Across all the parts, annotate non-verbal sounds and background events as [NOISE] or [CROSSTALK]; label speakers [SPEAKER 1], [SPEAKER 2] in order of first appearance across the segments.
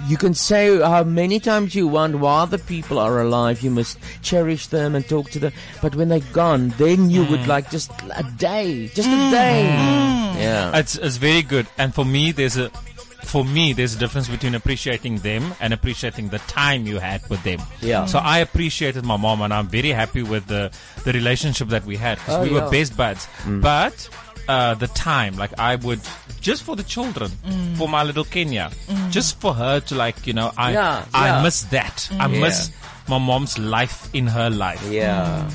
[SPEAKER 1] you can say how many times you want while the people are alive, you must cherish them and talk to them. But when they're gone, then you would like just a day, just a day. Yeah.
[SPEAKER 2] It's, it's very good. And for me, there's a, for me, there's a difference between appreciating them and appreciating the time you had with them.
[SPEAKER 1] Yeah.
[SPEAKER 2] So I appreciated my mom and I'm very happy with the, the relationship that we had because
[SPEAKER 1] Oh,
[SPEAKER 2] we
[SPEAKER 1] yeah. Mm.
[SPEAKER 2] were best buds. But, uh, the time, like I would, just for the children, for my little Kenya, just for her to like, you know, I,
[SPEAKER 1] Yeah,
[SPEAKER 2] I
[SPEAKER 1] yeah.
[SPEAKER 2] miss that. I
[SPEAKER 1] Yeah.
[SPEAKER 2] miss my mom's life in her life.
[SPEAKER 1] Yeah.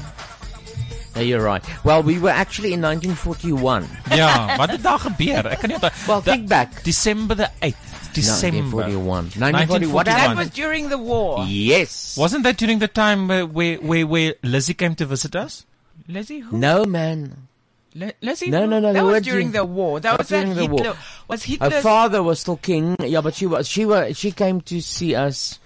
[SPEAKER 1] No, you're right. Well, we were actually in 1941.
[SPEAKER 2] Ja, wat het daar gebeur? Ek kan nie onthou.
[SPEAKER 1] Well,
[SPEAKER 2] Da-
[SPEAKER 1] think back.
[SPEAKER 2] December the 8th. December.
[SPEAKER 1] 1941. 1941.
[SPEAKER 3] That
[SPEAKER 2] Time.
[SPEAKER 3] was during the war.
[SPEAKER 1] Yes.
[SPEAKER 2] Wasn't that during the time where where where, where Lizzie came to visit us?
[SPEAKER 3] Lizzie, who?
[SPEAKER 1] No, man.
[SPEAKER 3] Le- Lizzie?
[SPEAKER 1] No,
[SPEAKER 3] who?
[SPEAKER 1] no, no,
[SPEAKER 3] That
[SPEAKER 1] no,
[SPEAKER 3] was
[SPEAKER 1] what
[SPEAKER 3] during
[SPEAKER 1] do you-
[SPEAKER 3] the war. That
[SPEAKER 1] What
[SPEAKER 3] was that
[SPEAKER 1] during the
[SPEAKER 3] Hitler.
[SPEAKER 1] war?
[SPEAKER 3] Was
[SPEAKER 1] Her
[SPEAKER 3] Hitler's
[SPEAKER 1] father was still king. Yeah, but she was. She was. She came to see us.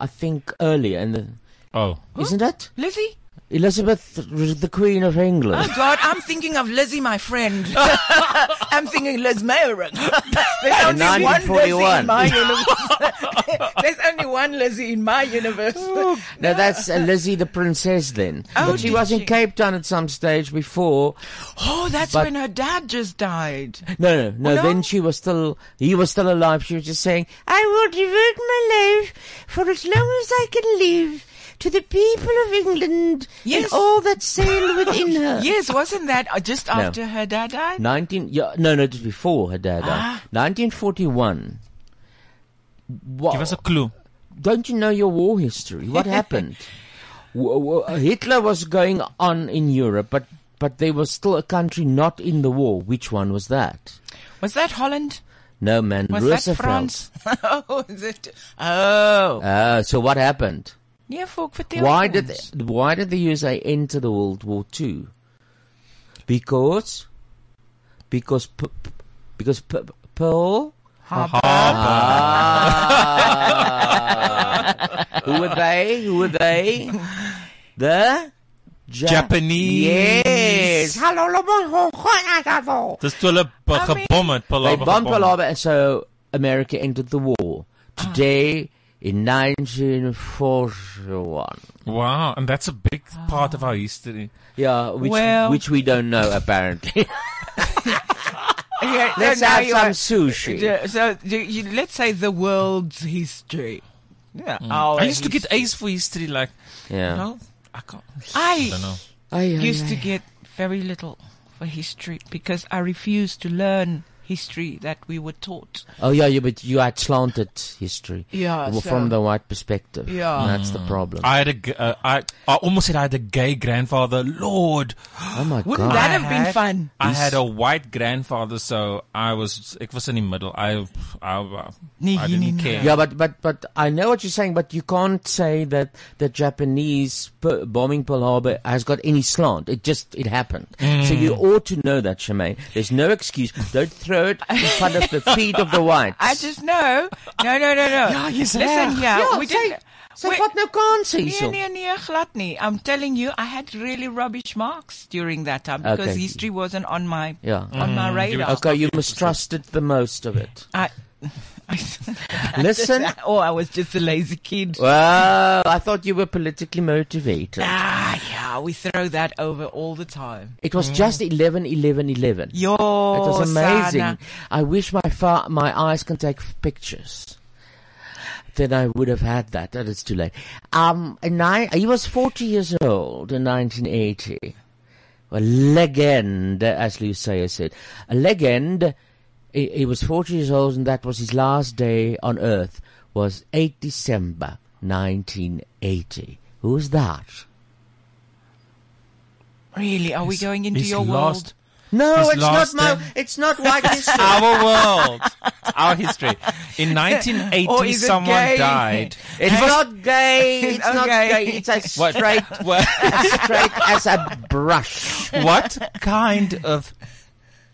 [SPEAKER 1] I think earlier, and the,
[SPEAKER 2] Oh.
[SPEAKER 1] isn't it
[SPEAKER 3] Lizzie?
[SPEAKER 1] Elizabeth, the Queen of England?
[SPEAKER 3] Oh God, I'm thinking of Lizzie, my friend. [LAUGHS] I'm thinking Liz Mayrick. There's only one Lizzie in
[SPEAKER 1] 1941.
[SPEAKER 3] my universe. [LAUGHS] There's only one Lizzie in my
[SPEAKER 2] Oh,
[SPEAKER 3] universe.
[SPEAKER 1] [LAUGHS] No, that's uh, Lizzie the Princess then.
[SPEAKER 3] Oh,
[SPEAKER 1] but she
[SPEAKER 3] did
[SPEAKER 1] was in
[SPEAKER 3] she?
[SPEAKER 1] Cape Town at some stage
[SPEAKER 2] [GASPS]
[SPEAKER 1] before.
[SPEAKER 3] Oh, that's
[SPEAKER 1] But-
[SPEAKER 3] when her dad just died.
[SPEAKER 1] No, no, no,
[SPEAKER 2] Oh,
[SPEAKER 3] no?
[SPEAKER 1] Then she was still. He was still alive. She was just saying, "I will devote my life for as long as I can live." To the people of England and
[SPEAKER 3] Yes.
[SPEAKER 1] all that sail
[SPEAKER 3] [LAUGHS]
[SPEAKER 1] within her.
[SPEAKER 3] Yes, wasn't that uh, just after her dad died?
[SPEAKER 1] 19 yeah, no no it was before her dad
[SPEAKER 3] Ah.
[SPEAKER 1] died. 1941 Wow.
[SPEAKER 2] Give us a clue.
[SPEAKER 1] don't you know your war history
[SPEAKER 3] [LAUGHS]
[SPEAKER 1] what happened W- w- hitler was going on in europe but but there was still a country not in the war which one was that
[SPEAKER 3] Was that Holland?
[SPEAKER 1] no man
[SPEAKER 3] Was that
[SPEAKER 1] roosevelt
[SPEAKER 3] France? [LAUGHS] oh, is it? Oh,
[SPEAKER 1] Uh, so what happened
[SPEAKER 3] yeah, folk vertel
[SPEAKER 1] why
[SPEAKER 3] ons.
[SPEAKER 1] did the, why did the USA enter the World War Two? Because because p- p- because p- p- Pearl
[SPEAKER 3] Harbor.
[SPEAKER 1] Ah. Who were they? Who were they? The Ja-
[SPEAKER 2] Japanese.
[SPEAKER 1] Yes. Hallo, lobo, ho, ho, agavo.
[SPEAKER 2] Dis toe hulle be- gebom het, Pearl
[SPEAKER 1] They
[SPEAKER 2] Harbor
[SPEAKER 1] bombed Pearl
[SPEAKER 2] gebom het.
[SPEAKER 1] Harbor, and so America entered the war. Today, in 1941.
[SPEAKER 2] Wow, and that's a big part of
[SPEAKER 3] Ah.
[SPEAKER 2] our history.
[SPEAKER 1] Yeah, which
[SPEAKER 3] Well-
[SPEAKER 1] which we don't know apparently.
[SPEAKER 3] Yeah,
[SPEAKER 1] Let's
[SPEAKER 3] no, now
[SPEAKER 1] have
[SPEAKER 3] you
[SPEAKER 1] some
[SPEAKER 3] are-
[SPEAKER 1] sushi.
[SPEAKER 3] Yeah, So, do you, let's say the world's history. Yeah. Oh, our
[SPEAKER 2] Mm. I used to get
[SPEAKER 3] history.
[SPEAKER 2] A's for history like,
[SPEAKER 1] Mm. Yeah.
[SPEAKER 2] no, I can't. I
[SPEAKER 3] I
[SPEAKER 2] don't know.
[SPEAKER 1] Ay, ay,
[SPEAKER 3] used to
[SPEAKER 1] ay.
[SPEAKER 3] get very little for history because I refused to learn history that we were
[SPEAKER 1] [LAUGHS]
[SPEAKER 3] taught.
[SPEAKER 1] [LAUGHS] Oh yeah, yeah, but you had slanted history.
[SPEAKER 3] Yeah,
[SPEAKER 1] w-
[SPEAKER 3] so-
[SPEAKER 1] from the white perspective.
[SPEAKER 3] Yeah.
[SPEAKER 1] And that's the problem.
[SPEAKER 2] I had a, g- uh, I, I almost said I had a gay grandfather. Lord,
[SPEAKER 1] [GASPS] oh my
[SPEAKER 2] Wouldn't
[SPEAKER 1] god.
[SPEAKER 3] that
[SPEAKER 2] I
[SPEAKER 3] have been
[SPEAKER 2] had-
[SPEAKER 3] fun?
[SPEAKER 2] I had a white grandfather, so I was, it was in the middle. I, I, I,
[SPEAKER 3] Nee,
[SPEAKER 2] I
[SPEAKER 3] nee,
[SPEAKER 2] didn't
[SPEAKER 3] nee.
[SPEAKER 2] care.
[SPEAKER 1] yeah, but, but but I know what you're saying, but you can't say that the Japanese p- bombing Pearl Harbor has got any slant. It just it happened.
[SPEAKER 2] Mm.
[SPEAKER 1] So you ought to know that, Shemay. There's no excuse. Don't throw it
[SPEAKER 3] [LAUGHS]
[SPEAKER 1] in front of the feet of the whites.
[SPEAKER 3] I just know. No, no,
[SPEAKER 1] [LAUGHS]
[SPEAKER 3] no, no.
[SPEAKER 2] Ja, jy's
[SPEAKER 3] Listen
[SPEAKER 2] reg.
[SPEAKER 3] here.
[SPEAKER 1] Yeah,
[SPEAKER 3] we
[SPEAKER 1] say-
[SPEAKER 3] didn't.
[SPEAKER 1] So
[SPEAKER 3] we-
[SPEAKER 1] what no can't say
[SPEAKER 3] Nee, nee, nee, glad nie. I'm telling you, I had really rubbish marks during that time because
[SPEAKER 1] Okay.
[SPEAKER 3] history wasn't on my
[SPEAKER 1] Yeah.
[SPEAKER 3] on
[SPEAKER 2] Mm.
[SPEAKER 3] my radar.
[SPEAKER 1] Okay, you mistrusted the most of it.
[SPEAKER 3] I, [LAUGHS] I,
[SPEAKER 1] Listen.
[SPEAKER 3] [LAUGHS] oh, I was just a lazy kid.
[SPEAKER 1] Well, I thought you were politically motivated.
[SPEAKER 3] Ah, yeah, we throw that over all the time.
[SPEAKER 1] It was just 11, 11, 11.
[SPEAKER 3] Yo,
[SPEAKER 1] It was amazing. I wish my fa- my eyes can take f- pictures. Then I would have had that. That is too late. Um, and I, he was 40 years old in 1980. A legend, as Lucia said. A legend He, he was 40 years old, and that was his last day on earth. Was 8 December 1980. Who's that?
[SPEAKER 3] Really? Are we going into
[SPEAKER 2] His
[SPEAKER 3] your
[SPEAKER 2] last-
[SPEAKER 3] world? eh?
[SPEAKER 1] No,
[SPEAKER 2] His
[SPEAKER 1] it's not
[SPEAKER 2] last
[SPEAKER 1] my.
[SPEAKER 2] day.
[SPEAKER 1] It's not white
[SPEAKER 3] [LAUGHS]
[SPEAKER 1] history.
[SPEAKER 2] our world, It's our history. In 1980,
[SPEAKER 3] is it
[SPEAKER 2] someone
[SPEAKER 3] Oh, gay?
[SPEAKER 2] died.
[SPEAKER 1] It's not gay.
[SPEAKER 2] [LAUGHS]
[SPEAKER 1] It's not
[SPEAKER 3] Okay.
[SPEAKER 1] gay. It's as
[SPEAKER 2] What,
[SPEAKER 1] straight,
[SPEAKER 2] [LAUGHS] what,
[SPEAKER 1] as straight as a brush.
[SPEAKER 2] what kind of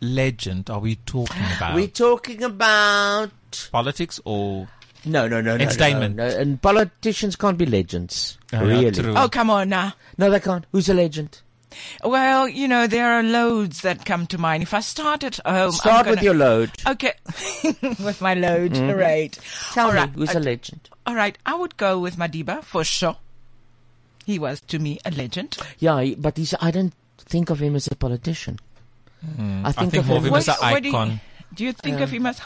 [SPEAKER 2] legend are we talking about?
[SPEAKER 1] We're talking about
[SPEAKER 2] Politics or
[SPEAKER 1] no, no, no, no,
[SPEAKER 2] Entertainment. Ah,
[SPEAKER 1] No, no. And politicians can't be legends,
[SPEAKER 2] Yeah,
[SPEAKER 1] really.
[SPEAKER 2] true.
[SPEAKER 3] Oh, come on now.
[SPEAKER 1] No, they can't. Who's a legend?
[SPEAKER 3] Well, you know, there are loads that come to mind. If I start at
[SPEAKER 1] um,
[SPEAKER 3] home,
[SPEAKER 1] Start
[SPEAKER 3] I'm
[SPEAKER 1] with your load. Mm-hmm.
[SPEAKER 3] your. Okay, [LAUGHS] with my load, right?
[SPEAKER 1] Tell
[SPEAKER 3] all
[SPEAKER 1] me,
[SPEAKER 3] right,
[SPEAKER 1] who's a legend?
[SPEAKER 3] All right, I would go with Madiba for sure. He was to me a legend.
[SPEAKER 1] Yeah, he- but he's. I don't think of him as a politician. I
[SPEAKER 2] Hmm. I
[SPEAKER 1] think
[SPEAKER 2] think
[SPEAKER 1] of him.
[SPEAKER 2] more of him as an
[SPEAKER 3] What- what do you-
[SPEAKER 2] icon.
[SPEAKER 3] Do you think
[SPEAKER 1] Um,
[SPEAKER 3] of him as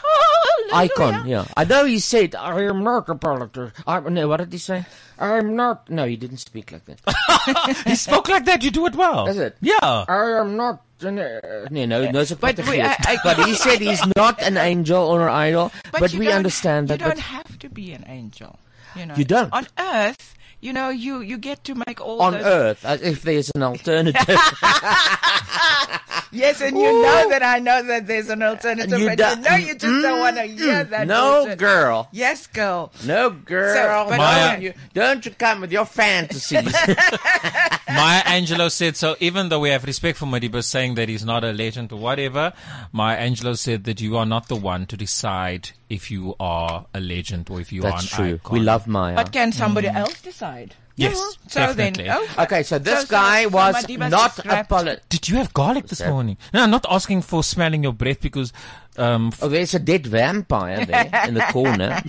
[SPEAKER 1] Icon, yeah. I know he said, I am not a politician. I, no, what did he say? I'm not. No, he didn't speak like that.
[SPEAKER 2] [LAUGHS] He spoke like that. You do it well.
[SPEAKER 1] Is it?
[SPEAKER 2] Yeah.
[SPEAKER 1] I am not. An, uh, no, no, no, it's a
[SPEAKER 3] Eh, But we- eh,
[SPEAKER 1] Portuguese.
[SPEAKER 3] I- I-
[SPEAKER 1] but he
[SPEAKER 3] [LAUGHS]
[SPEAKER 1] said he's not an angel or an idol. But,
[SPEAKER 3] you
[SPEAKER 1] we
[SPEAKER 3] don't-
[SPEAKER 1] understand that.
[SPEAKER 3] you don't
[SPEAKER 1] but
[SPEAKER 3] have to be an angel. You, know?
[SPEAKER 1] You don't?
[SPEAKER 3] on Earth. You know, you you get to make all
[SPEAKER 1] on
[SPEAKER 3] those-
[SPEAKER 1] Earth, uh, if there's an alternative,
[SPEAKER 3] [LAUGHS] Yes, and you know that I know that there's an alternative,
[SPEAKER 1] You
[SPEAKER 3] but
[SPEAKER 1] do-
[SPEAKER 3] you know you just don't want to hear that.
[SPEAKER 1] no
[SPEAKER 3] bullshit.
[SPEAKER 1] girl,
[SPEAKER 3] Yes, girl.
[SPEAKER 1] no girl,
[SPEAKER 3] but
[SPEAKER 1] Maya,
[SPEAKER 2] Maya-
[SPEAKER 1] you, don't you come with your
[SPEAKER 3] [LAUGHS]
[SPEAKER 1] fantasies.
[SPEAKER 2] Maya Angelou said so. Even though we have respect for Madiba, saying that he's not a legend or whatever, Maya Angelou said that you are not the one to decide if you are a legend or if you
[SPEAKER 1] That's
[SPEAKER 2] are an
[SPEAKER 1] true.
[SPEAKER 2] icon. Mm.
[SPEAKER 1] We love Maya.
[SPEAKER 3] But can somebody else decide?
[SPEAKER 2] Yes,
[SPEAKER 3] So
[SPEAKER 2] definitely.
[SPEAKER 3] then, oh,
[SPEAKER 1] Mm. okay, so this
[SPEAKER 3] so-
[SPEAKER 1] guy
[SPEAKER 3] so
[SPEAKER 1] was
[SPEAKER 3] Madiba's
[SPEAKER 1] not a
[SPEAKER 3] scrapped.
[SPEAKER 1] polit.
[SPEAKER 2] Did you have garlic this morning? No, I'm not asking for smelling your breath because um,
[SPEAKER 1] Oh, there's a dead vampire there in the corner.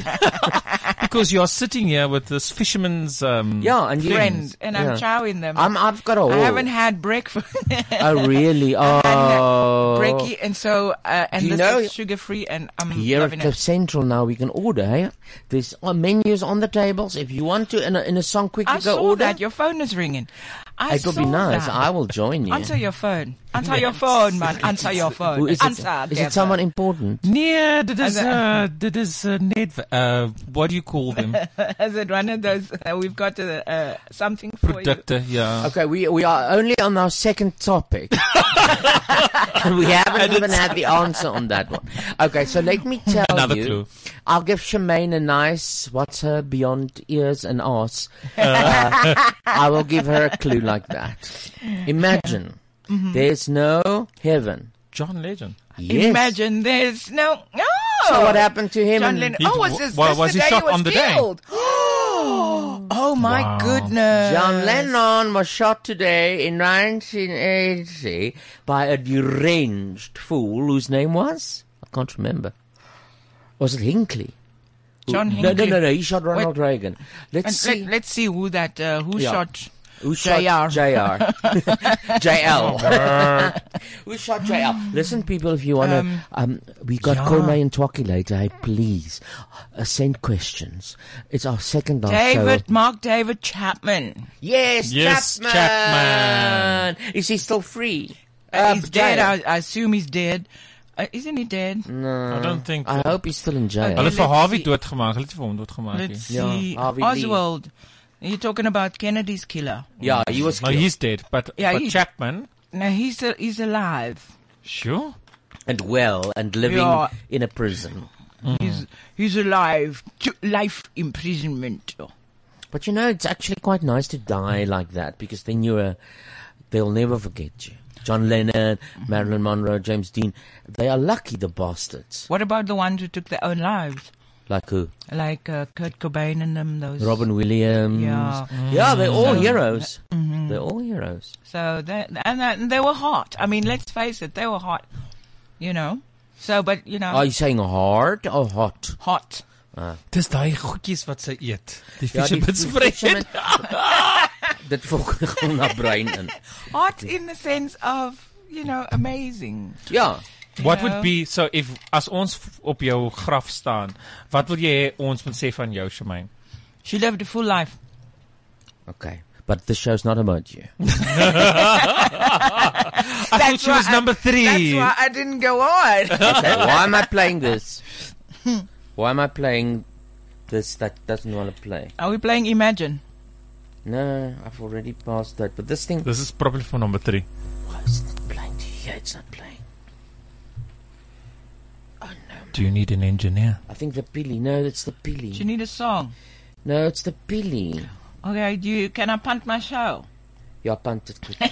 [SPEAKER 2] [LAUGHS] because you are sitting here with this fisherman's um,
[SPEAKER 1] Yeah, and you,
[SPEAKER 3] friend, and I'm
[SPEAKER 1] yeah.
[SPEAKER 3] chowing them.
[SPEAKER 1] I'm, I've got a hole.
[SPEAKER 3] I haven't had breakfast. [LAUGHS]
[SPEAKER 1] Oh, really? Oh.
[SPEAKER 3] breaky, and so uh, and
[SPEAKER 1] Do you
[SPEAKER 3] this
[SPEAKER 1] know-
[SPEAKER 3] is sugar free, and um, I'm
[SPEAKER 1] Here at
[SPEAKER 3] loving
[SPEAKER 1] Cliff
[SPEAKER 3] it.
[SPEAKER 1] Central now we can order, hey? There's uh, menus on the tables. If you want to, in a, in a song, quickly
[SPEAKER 3] I
[SPEAKER 1] go
[SPEAKER 3] saw
[SPEAKER 1] order.
[SPEAKER 3] that your phone is ringing. I
[SPEAKER 1] it would
[SPEAKER 3] saw
[SPEAKER 1] be nice.
[SPEAKER 3] that.
[SPEAKER 1] I will join you.
[SPEAKER 3] Answer your phone. Answer your
[SPEAKER 1] [LAUGHS]
[SPEAKER 3] phone, man. Answer your phone.
[SPEAKER 1] Who is it?
[SPEAKER 3] Answer.
[SPEAKER 1] Is
[SPEAKER 3] Deborah.
[SPEAKER 1] it someone important?
[SPEAKER 2] Yeah, that is
[SPEAKER 3] And, uh, [LAUGHS]
[SPEAKER 2] uh, that is uh, Ned. Uh, what do you call them?
[SPEAKER 3] Is it one of those? Uh, we've got uh, uh, something for you.
[SPEAKER 2] Productor. Yeah.
[SPEAKER 1] Okay, we we are only on our second
[SPEAKER 2] [LAUGHS]
[SPEAKER 1] topic. we haven't even had the answer on that one. Okay, so let me tell
[SPEAKER 2] [LAUGHS] Another
[SPEAKER 1] you.
[SPEAKER 2] clue.
[SPEAKER 1] I'll give Shemaine a nice what's her beyond ears and
[SPEAKER 2] [LAUGHS]
[SPEAKER 1] arse. Uh, [LAUGHS] I will give her a clue like that. Imagine there's no heaven.
[SPEAKER 2] Mm-hmm. John Legend.
[SPEAKER 1] Yes.
[SPEAKER 3] Imagine this. No, no.
[SPEAKER 1] So what happened to him?
[SPEAKER 3] John
[SPEAKER 1] and-
[SPEAKER 3] Lennon.
[SPEAKER 2] He-
[SPEAKER 3] oh, was this,
[SPEAKER 2] wa-
[SPEAKER 3] this
[SPEAKER 2] was
[SPEAKER 3] the
[SPEAKER 2] he
[SPEAKER 3] day
[SPEAKER 2] shot
[SPEAKER 3] he was
[SPEAKER 2] on the day?
[SPEAKER 3] killed? [GASPS] oh my
[SPEAKER 2] Wow.
[SPEAKER 3] goodness.
[SPEAKER 1] John Lennon was shot today in 1980 by a deranged fool whose name was? I can't remember. Was it Hinckley?
[SPEAKER 3] John
[SPEAKER 1] No, no,
[SPEAKER 3] Hinckley.
[SPEAKER 1] no, no. He shot Ronald Reagan. Let's
[SPEAKER 3] And
[SPEAKER 1] see
[SPEAKER 3] let, let's see who that uh, who
[SPEAKER 1] Yeah.
[SPEAKER 3] shot.
[SPEAKER 1] who shot
[SPEAKER 3] JR.
[SPEAKER 1] JR.
[SPEAKER 3] [LAUGHS]
[SPEAKER 1] JL. [LAUGHS] who shot JL? Listen, people, if you want to, um, we got
[SPEAKER 2] yeah.
[SPEAKER 1] call May and Twaki later. Hey, please uh, send questions. It's our second last show.
[SPEAKER 3] David Mark David Chapman.
[SPEAKER 1] Yes,
[SPEAKER 2] Yes,
[SPEAKER 1] Chapman.
[SPEAKER 2] Chapman.
[SPEAKER 1] Is he still free?
[SPEAKER 3] Uh, he's dead.
[SPEAKER 1] jail.
[SPEAKER 3] I, I assume he's dead. Uh, isn't he dead?
[SPEAKER 2] I don't think.
[SPEAKER 1] I hope he's still in jail.
[SPEAKER 2] Hulle het vir
[SPEAKER 3] let's
[SPEAKER 2] Harvey
[SPEAKER 3] see.
[SPEAKER 2] doodgemaak. Hulle het vir hom doodgemaak.
[SPEAKER 3] Let's
[SPEAKER 2] hier.
[SPEAKER 1] Yeah,
[SPEAKER 3] see.
[SPEAKER 1] Harvey Lee.
[SPEAKER 3] Oswald. You're talking about Kennedy's killer.
[SPEAKER 1] Yeah, he was.
[SPEAKER 2] No,
[SPEAKER 1] killed.
[SPEAKER 2] he's dead, but,
[SPEAKER 3] Yeah,
[SPEAKER 2] but
[SPEAKER 3] he-
[SPEAKER 2] Chapman,
[SPEAKER 3] No, he's uh, he's alive.
[SPEAKER 2] sure.
[SPEAKER 1] and well and living
[SPEAKER 3] Yeah.
[SPEAKER 1] in a prison.
[SPEAKER 2] Mm-hmm.
[SPEAKER 3] He's he's alive. T- Life imprisonment.
[SPEAKER 1] But you know, it's actually quite nice to die like that because then you're. They'll never forget you. John Lennon,
[SPEAKER 3] Mm-hmm.
[SPEAKER 1] Marilyn Monroe, James Dean. They are lucky, the bastards.
[SPEAKER 3] What about the ones who took their own lives,
[SPEAKER 1] Like who?
[SPEAKER 3] like uh, Kurt Cobain and them? Those.
[SPEAKER 1] Robin Williams.
[SPEAKER 3] Yeah. Mm-hmm.
[SPEAKER 1] Yeah, they're all heroes. They're all heroes.
[SPEAKER 3] So that and, that and they were hot. I mean, let's face it, they were hot. You know. So, but you know,
[SPEAKER 1] Are Oh, you saying hard or hot? Ah.
[SPEAKER 3] hot.
[SPEAKER 2] Dis daai goedjies wat sy eet. Die
[SPEAKER 1] Ja, die-
[SPEAKER 2] fisherman's
[SPEAKER 1] die
[SPEAKER 2] bread.
[SPEAKER 1] fisherman- [LAUGHS] Dit volg hom na brein
[SPEAKER 2] [LAUGHS]
[SPEAKER 1] in.
[SPEAKER 3] Hot in the sense of you know amazing.
[SPEAKER 1] Ja.
[SPEAKER 2] What
[SPEAKER 3] know.
[SPEAKER 2] would be so if as ons f- op jou graf staan, wat wil jy hê ons moet sê van jou, Shamaine?
[SPEAKER 3] She lived a
[SPEAKER 2] [LAUGHS]
[SPEAKER 3] full life.
[SPEAKER 1] Okay. But the show's not about you.
[SPEAKER 2] I thought she was number three.
[SPEAKER 3] That's why I didn't go
[SPEAKER 1] [LAUGHS]
[SPEAKER 3] on.
[SPEAKER 1] Okay, why am I
[SPEAKER 3] [LAUGHS]
[SPEAKER 1] playing this? Why am I playing this that doesn't want to play?
[SPEAKER 3] Are we playing Imagine?
[SPEAKER 1] No, I've already passed that. But this thing.
[SPEAKER 2] This is probably for number three.
[SPEAKER 1] Why is it playing? Yeah, it's not playing.
[SPEAKER 2] Do you need an engineer?
[SPEAKER 1] I think the Billy. No, it's the Billy.
[SPEAKER 3] Do you need a song?
[SPEAKER 1] no, it's the Billy.
[SPEAKER 3] Okay, do you, can I punt my show?
[SPEAKER 1] You are punted quickly.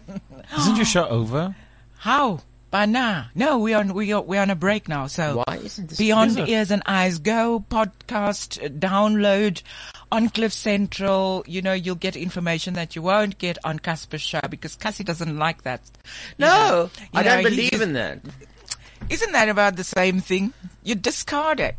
[SPEAKER 3] [LAUGHS]
[SPEAKER 2] Isn't your show over?
[SPEAKER 3] How? By now? No, we on we are, we're on a break now. So
[SPEAKER 1] Why isn't this?
[SPEAKER 3] Beyond
[SPEAKER 2] Is it?
[SPEAKER 3] Ears and Eyes, go podcast, uh, download on Cliff Central. You know, you'll get information that you won't get on Casper's show because Cassie doesn't like that. No. You
[SPEAKER 1] I don't
[SPEAKER 3] know, he
[SPEAKER 1] believe
[SPEAKER 3] just-
[SPEAKER 1] in that.
[SPEAKER 3] Isn't that about the same thing? You discard it.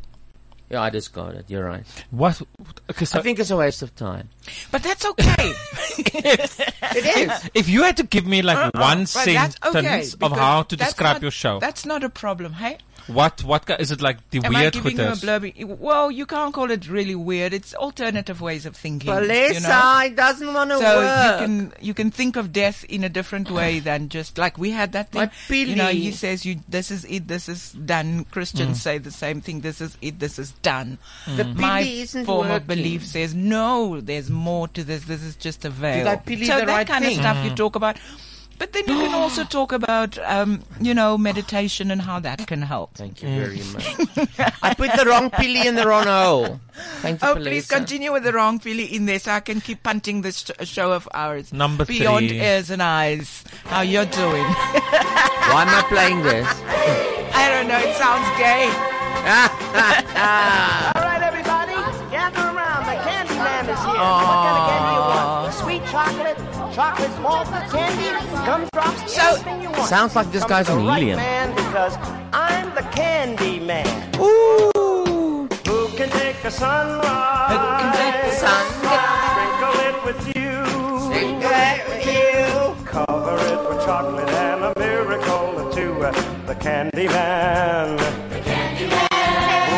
[SPEAKER 1] Yeah, I discard it. You're right.
[SPEAKER 2] What? Okay, so
[SPEAKER 1] I think it's a waste of time.
[SPEAKER 3] But that's okay.
[SPEAKER 1] [LAUGHS] It is.
[SPEAKER 2] if you had to give me like
[SPEAKER 3] Uh-uh.
[SPEAKER 2] one
[SPEAKER 3] But that's
[SPEAKER 2] sentence
[SPEAKER 3] okay,
[SPEAKER 2] of
[SPEAKER 3] because
[SPEAKER 2] how to
[SPEAKER 3] that's
[SPEAKER 2] describe
[SPEAKER 3] not-
[SPEAKER 2] your show,
[SPEAKER 3] That's not a problem, hey?
[SPEAKER 2] what what ca- is it like? The
[SPEAKER 3] Am I
[SPEAKER 2] weird
[SPEAKER 3] giving you a
[SPEAKER 2] goeders?
[SPEAKER 3] blurby? Well, you can't call it really weird. It's alternative ways of thinking.
[SPEAKER 1] Palesa,
[SPEAKER 3] you know?
[SPEAKER 1] it doesn't want to
[SPEAKER 3] so
[SPEAKER 1] work.
[SPEAKER 3] you can you can think of death in a different way than just like we had that thing.
[SPEAKER 1] My
[SPEAKER 3] You know,
[SPEAKER 1] Billy.
[SPEAKER 3] he says you this is it, this is done. Christians say the same thing. This is it, this is done.
[SPEAKER 1] The
[SPEAKER 3] My
[SPEAKER 1] Billy isn't
[SPEAKER 3] form of
[SPEAKER 1] working.
[SPEAKER 3] belief says no. There's more to this. This is just a veil.
[SPEAKER 1] I believe
[SPEAKER 3] so
[SPEAKER 1] the
[SPEAKER 3] that
[SPEAKER 1] right
[SPEAKER 3] kind
[SPEAKER 1] thing?
[SPEAKER 3] of stuff you talk about. But then you can
[SPEAKER 1] [GASPS]
[SPEAKER 3] also talk about, um, you know, meditation and how that can help.
[SPEAKER 1] Thank you very much. I put the wrong Billy in the wrong hole. Thank you,
[SPEAKER 3] Oh, please
[SPEAKER 1] Palesa.
[SPEAKER 3] continue with the wrong Philly in there so I can keep punting this sh- show of ours.
[SPEAKER 2] Number
[SPEAKER 3] Beyond
[SPEAKER 2] three.
[SPEAKER 3] ears and eyes. How you're doing. [LAUGHS]
[SPEAKER 1] Why am I playing this?
[SPEAKER 3] I don't know, it sounds [LAUGHS] gay.
[SPEAKER 4] All right, everybody, gather around. The candy man is here. What kind of candy you want? Sweet chocolate, chocolate malt candy, gumdrops,
[SPEAKER 3] So-
[SPEAKER 4] anything you want.
[SPEAKER 1] Sounds like this
[SPEAKER 4] Come
[SPEAKER 1] guy's
[SPEAKER 4] to the
[SPEAKER 1] an
[SPEAKER 4] right
[SPEAKER 1] alien.
[SPEAKER 4] man because I'm the candy man. Ooh. Who can take a sunrise?
[SPEAKER 3] Who can take a sunrise?
[SPEAKER 4] Sprinkle it with you. Sprinkle it with you. Cover it with chocolate and a miracle or two. Uh, The candy man.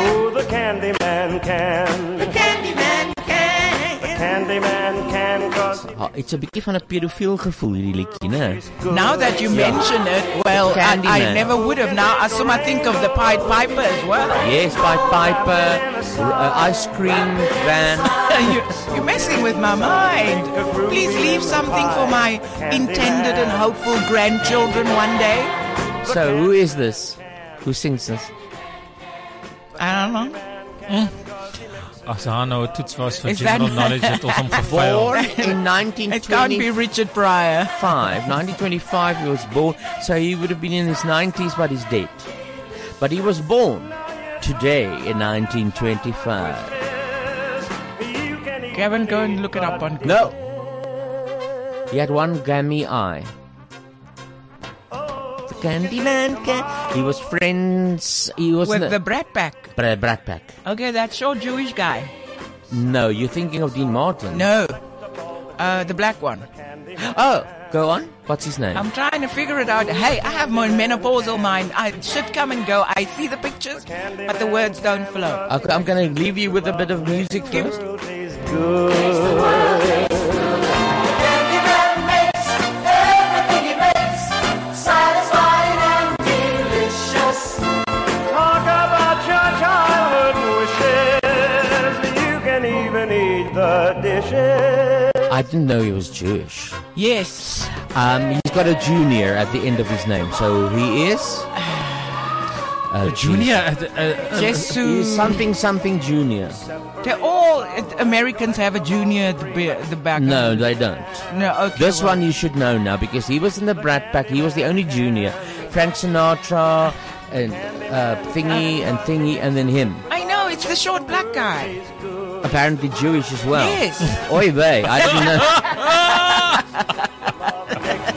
[SPEAKER 4] Ooh, the Candyman can. The Candyman can. The Candyman can cause
[SPEAKER 1] Oh, it's een beetje van een pedofiel gevoel, jullie liedje, né?
[SPEAKER 3] Now that you mention it, well, I, I
[SPEAKER 1] Candyman.
[SPEAKER 3] never would have. Now, I somehow think of the Pied Piper as well.
[SPEAKER 1] Yes, by Piper, uh, Ice Cream Van.
[SPEAKER 3] [LAUGHS] you, you're messing with my mind. Please leave something for my intended and hopeful grandchildren one day.
[SPEAKER 1] So, who is this? Who sings this?
[SPEAKER 3] I don't know.
[SPEAKER 1] Mm,
[SPEAKER 2] As I know, toets was for
[SPEAKER 3] Is that- [LAUGHS]
[SPEAKER 2] general knowledge het ons hom gefail.
[SPEAKER 1] Born in
[SPEAKER 3] It can't be
[SPEAKER 1] 1925.
[SPEAKER 3] Richard Pryor.
[SPEAKER 1] 1925 he was born. So he would have been in his 90s, but he's dead. But he was born today in 1925.
[SPEAKER 4] you can eat.
[SPEAKER 3] Kevin, go and look it up on
[SPEAKER 1] No. He had one gammy eye. The Candyman can. He was friends. He was
[SPEAKER 3] with
[SPEAKER 1] n-
[SPEAKER 3] the Brat Pack.
[SPEAKER 1] Bra- Brat Pack.
[SPEAKER 3] Okay, that's your Jewish guy.
[SPEAKER 1] No, you're thinking of Dean Martin.
[SPEAKER 3] No. Uh, the black one.
[SPEAKER 1] Oh, go on. What's his name?
[SPEAKER 3] I'm trying to figure it out. Hey, I have my menopausal mind. I should come and go. I see the pictures, but the words don't flow.
[SPEAKER 1] Okay, I'm going to leave you with a bit of music first.
[SPEAKER 4] Talk about [LAUGHS] your childhood wishes. You can even eat the dishes.
[SPEAKER 1] I didn't know he was Jewish.
[SPEAKER 3] Yes.
[SPEAKER 1] Um, he's got a junior at the end of his name, so he
[SPEAKER 3] [SIGHS]
[SPEAKER 1] is a
[SPEAKER 2] Junior, uh, uh, uh,
[SPEAKER 1] He's
[SPEAKER 3] Jesus.
[SPEAKER 1] something something junior.
[SPEAKER 3] They're all uh, Americans have a junior at the, be- at the back.
[SPEAKER 1] No, they don't.
[SPEAKER 3] No, okay.
[SPEAKER 1] This
[SPEAKER 3] well,
[SPEAKER 1] one you should know now because he was in the Brat Pack. He was the only junior. Frank Sinatra and uh, Thingy and Thingy and then him.
[SPEAKER 3] I know, it's the short black guy.
[SPEAKER 1] Apparently Jewish as well.
[SPEAKER 3] Yes.
[SPEAKER 1] [LAUGHS] Oy vey, I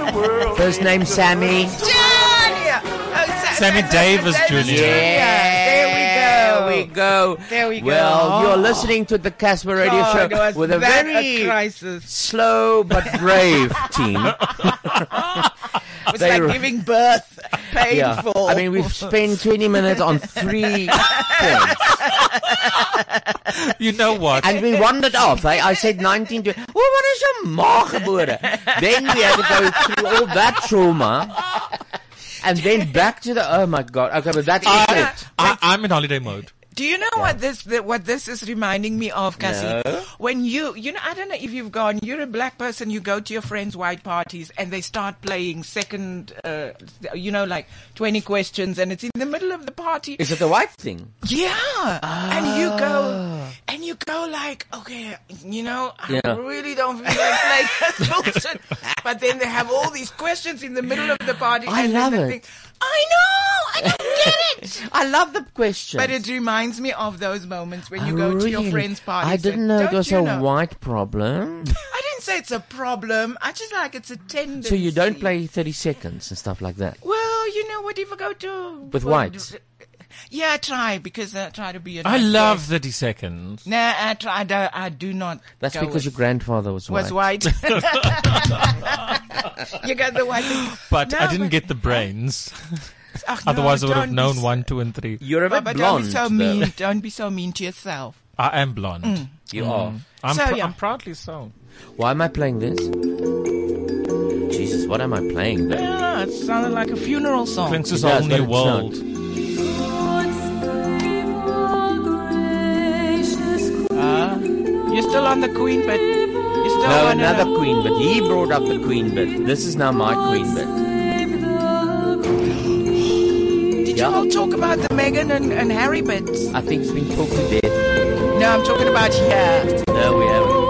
[SPEAKER 1] didn't know. First name Sammy.
[SPEAKER 3] Junior! Oh, Sa-
[SPEAKER 2] Sammy
[SPEAKER 3] Sa- Sa-
[SPEAKER 2] Davis
[SPEAKER 3] Sammy
[SPEAKER 2] Jr.
[SPEAKER 3] There
[SPEAKER 1] There we
[SPEAKER 3] we go.
[SPEAKER 1] go.
[SPEAKER 3] There we go.
[SPEAKER 1] Well, you're listening to the Casper Radio
[SPEAKER 3] God,
[SPEAKER 1] Show
[SPEAKER 3] was
[SPEAKER 1] with a
[SPEAKER 3] that
[SPEAKER 1] very
[SPEAKER 3] crisis.
[SPEAKER 1] slow but brave
[SPEAKER 2] [LAUGHS]
[SPEAKER 1] team.
[SPEAKER 3] It's
[SPEAKER 1] They
[SPEAKER 3] like
[SPEAKER 1] were-
[SPEAKER 3] giving birth. Painful. [LAUGHS]
[SPEAKER 1] I mean, we've spent 20 minutes on three points.
[SPEAKER 2] You know what?
[SPEAKER 1] And we wandered off. eh? I, I said 19 to, well, what is your ma gebore? Then we had to go through all that trauma. And then back to the, oh my god. Okay, but that's
[SPEAKER 2] I,
[SPEAKER 1] it.
[SPEAKER 2] I, I'm in holiday mode.
[SPEAKER 3] Do you know what this that what this is reminding me of, Cassie? When you you know I don't know if you've gone. You're a black person. You go to your friends' white parties and they start playing second, uh, you know, like twenty questions, and it's in the middle of the party.
[SPEAKER 1] Is it the white thing?
[SPEAKER 3] Yeah. And you
[SPEAKER 1] Ah.
[SPEAKER 3] go, and you go like, okay, you know, I
[SPEAKER 1] Yeah.
[SPEAKER 3] really don't feel like playing [LAUGHS] this bullshit. But then they have all these questions in the middle of the party.
[SPEAKER 1] I
[SPEAKER 3] and then
[SPEAKER 1] love
[SPEAKER 3] they
[SPEAKER 1] it.
[SPEAKER 3] think, I know, I don't get it.
[SPEAKER 1] [LAUGHS] I love the question.
[SPEAKER 3] But it reminds me of those moments when you go to your friend's party.
[SPEAKER 1] I didn't know it was a
[SPEAKER 3] know?
[SPEAKER 1] white problem.
[SPEAKER 3] I didn't say it's a problem. I just like it's a tendency.
[SPEAKER 1] so you don't play 30 seconds and stuff like that.
[SPEAKER 3] Well, you know what? If I go to
[SPEAKER 1] With whites?
[SPEAKER 3] Yeah, I try because I try to be. A
[SPEAKER 2] I
[SPEAKER 3] nice
[SPEAKER 2] love
[SPEAKER 3] person.
[SPEAKER 2] 30 seconds.
[SPEAKER 3] Nah, I try. I, don't, I do not.
[SPEAKER 1] That's
[SPEAKER 3] go
[SPEAKER 1] because your
[SPEAKER 3] with-
[SPEAKER 1] grandfather was white. [LAUGHS]
[SPEAKER 3] was white. [LAUGHS] you got the white.
[SPEAKER 2] [LAUGHS] But
[SPEAKER 3] No,
[SPEAKER 2] I didn't
[SPEAKER 3] but-
[SPEAKER 2] get the brains.
[SPEAKER 3] Ugh, no,
[SPEAKER 2] [LAUGHS] Otherwise, I would
[SPEAKER 3] don't
[SPEAKER 2] have
[SPEAKER 3] be
[SPEAKER 2] known
[SPEAKER 3] so-
[SPEAKER 2] 1, 2, and 3.
[SPEAKER 1] You're a bit
[SPEAKER 3] But don't
[SPEAKER 1] blonde.
[SPEAKER 3] be
[SPEAKER 1] though.
[SPEAKER 3] so mean. Don't be so mean to yourself.
[SPEAKER 2] I am blonde.
[SPEAKER 3] Mm.
[SPEAKER 1] You are.
[SPEAKER 2] I'm,
[SPEAKER 3] So,
[SPEAKER 2] pr-
[SPEAKER 3] yeah.
[SPEAKER 2] I'm proudly so.
[SPEAKER 1] Why am I playing this? Jesus, what am I playing though?
[SPEAKER 3] Yeah, Ah, it sounded like a funeral song.
[SPEAKER 2] Princess
[SPEAKER 1] It does,
[SPEAKER 2] Whole
[SPEAKER 1] but
[SPEAKER 2] New
[SPEAKER 1] it's not.
[SPEAKER 2] World.
[SPEAKER 3] Ah, You're still on the Queen, but
[SPEAKER 1] [GASPS]
[SPEAKER 3] you still
[SPEAKER 1] No,
[SPEAKER 3] on
[SPEAKER 1] another
[SPEAKER 3] another.
[SPEAKER 1] queen bit. He brought up the queen bit. This is now my queen bit.
[SPEAKER 3] Did you
[SPEAKER 1] Yeah.
[SPEAKER 3] all talk about the Meghan and, and Harry bits?
[SPEAKER 1] I think it's been talked to death.
[SPEAKER 3] No, I'm talking about here.
[SPEAKER 1] No, we haven't.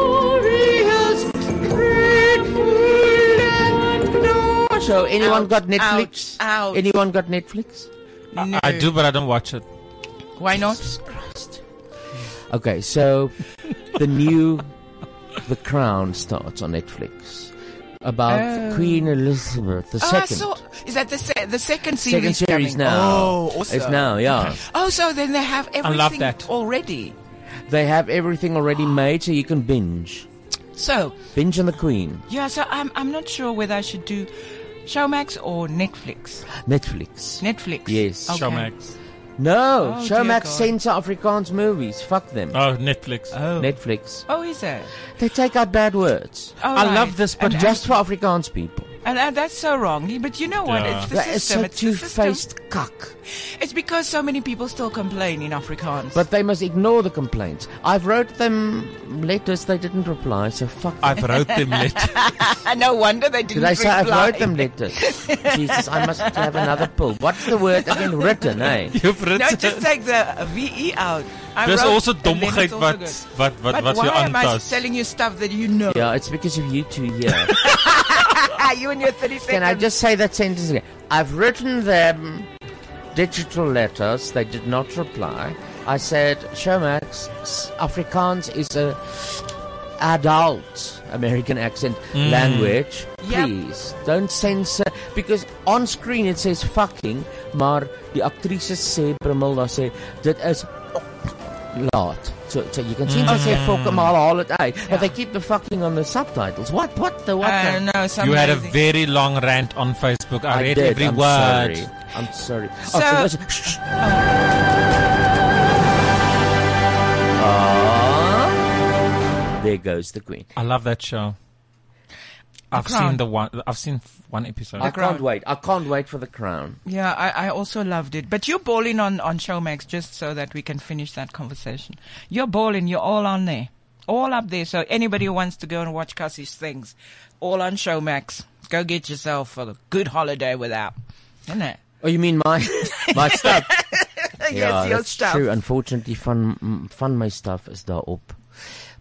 [SPEAKER 1] So, anyone
[SPEAKER 3] Ouch,
[SPEAKER 1] got Netflix?
[SPEAKER 3] ouch, ouch.
[SPEAKER 1] Anyone got Netflix?
[SPEAKER 3] No.
[SPEAKER 2] I do, but I don't watch it.
[SPEAKER 3] Why not?
[SPEAKER 1] Okay, so the new The Crown starts on Netflix about Queen Elizabeth II.
[SPEAKER 3] Oh, I saw. Is that the se- the second
[SPEAKER 1] Second
[SPEAKER 3] series?
[SPEAKER 1] series
[SPEAKER 3] coming?
[SPEAKER 1] now.
[SPEAKER 3] Oh, awesome.
[SPEAKER 1] It's now, yeah.
[SPEAKER 3] Oh, so then they have everything
[SPEAKER 2] love that.
[SPEAKER 3] already.
[SPEAKER 1] They have everything already made, so you can binge.
[SPEAKER 3] So
[SPEAKER 1] Binge on the Queen.
[SPEAKER 3] yeah, so I'm I'm not sure whether I should do Showmax or Netflix.
[SPEAKER 1] Netflix.
[SPEAKER 3] Netflix.
[SPEAKER 1] Yes.
[SPEAKER 3] Okay.
[SPEAKER 2] Showmax.
[SPEAKER 1] No,
[SPEAKER 3] Oh, dear
[SPEAKER 1] Showmax
[SPEAKER 3] God.
[SPEAKER 1] censor Afrikaans movies. Fuck them.
[SPEAKER 2] Oh, Netflix.
[SPEAKER 1] Netflix.
[SPEAKER 3] Oh, is it?
[SPEAKER 1] They take out bad words.
[SPEAKER 3] All
[SPEAKER 2] I
[SPEAKER 3] right.
[SPEAKER 2] love this, but
[SPEAKER 3] and,
[SPEAKER 1] Just for Afrikaans people.
[SPEAKER 3] and, and that's so wrong. But you know what?
[SPEAKER 2] Yeah.
[SPEAKER 3] It's the
[SPEAKER 1] That is
[SPEAKER 3] system.
[SPEAKER 1] so
[SPEAKER 3] it's the system.
[SPEAKER 1] two-faced cuck.
[SPEAKER 3] It's because so many people still complain in Afrikaans.
[SPEAKER 1] But they must ignore the complaints. I've wrote them letters, they didn't reply, so fuck them.
[SPEAKER 2] I've wrote
[SPEAKER 1] [LAUGHS]
[SPEAKER 3] [LAUGHS]
[SPEAKER 2] them lit.
[SPEAKER 3] and no wonder they didn't
[SPEAKER 1] Did I say I've
[SPEAKER 3] reply.
[SPEAKER 1] wrote them letters? [LAUGHS] Jesus, I must have another pull. What's the word again? Written, eh?
[SPEAKER 2] You've written.
[SPEAKER 3] No, [LAUGHS] just take the VE out. I
[SPEAKER 2] Dis
[SPEAKER 3] wrote-
[SPEAKER 2] also
[SPEAKER 3] and then it's
[SPEAKER 2] domgeit
[SPEAKER 3] also
[SPEAKER 2] wat
[SPEAKER 3] good.
[SPEAKER 2] wat wat
[SPEAKER 3] But
[SPEAKER 2] wat
[SPEAKER 3] why
[SPEAKER 2] jy
[SPEAKER 3] am I
[SPEAKER 2] aantas.
[SPEAKER 3] telling you stuff that you know?
[SPEAKER 1] Yeah, it's because of you two here.
[SPEAKER 3] Ah, you and your 30 seconds.
[SPEAKER 1] Can I just say that sentence again? I've written them digital letters. They did not reply. I said, Showmax, s- Afrikaans is a adult American accent language.
[SPEAKER 3] Yep.
[SPEAKER 1] Please don't censor because on screen it says fucking, maar die actrices sê Brimmel daar sê dit is laat. So, so you can see mm. they say fuck maar haal dit uit. But they keep the fucking on the subtitles. What what the what? the-
[SPEAKER 3] Uh, no, some
[SPEAKER 2] You had a
[SPEAKER 3] amazing-
[SPEAKER 2] very long rant on Facebook. I, read
[SPEAKER 1] did.
[SPEAKER 2] every
[SPEAKER 1] I'm
[SPEAKER 2] word.
[SPEAKER 1] Sorry. I'm sorry. Oh,
[SPEAKER 3] So-
[SPEAKER 1] so listen- shh, shh. Ah. there goes the queen.
[SPEAKER 2] I love that show. I've seen
[SPEAKER 3] Crown.
[SPEAKER 2] the one. I've seen f- one episode.
[SPEAKER 1] I
[SPEAKER 3] crown.
[SPEAKER 1] can't wait. I can't wait for the crown.
[SPEAKER 3] Yeah, I, I also loved it. But you're balling on, on Showmax just so that we can finish that conversation. You're balling. You're all on there. All up there. So anybody who wants to go and watch Cassie's things, all on Showmax. Go get yourself a good holiday without. Isn't it?
[SPEAKER 1] Oh, you mean
[SPEAKER 3] [LAUGHS]
[SPEAKER 1] my my stuff?
[SPEAKER 3] yes, your
[SPEAKER 1] that's
[SPEAKER 3] stuff.
[SPEAKER 1] true. Unfortunately, fun mm, fun my stuff is daar op.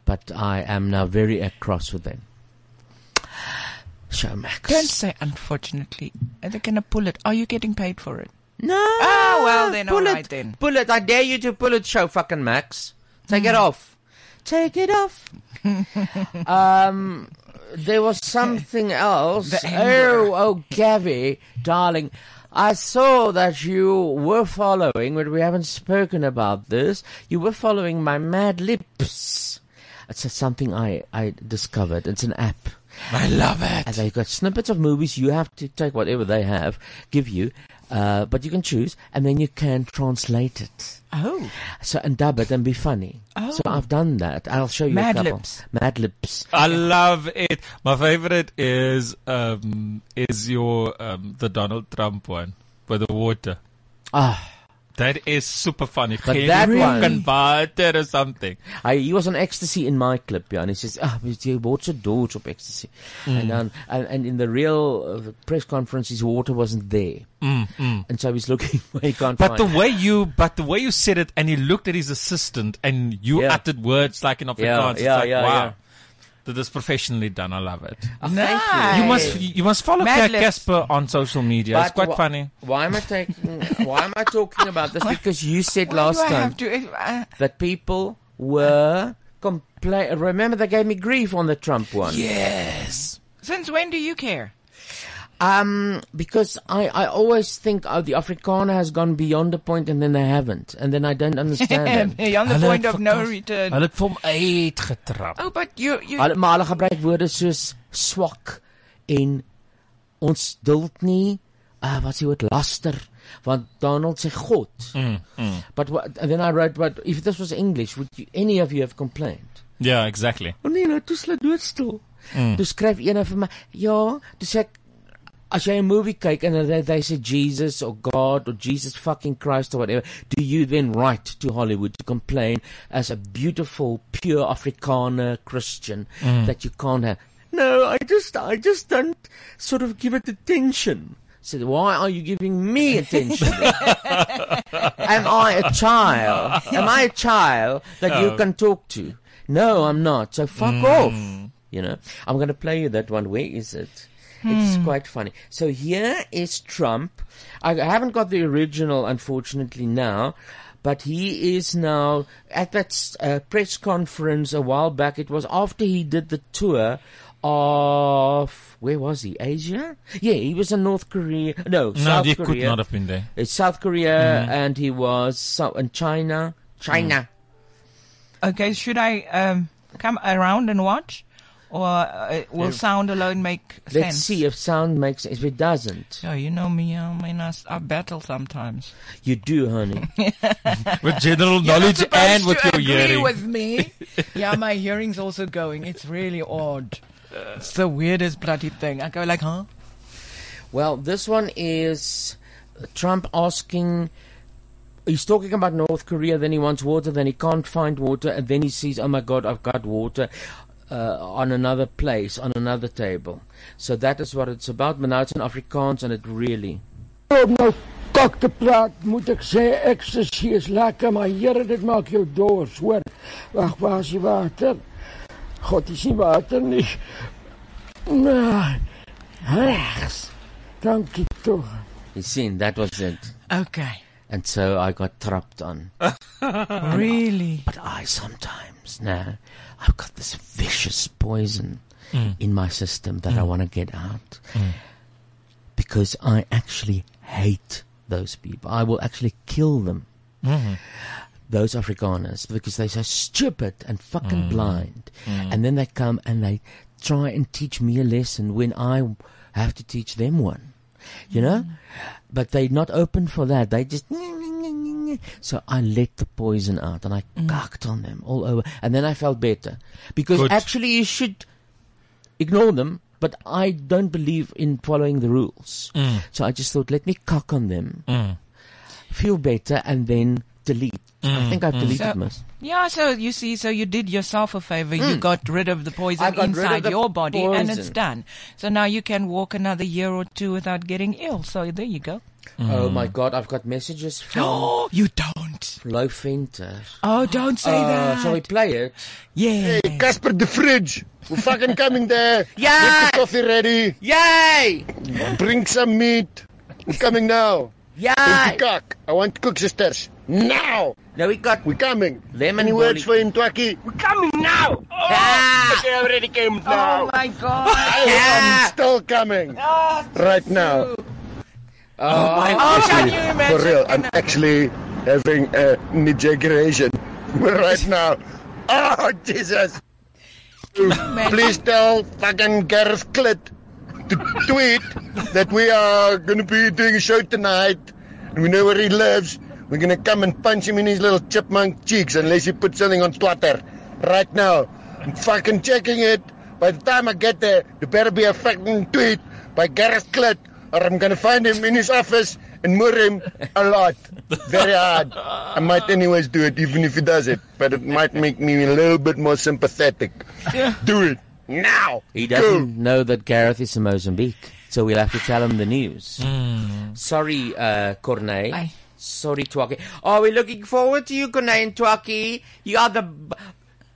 [SPEAKER 1] But I am now very at cross with them. Showmax.
[SPEAKER 3] Don't say unfortunately. Are they going to pull it? Are you getting paid for it?
[SPEAKER 1] No.
[SPEAKER 3] Ah, well then,
[SPEAKER 1] pull
[SPEAKER 3] alright
[SPEAKER 1] it,
[SPEAKER 3] then.
[SPEAKER 1] Pull it. I dare you to pull it, show fucking Max. Take
[SPEAKER 3] Mm.
[SPEAKER 1] it off. Take it off. um, there was something else.
[SPEAKER 3] anger.
[SPEAKER 1] Oh, oh, Gavi, darling. I saw that you were following, but we haven't spoken about this. You were following my Mad Lips. It's something I, I discovered. It's an app. I love it. And they've got snippets of movies. You have to take whatever they have, give you, Uh, but you can choose, and then you can translate it.
[SPEAKER 3] Oh.
[SPEAKER 1] So and dub it and be funny. So I've done that. I'll show you
[SPEAKER 3] Mad
[SPEAKER 1] a couple.
[SPEAKER 3] Libs.
[SPEAKER 1] Mad Libs.
[SPEAKER 2] I love it. My favorite is um, is your um, the Donald Trump one with the water.
[SPEAKER 1] Ah.
[SPEAKER 2] That is super funny.
[SPEAKER 1] But
[SPEAKER 2] Can
[SPEAKER 1] that
[SPEAKER 2] you
[SPEAKER 1] one-
[SPEAKER 2] fucking buy it or something.
[SPEAKER 1] I, he was on ecstasy in my clip, yeah, and he says, "Ah, but you water doors of ecstasy,"
[SPEAKER 2] Mm.
[SPEAKER 1] and, um, and and in the real uh, press conference, his water wasn't there, and so he's looking, [LAUGHS] but he can't
[SPEAKER 2] Mm, But
[SPEAKER 1] find.
[SPEAKER 2] the
[SPEAKER 1] it.
[SPEAKER 2] way you, but the way you said it, and he looked at his assistant, and you
[SPEAKER 1] Yeah.
[SPEAKER 2] uttered words like in Afrikaans. it's
[SPEAKER 1] yeah,
[SPEAKER 2] like,
[SPEAKER 1] yeah,
[SPEAKER 2] wow,
[SPEAKER 1] yeah.
[SPEAKER 2] that is professionally done. I love it.
[SPEAKER 3] Nice.
[SPEAKER 2] You must, you must follow
[SPEAKER 3] Mad
[SPEAKER 2] Kat
[SPEAKER 3] Libs.
[SPEAKER 2] Casper on social media. it's
[SPEAKER 1] But
[SPEAKER 2] quite
[SPEAKER 1] wh-
[SPEAKER 2] funny.
[SPEAKER 1] Why am I
[SPEAKER 3] [LAUGHS]
[SPEAKER 1] taking? why am I talking about
[SPEAKER 2] [LAUGHS]
[SPEAKER 1] this? Because you said
[SPEAKER 3] Why
[SPEAKER 1] last
[SPEAKER 3] do I
[SPEAKER 1] time
[SPEAKER 3] have to, uh,
[SPEAKER 1] that people were complain. Remember, they gave me grief on the Trump one.
[SPEAKER 2] Yes.
[SPEAKER 3] since when do you care?
[SPEAKER 1] Um, because I, I always think oh, the Afrikaner has gone beyond the point, and then they haven't, and then I don't
[SPEAKER 3] [LAUGHS]
[SPEAKER 1] understand it.
[SPEAKER 3] Beyond the point of no return.
[SPEAKER 2] Hulle het vir hom uitgetrap.
[SPEAKER 3] Oh, but you, you,
[SPEAKER 1] Hulle maar hulle gebruik woorde soos swak en ons duld nie uh, wat sê wat laster want Donald sê God.
[SPEAKER 2] Mm,
[SPEAKER 1] But what, and then I wrote but if this was English would you, any of you have complained?
[SPEAKER 2] Yeah, exactly.
[SPEAKER 1] Oh nee, nou toe sla doodstil. Mm. Toe skryf een vir my, ja, toe sê ek as jy 'n movie kyk en hulle they say Jesus or God or Jesus fucking Christ or whatever, do you then right to Hollywood to complain as a beautiful pure Afrikaner Christian that you can't have? No, I just I just don't sort of give it attention. Said, why are you giving me attention? then? Am I a child? Am I a child that
[SPEAKER 2] Oh.
[SPEAKER 1] you can talk to? No, I'm not. So fuck
[SPEAKER 2] Hmm.
[SPEAKER 1] off. You know, I'm going to play you that one. Where is it? It's
[SPEAKER 2] Hmm.
[SPEAKER 1] quite funny. So here is Trump. I haven't got the original, unfortunately, now. But he is now at that s- uh, press conference a while back. It was after he did the tour of where was he? Asia? Yeah, he was in North Korea. No,
[SPEAKER 2] No,
[SPEAKER 1] South
[SPEAKER 2] you
[SPEAKER 1] Korea.
[SPEAKER 2] could not have been there.
[SPEAKER 1] It's South Korea
[SPEAKER 3] Mm-hmm.
[SPEAKER 1] and he was so, in China. Mm. China.
[SPEAKER 3] okay, should I, um, come around and watch? Or uh, will sound alone make sense?
[SPEAKER 1] Let's see if sound makes sense. If it doesn't,
[SPEAKER 3] Oh, you know me, I mean, I, s- I battle sometimes.
[SPEAKER 1] you do,
[SPEAKER 3] [LAUGHS]
[SPEAKER 1] honey.
[SPEAKER 2] With general
[SPEAKER 3] You're not
[SPEAKER 2] knowledge
[SPEAKER 3] supposed
[SPEAKER 2] and with
[SPEAKER 3] to
[SPEAKER 2] your
[SPEAKER 3] agree
[SPEAKER 2] hearing.
[SPEAKER 3] with me. [LAUGHS] yeah, my hearing's also going. It's really odd. It's the weirdest bloody thing. I go like, huh?
[SPEAKER 1] well, this one is Trump asking. He's talking about North Korea, then he wants water, then he can't find water, and then he sees, oh my god, I've got water uh, on another place, on another table. So that is what it's about, but now it's in Afrikaans and it really.
[SPEAKER 5] Om nou kak te praat, moet ek sê ecstasy is lekker, maar Here, dit maak jou dors, hoor. Wag, waar is die water? God, dis nie water nie. Nee. Regs. Dankie tog.
[SPEAKER 1] You seen, that was it.
[SPEAKER 3] Okay.
[SPEAKER 1] And so I got trapped on.
[SPEAKER 3] [LAUGHS] Really?
[SPEAKER 1] But I sometimes now I've got this vicious poison in my system that I want to get out because I actually hate those people. I will actually kill them. Those Afrikaners because they're so stupid and fucking blind, and then they come and they try and teach me a lesson when I have to teach them one. You know, but they're not open for that. They just. So I let the poison out and I cucked on them all over. And then I felt better. Because
[SPEAKER 2] Good.
[SPEAKER 1] actually, you should ignore them, but I don't believe in following the rules.
[SPEAKER 3] Mm.
[SPEAKER 1] So I just thought, let me cuck on them, feel better, and then delete.
[SPEAKER 3] Mm,
[SPEAKER 1] I think I've
[SPEAKER 2] Mm-hmm.
[SPEAKER 1] deleted
[SPEAKER 3] So-
[SPEAKER 1] most. Mm.
[SPEAKER 3] Yeah, so you see, so you did yourself a favor. You got rid of the
[SPEAKER 1] I
[SPEAKER 3] poison
[SPEAKER 1] got rid of
[SPEAKER 3] inside
[SPEAKER 1] the
[SPEAKER 3] your body and it's
[SPEAKER 1] poison.
[SPEAKER 3] done. So now you can walk another year or two without getting ill. So there you go.
[SPEAKER 1] Oh
[SPEAKER 2] Mm-hmm.
[SPEAKER 1] my God, I've got messages from
[SPEAKER 3] Mm. Oh, you don't.
[SPEAKER 1] Flo Fenter.
[SPEAKER 3] Oh, don't say
[SPEAKER 1] Uh,
[SPEAKER 3] that.
[SPEAKER 1] shall we play it?
[SPEAKER 3] yeah.
[SPEAKER 6] Casper the fridge. We're fucking coming there.
[SPEAKER 1] Yeah!
[SPEAKER 6] Get the coffee ready.
[SPEAKER 1] Yay!
[SPEAKER 6] Bring some meat. We're coming now.
[SPEAKER 1] Yay!
[SPEAKER 6] Cock. I want cook sisters. Now.
[SPEAKER 1] Now we got.
[SPEAKER 6] We're coming.
[SPEAKER 1] Lemon
[SPEAKER 6] Any words for
[SPEAKER 1] lolly-
[SPEAKER 6] him, Twaki? We're coming now. Oh,
[SPEAKER 1] Ah!
[SPEAKER 6] I already came
[SPEAKER 7] Oh
[SPEAKER 6] now.
[SPEAKER 3] my
[SPEAKER 8] [LAUGHS]
[SPEAKER 3] God.
[SPEAKER 8] um,
[SPEAKER 6] I'm still coming.
[SPEAKER 3] Ah,
[SPEAKER 6] right now.
[SPEAKER 3] Oh, can you
[SPEAKER 6] For
[SPEAKER 3] imagine?
[SPEAKER 6] real, I'm actually having a midjegration [LAUGHS] right now. Ah, Oh, Jesus. Please tell fucking Gareth Clit to tweet that we are going to be doing a show tonight and we know where he lives, we're going to come and punch him in his little chipmunk cheeks unless he puts something on Twitter right now. I'm fucking checking it. By the time I get there, there better be a fucking tweet by Gareth Clit or I'm going to find him in his office and murder him a lot. Very hard. I might anyways do it even if he does it, but it might make me a little bit more sympathetic. Do it now.
[SPEAKER 1] He doesn't know that Gareth is in Mozambique, so we'll have to tell him the news.
[SPEAKER 3] Mm.
[SPEAKER 1] Sorry, uh, Corneille. Sorry, Twaki. Are we looking forward to you, Corneille and Twaki? You are the, b-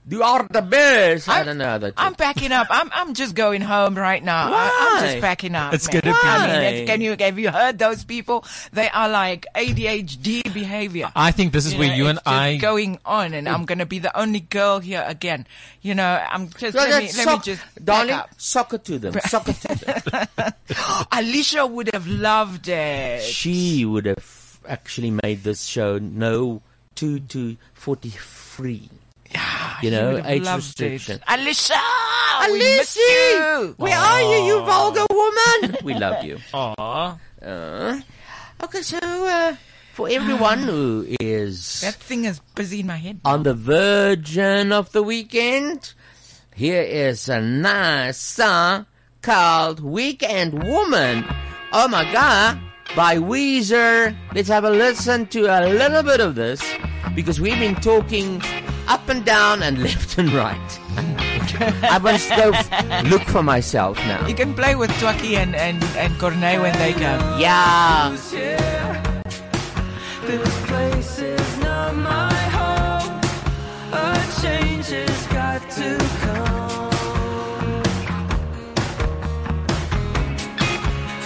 [SPEAKER 1] you are the best. I, don't know that.
[SPEAKER 3] I'm packing up. I'm I'm just going home right now. I, am
[SPEAKER 1] Why?
[SPEAKER 3] just packing up.
[SPEAKER 1] It's
[SPEAKER 3] man.
[SPEAKER 1] gonna be-
[SPEAKER 3] I mean,
[SPEAKER 1] Why?
[SPEAKER 3] it's- can you have you heard those people? They are like ADHD behavior.
[SPEAKER 2] I think this is where
[SPEAKER 3] know,
[SPEAKER 2] you
[SPEAKER 3] it's just
[SPEAKER 2] and I-
[SPEAKER 3] going on, and I'm gonna be the only girl here again. You know, I'm just
[SPEAKER 1] Well,
[SPEAKER 3] let me,
[SPEAKER 1] that's
[SPEAKER 3] let me
[SPEAKER 1] sock-
[SPEAKER 3] just back
[SPEAKER 1] darling,
[SPEAKER 3] up.
[SPEAKER 1] Soccer to them. Soccer to
[SPEAKER 3] [LAUGHS] Alicia would have loved it.
[SPEAKER 1] She would have actually made this show no two to forty free. you
[SPEAKER 3] She would
[SPEAKER 1] know,
[SPEAKER 3] have
[SPEAKER 1] age
[SPEAKER 3] loved
[SPEAKER 1] restriction.
[SPEAKER 3] it. Alicia, we
[SPEAKER 1] Alicia!
[SPEAKER 3] miss you.
[SPEAKER 1] Where are you, you vulgar woman? We love you.
[SPEAKER 2] Aww.
[SPEAKER 1] Uh, okay, so uh, for
[SPEAKER 3] [SIGHS]
[SPEAKER 1] everyone who is
[SPEAKER 3] That thing is busy in my head.
[SPEAKER 1] on the virgin of the weekend, here is a nice song called Weekend Woman. Oh my god, by Weezer. Let's have a listen to a little bit of this because we've been talking up and down and [LAUGHS] left and right. I must go f- look for myself now.
[SPEAKER 3] You can play with Twaki and and and Corneille when they go.
[SPEAKER 1] Yeah.
[SPEAKER 9] This place is not my home. A change has got to come.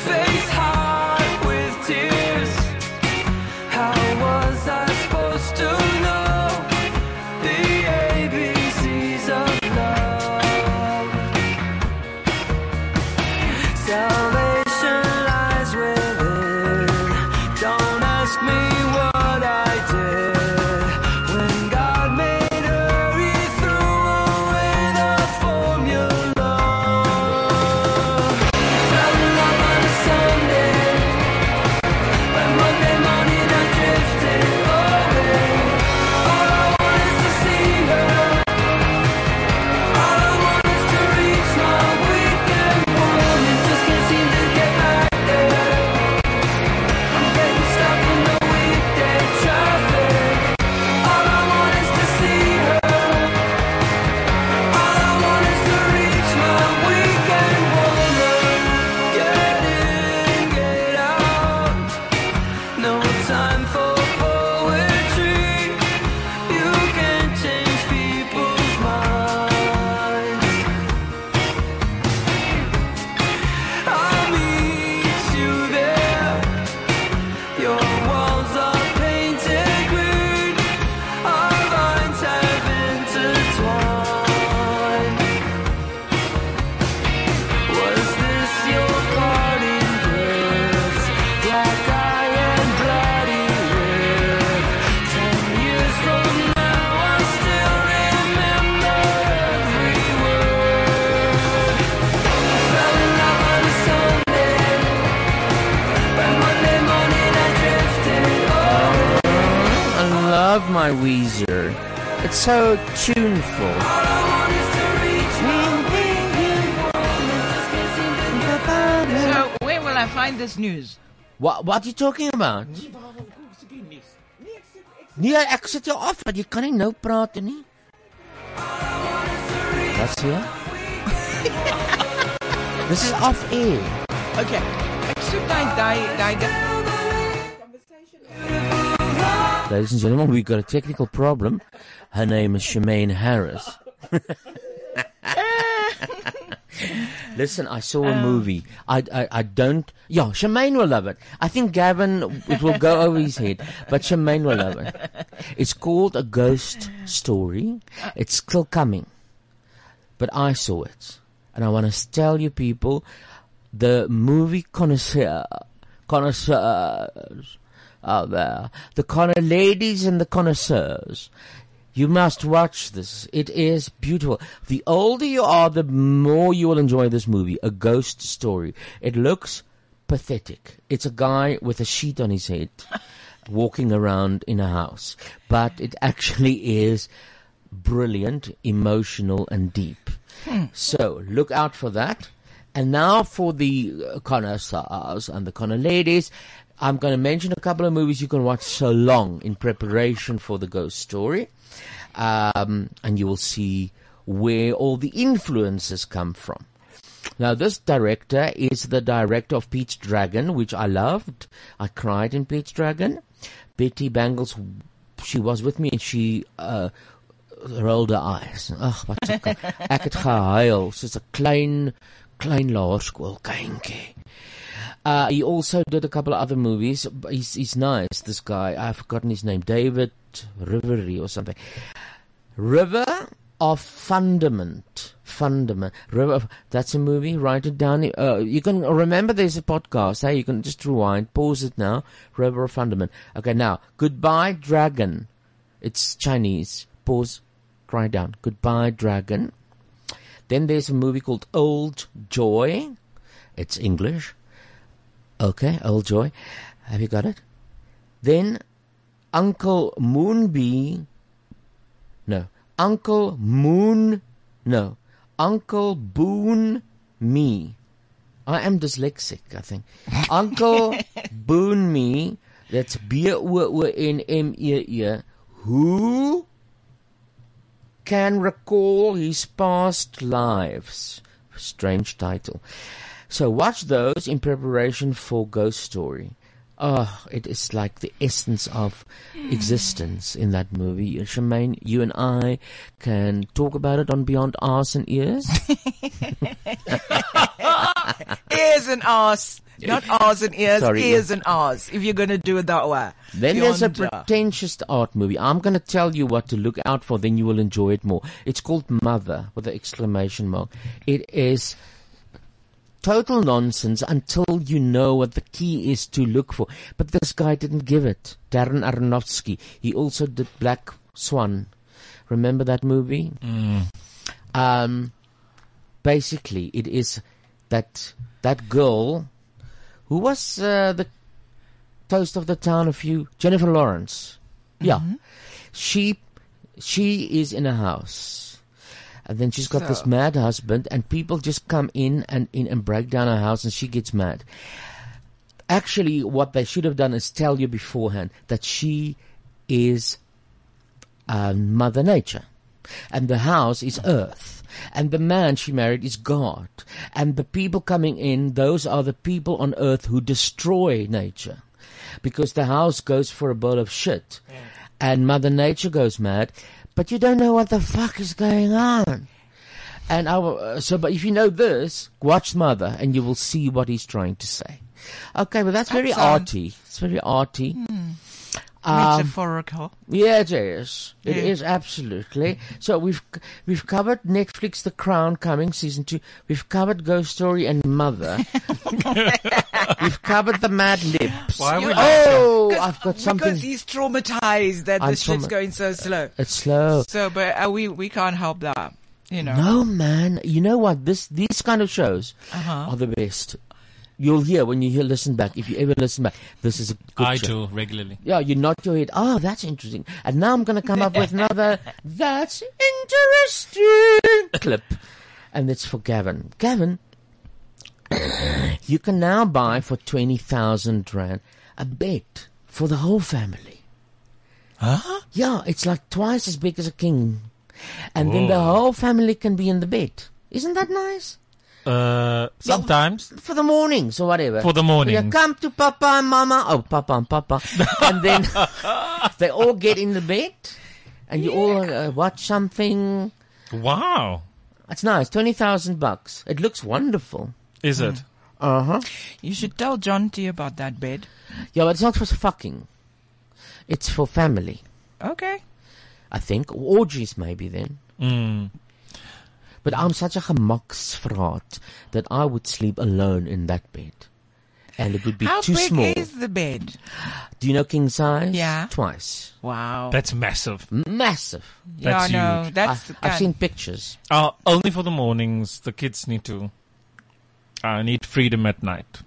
[SPEAKER 9] Face hard with tears. How was I supposed to know the ABCs of love? Salvation lies within. Don't ask me what I did. When God made her, He threw away the formula. Fell in love on a Sunday. By Monday morning, I drifted away. All I want is to see her. All I want is to reach my weekend woman. Just can't seem to get back there. I'm getting stuck in the weekday traffic. All I want is to see her. All I want is to reach my weekend woman. Get in, get out. No time for poetry. You can change people's minds. I'll meet you there. Your walls are painted green. Our lines have intertwined. Was this your parting gift? Black eye and bloody lip. Ten years from now, I still remember every word. Fell in love on a Sunday. By Monday morning, I drifted away.
[SPEAKER 1] I love my Weezer. It's so tuneful.
[SPEAKER 3] So where will I find this news? [LAUGHS]
[SPEAKER 1] What What are you talking about? Nee, ek sit jou af want jy kan nie nou praat nie. Wat sê jy? This is off air.
[SPEAKER 3] Okay. Ek soek daai daai daai
[SPEAKER 1] Ladies and gentlemen, we've got a technical problem. Her name is Shemaine Harris. [LAUGHS] Listen, I saw a movie. I, I, I don't. Yeah, Shemaine will love it. I think Gavin, it will go over his head, but Shemaine will love it. It's called A Ghost Story. It's still coming. But I saw it. And I want to tell you people the movie connoisseur, connoisseurs out there, the connoisseurs ladies and the connoisseurs, You must watch this. It is beautiful. The older you are, the more you will enjoy this movie. A ghost story. It looks pathetic. It's a guy with a sheet on his head [LAUGHS] walking around in a house. But it actually is brilliant, emotional, and deep.
[SPEAKER 9] Hmm.
[SPEAKER 1] So look out for that. And now for the uh, connoisseurs and the connoisseur ladies, I'm going to mention a couple of movies you can watch so long in preparation for the ghost story. Um, and you will see where all the influences come from. Now, this director is the director of Pete's Dragon, which I loved. I cried in Pete's Dragon. Betty Bangles, she was with me and she uh, rolled her eyes. Ag, wat so [LAUGHS] ek het gehuil soos 'n klein klein laerskoolkindjie. Uh, he also did a couple of other movies. He's, he's nice, this guy. I've forgotten his name. David Rivery or something. River of Fundament. Fundament. River of, that's a movie. Write it down. Uh, you can remember there's a podcast. Hey, you can just rewind, pause it now. River of Fundament. Okay, now. Goodbye, Dragon. It's Chinese. Pause. Cry down. Goodbye, Dragon. Then there's a movie called Old Joy. It's English. Okay, Old Joy. Have you got it? Then Uncle Moonbee. No. Uncle Moon. No. Uncle Boon Me. I am dyslexic, I think. Uncle Boon Me. That's B O O N M E E. Who can recall his past lives. Strange title. So watch those in preparation for Ghost Story. Oh, it is like the essence of existence in that movie. Shemaine, you and I can talk about it on Beyond Arse and Ears.
[SPEAKER 3] ears and arse. Not ours and ears,
[SPEAKER 1] Sorry,
[SPEAKER 3] ears
[SPEAKER 1] yeah.
[SPEAKER 3] and ours. If you're going to do it that way.
[SPEAKER 1] Then there's a
[SPEAKER 3] Beyond, uh,
[SPEAKER 1] pretentious art movie. I'm going to tell you what to look out for, then you will enjoy it more. It's called Mother with an exclamation mark. It is total nonsense until you know what the key is to look for. But this guy didn't give it. Darren Aronofsky. He also did Black Swan. Remember that movie? Um, basically, it is that that girl who was uh, the toast of the town a few Jennifer Lawrence. Yeah, she she is in a house, and then she's got this
[SPEAKER 8] So-
[SPEAKER 1] mad husband, and people just come in and in and break down her house, and she gets mad. Actually, what they should have done is tell you beforehand that she is uh, Mother Nature. And the house is Earth. And the man she married is God. And the people coming in, those are the people on Earth who destroy nature. Because the house goes for a bowl of shit. And Mother Nature goes mad. But you don't know what the fuck is going on. And I will, uh, so, but if you know this, watch Mother and you will see what he's trying to say. Okay, but that's
[SPEAKER 3] That
[SPEAKER 1] very
[SPEAKER 3] sounds-
[SPEAKER 1] arty. It's very arty. Um,
[SPEAKER 3] metaphorical.
[SPEAKER 1] yeah, it is. It is
[SPEAKER 3] Yeah.
[SPEAKER 1] absolutely. So we've we've covered Netflix, The Crown coming season two. We've covered Ghost Story and
[SPEAKER 3] [LAUGHS]
[SPEAKER 1] Mother. we've covered the Mad Lips.
[SPEAKER 3] Why are we laughing?
[SPEAKER 1] oh,
[SPEAKER 3] 'Cause-
[SPEAKER 1] I've got something.
[SPEAKER 3] Because he's traumatized that
[SPEAKER 1] I'm
[SPEAKER 3] this shit's
[SPEAKER 1] trauma-
[SPEAKER 3] going so slow.
[SPEAKER 1] It's slow.
[SPEAKER 3] So, but uh, we we can't help that. You know.
[SPEAKER 1] No man, you know what? This these kind of shows
[SPEAKER 3] Uh-huh.
[SPEAKER 1] are the best. You'll hear when you hear listen back. If you ever listen back, this is a good
[SPEAKER 2] I
[SPEAKER 1] show.
[SPEAKER 2] do regularly.
[SPEAKER 1] Yeah, you nod your head. Oh, that's interesting. And now I'm going to come up with [LAUGHS] another. That's interesting. clip, and it's for Gavin. Gavin, you can now buy for twenty thousand rand a bed for the whole family. Huh? Yeah, it's like twice as big as a king, and then the
[SPEAKER 2] Whoa.
[SPEAKER 1] whole family can be in the bed. Isn't that nice?
[SPEAKER 2] Uh, sometimes.
[SPEAKER 1] For the mornings or whatever.
[SPEAKER 2] For the mornings.
[SPEAKER 1] Yeah, come to Papa and Mama. Oh, Papa and
[SPEAKER 2] [LAUGHS]
[SPEAKER 1] Papa. and then [LAUGHS] they all get in the bed and you all uh, watch something.
[SPEAKER 2] Wow.
[SPEAKER 1] That's nice. 20,000 bucks. It looks wonderful.
[SPEAKER 2] Is it?
[SPEAKER 1] Uh huh.
[SPEAKER 3] You should tell John T about that bed.
[SPEAKER 1] Yeah, but it's not for fucking. It's for family,
[SPEAKER 3] Okay.
[SPEAKER 1] I think. Or orgies, maybe then.
[SPEAKER 3] Hmm.
[SPEAKER 2] Mm.
[SPEAKER 1] But I'm such a gemaksvraat that I would sleep alone in that bed. and it would be
[SPEAKER 3] How
[SPEAKER 1] too
[SPEAKER 3] big
[SPEAKER 1] small.
[SPEAKER 3] is the bed?
[SPEAKER 1] Do you know king size?
[SPEAKER 3] Yeah.
[SPEAKER 1] Twice.
[SPEAKER 3] Wow.
[SPEAKER 2] That's massive.
[SPEAKER 1] Massive.
[SPEAKER 3] Yeah, That's no, huge. that's
[SPEAKER 1] I,
[SPEAKER 3] the
[SPEAKER 1] I've
[SPEAKER 3] kind-
[SPEAKER 1] seen pictures.
[SPEAKER 2] Uh, only for the mornings. The kids need to. I need freedom
[SPEAKER 1] [LAUGHS]
[SPEAKER 2] at night.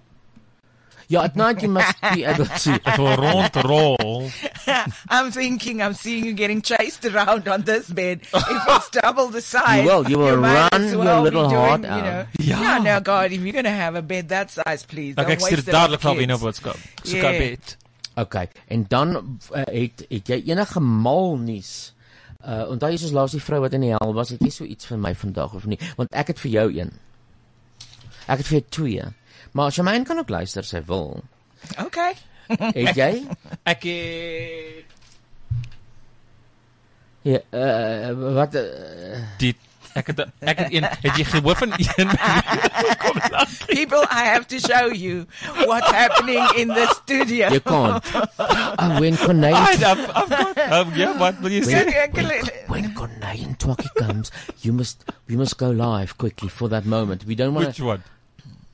[SPEAKER 1] Yeah, at night you must
[SPEAKER 3] [LAUGHS]
[SPEAKER 1] be able
[SPEAKER 2] to roll.
[SPEAKER 3] I'm thinking, I'm seeing you getting chased around on this bed. If it's double the size,
[SPEAKER 1] You will, you will
[SPEAKER 3] might
[SPEAKER 1] run
[SPEAKER 3] as
[SPEAKER 1] your
[SPEAKER 3] well be
[SPEAKER 1] little
[SPEAKER 3] doing,
[SPEAKER 1] heart
[SPEAKER 3] you
[SPEAKER 1] out.
[SPEAKER 3] know. Yeah. No, no, God, if you're gonna have a bed that size, please.
[SPEAKER 1] Like,
[SPEAKER 3] don't
[SPEAKER 1] ek
[SPEAKER 3] waste
[SPEAKER 1] sit
[SPEAKER 3] it on
[SPEAKER 1] dadelik
[SPEAKER 3] the
[SPEAKER 1] al by
[SPEAKER 3] kids. Ja.
[SPEAKER 1] nou boodskap.
[SPEAKER 2] Soek
[SPEAKER 3] Yeah.
[SPEAKER 2] haar bed.
[SPEAKER 1] Okay, en dan uh, het het jy enige mal nuus? Uh onthou jy soos laas die vrou wat in die hel was, het jy so iets vir my vandag of nie? Want ek het vir jou een. Ek het vir jou twee. Maar Shamaine kan ook luister as sy wil.
[SPEAKER 3] Okay.
[SPEAKER 1] Het jy?
[SPEAKER 2] Ek het
[SPEAKER 1] Ja, uh, wat uh,
[SPEAKER 2] die ek het ek het een het jy gehoor van een
[SPEAKER 3] [LAUGHS] People, I have to show you what's happening in the studio.
[SPEAKER 1] Jy kan. I
[SPEAKER 2] [LAUGHS]
[SPEAKER 1] went konyn.
[SPEAKER 2] I've, I've got [LAUGHS] um, yeah what will you
[SPEAKER 1] Ah, When-
[SPEAKER 2] say
[SPEAKER 1] When Corneille Twaki comes, [LAUGHS] you must we must go live quickly for that moment. We don't want
[SPEAKER 2] Which one?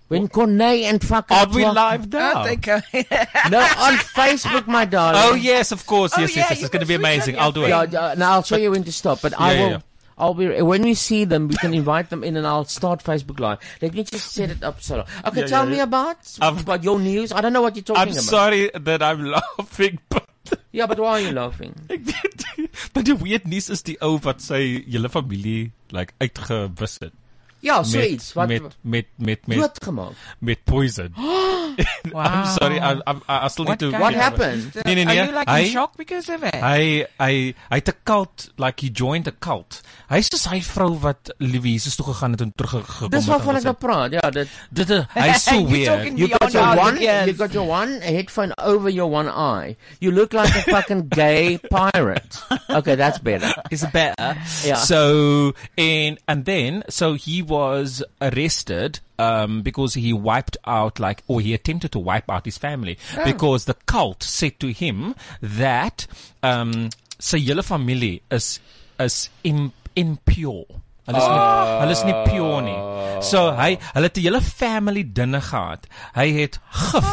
[SPEAKER 1] When Corneille and Twaki
[SPEAKER 2] Are we live now?
[SPEAKER 3] Aren't they going?
[SPEAKER 1] [LAUGHS] No, on Facebook, my darling.
[SPEAKER 2] Oh yes, of course.
[SPEAKER 1] Oh,
[SPEAKER 2] Yes,
[SPEAKER 1] yeah,
[SPEAKER 2] yes, yes.
[SPEAKER 1] you
[SPEAKER 2] It's going to be amazing. I'll do it.
[SPEAKER 1] Yeah, yeah, now I'll show you when to stop. But I
[SPEAKER 2] Yeah, yeah,
[SPEAKER 1] will.
[SPEAKER 2] yeah.
[SPEAKER 1] I'll be when we see them. We can invite them in, and I'll start Facebook Live. Let me just set it up. So long. okay,
[SPEAKER 2] Yeah,
[SPEAKER 1] tell
[SPEAKER 2] yeah,
[SPEAKER 1] me
[SPEAKER 2] yeah.
[SPEAKER 1] about
[SPEAKER 2] I've-
[SPEAKER 1] about your news. I don't know what you're talking
[SPEAKER 2] I'm
[SPEAKER 1] about.
[SPEAKER 2] sorry that I'm [LAUGHS] laughing, but
[SPEAKER 1] Yeah, but why are you laughing?
[SPEAKER 2] but die weird nuus is die ou wat sy hele familie like uitgewis het.
[SPEAKER 1] Ja,
[SPEAKER 2] Met-
[SPEAKER 1] so iets, wat-
[SPEAKER 2] met met met met
[SPEAKER 1] Doodgemaak.
[SPEAKER 2] Met
[SPEAKER 3] [GASPS]
[SPEAKER 2] poison. [GASPS] I'm sorry. I I I I still
[SPEAKER 3] What
[SPEAKER 2] need to
[SPEAKER 3] kind of-
[SPEAKER 2] Nee nee nee.
[SPEAKER 3] Are you like
[SPEAKER 2] hy,
[SPEAKER 3] in shock because of it?
[SPEAKER 2] Hy hy hy het 'n cult like he joined a cult. Hy's soos hy vrou wat Louise toe gegaan het en teruggekom het.
[SPEAKER 1] Dis waarvan ek
[SPEAKER 2] en alles
[SPEAKER 1] nou praat. Ja, [LAUGHS] dit
[SPEAKER 2] dit is- hy's so
[SPEAKER 1] You're
[SPEAKER 2] weird.
[SPEAKER 1] talking You got your one you got your one headphone over your one eye. You look like a fucking [LAUGHS] gay pirate. Okay, that's better.
[SPEAKER 2] It's better.
[SPEAKER 1] Yeah.
[SPEAKER 2] So and and then so he was arrested um because he wiped out like or he attempted to wipe out his family
[SPEAKER 8] Oh.
[SPEAKER 2] because the cult said to him that um sy hele familie is is im, impure. Hulle is nie
[SPEAKER 8] Oh.
[SPEAKER 2] hulle is nie pure nie. So hy hulle het 'n hele family dinner gehad. Hy het gif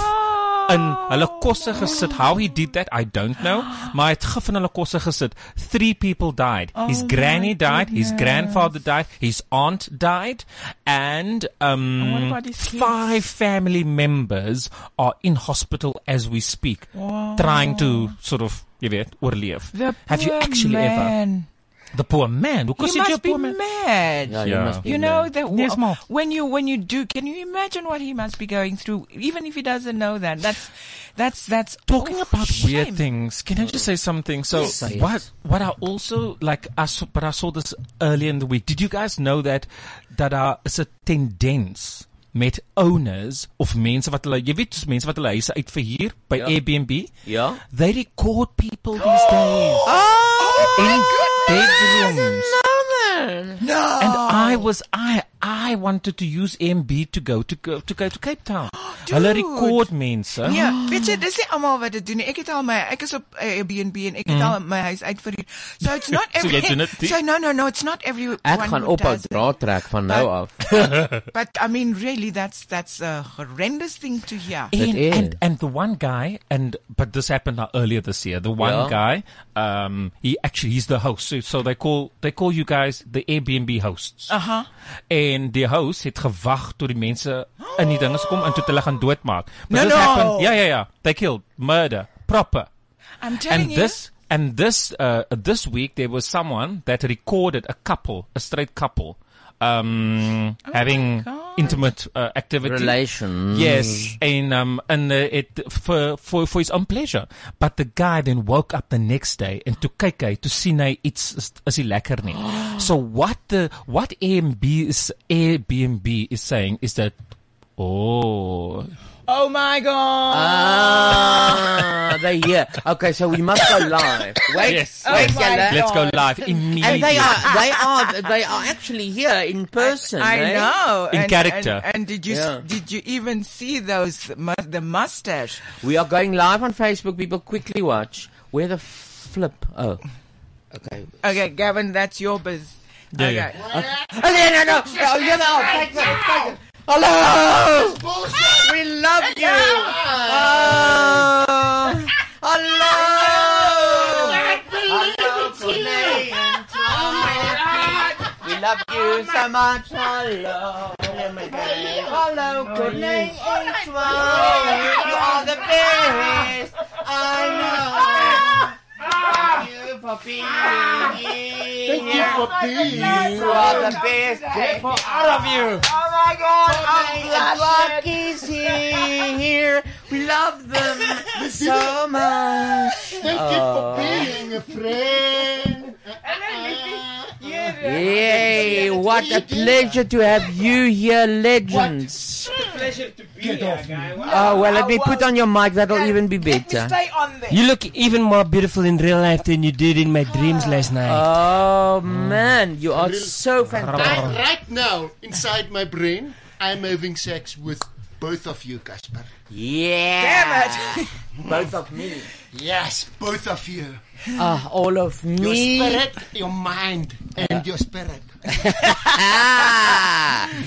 [SPEAKER 2] in hulle kosse gesit. How he did that, I don't know. Maar hy het gif in hulle kosse gesit. Three people died. his
[SPEAKER 8] Oh
[SPEAKER 2] granny died, his grandfather died, his aunt died, and
[SPEAKER 8] And what
[SPEAKER 2] um
[SPEAKER 8] about his
[SPEAKER 2] five family members are in hospital as we speak
[SPEAKER 3] Wow.
[SPEAKER 2] trying to sort of you weet oorleef.
[SPEAKER 3] The
[SPEAKER 2] Have you
[SPEAKER 3] poor
[SPEAKER 2] actually
[SPEAKER 3] man.
[SPEAKER 2] ever The poor man. Who
[SPEAKER 3] You
[SPEAKER 2] considered
[SPEAKER 3] must
[SPEAKER 2] a
[SPEAKER 3] be
[SPEAKER 2] poor man?
[SPEAKER 3] mad.
[SPEAKER 2] Yeah, you Yeah. must be
[SPEAKER 3] You know that when you when you do, can you imagine what he must be going through? Even if he doesn't know that, that's that's that's oh, talking about
[SPEAKER 2] weird things. Can I just say something? So
[SPEAKER 8] Yes, say
[SPEAKER 2] what what I also like I saw, but I saw this earlier in the week. Did you guys know that that uh, daar is 'n tendens met owners of mense wat hulle jy weet soos mense wat hulle huise uitverhuur by
[SPEAKER 1] Ja.
[SPEAKER 2] Airbnb?
[SPEAKER 1] Ja.
[SPEAKER 2] They record people these
[SPEAKER 1] [GASPS]
[SPEAKER 2] days.
[SPEAKER 1] Oh
[SPEAKER 2] in bedrooms.
[SPEAKER 1] No.
[SPEAKER 2] And I was I I wanted to use MB to go to go to go to Cape
[SPEAKER 1] [GASPS]
[SPEAKER 2] Town. Hulle record mense.
[SPEAKER 3] Ja,
[SPEAKER 2] [GASPS]
[SPEAKER 3] weet jy, dis nie almal wat dit doen nie. Ek het al my ek is op eh, Airbnb en ek het
[SPEAKER 2] Mm.
[SPEAKER 3] al my huis uitverhuur. So it's not
[SPEAKER 1] [LAUGHS] So
[SPEAKER 3] every
[SPEAKER 1] jy doen dit nie?
[SPEAKER 3] So no no no, it's not everyone.
[SPEAKER 1] Ek gaan
[SPEAKER 3] who
[SPEAKER 1] ophou
[SPEAKER 3] does it.
[SPEAKER 1] draad trek van nou [LAUGHS] af.
[SPEAKER 3] But I mean really that's that's a horrendous thing to hear.
[SPEAKER 2] And, and and the one guy and but this happened now earlier this year. The one
[SPEAKER 3] Yeah.
[SPEAKER 2] guy, um, he actually he's the host. So, so they call they call you guys the Airbnb hosts.
[SPEAKER 3] Aha.
[SPEAKER 2] En die host het gewag tot die mense in die dinges kom en toe het hulle gaan doodmaak. But
[SPEAKER 3] No,
[SPEAKER 2] this
[SPEAKER 3] no.
[SPEAKER 2] happened. Yeah, yeah, yeah. They killed, murder, proper.
[SPEAKER 3] I'm telling
[SPEAKER 2] and
[SPEAKER 3] you.
[SPEAKER 2] this and this uh, this week there was someone that recorded a couple, a straight couple, um,
[SPEAKER 3] Oh
[SPEAKER 2] having intimate uh, activity,
[SPEAKER 1] Relations.
[SPEAKER 2] Yes, and um, and uh, it for for for his own pleasure. But the guy then woke up the next day and to kyk hy to sien hy iets is, is hy lekker
[SPEAKER 3] [GASPS]
[SPEAKER 2] nie. so what the what AMB is Airbnb is saying is that oh
[SPEAKER 3] Oh my god.
[SPEAKER 1] Ah, they yeah. Okay, so we must go live. Wait,
[SPEAKER 2] [LAUGHS] Yes.
[SPEAKER 1] wait,
[SPEAKER 2] Oh my
[SPEAKER 1] yeah,
[SPEAKER 2] God. Let's go live
[SPEAKER 1] Oh And
[SPEAKER 2] immediately.
[SPEAKER 1] they are, they are, they are actually here in person.
[SPEAKER 3] I
[SPEAKER 1] eh?
[SPEAKER 3] know. and, And, and did you
[SPEAKER 1] Yeah.
[SPEAKER 3] did you even see those mu- the mustache?
[SPEAKER 1] We are going live on Facebook. People, quickly watch. Where the flip? Oh, okay.
[SPEAKER 3] Okay, Gavin, that's your biz.
[SPEAKER 1] Yeah,
[SPEAKER 3] uh,
[SPEAKER 1] Oh,
[SPEAKER 3] okay.
[SPEAKER 1] yeah. Okay, no, no, no, you're the- oh, take that, take that. Hello.
[SPEAKER 9] Bullshit. We love you. Oh, hello. Hello, Tony and Tom. We love you so much. Hello. Hello, good night, each one. You are the best. I know. Thank you for being here. You are the best. Take for all of you. Oh my God! I'm glad is here. We love them so much.
[SPEAKER 10] Thank you
[SPEAKER 1] Oh.
[SPEAKER 10] for being a friend.
[SPEAKER 1] Yay! What a pleasure to have you here,
[SPEAKER 9] [LAUGHS]
[SPEAKER 1] legends.
[SPEAKER 9] Pleasure to be here, guy.
[SPEAKER 1] Oh well, let me put on your mic. That'll even be better.
[SPEAKER 9] Stay on there.
[SPEAKER 8] You look even more beautiful in real life than you did in my dreams last night. Mm.
[SPEAKER 1] Oh man, you are so
[SPEAKER 8] fantastic.
[SPEAKER 10] I, right now, inside my brain, I'm having sex with both of you, Casper.
[SPEAKER 1] Yeah.
[SPEAKER 10] Damn it!
[SPEAKER 1] both of me.
[SPEAKER 10] Yes, both of you.
[SPEAKER 1] Ah, all of me.
[SPEAKER 10] Your spirit, your mind, and your spirit.
[SPEAKER 1] [LAUGHS]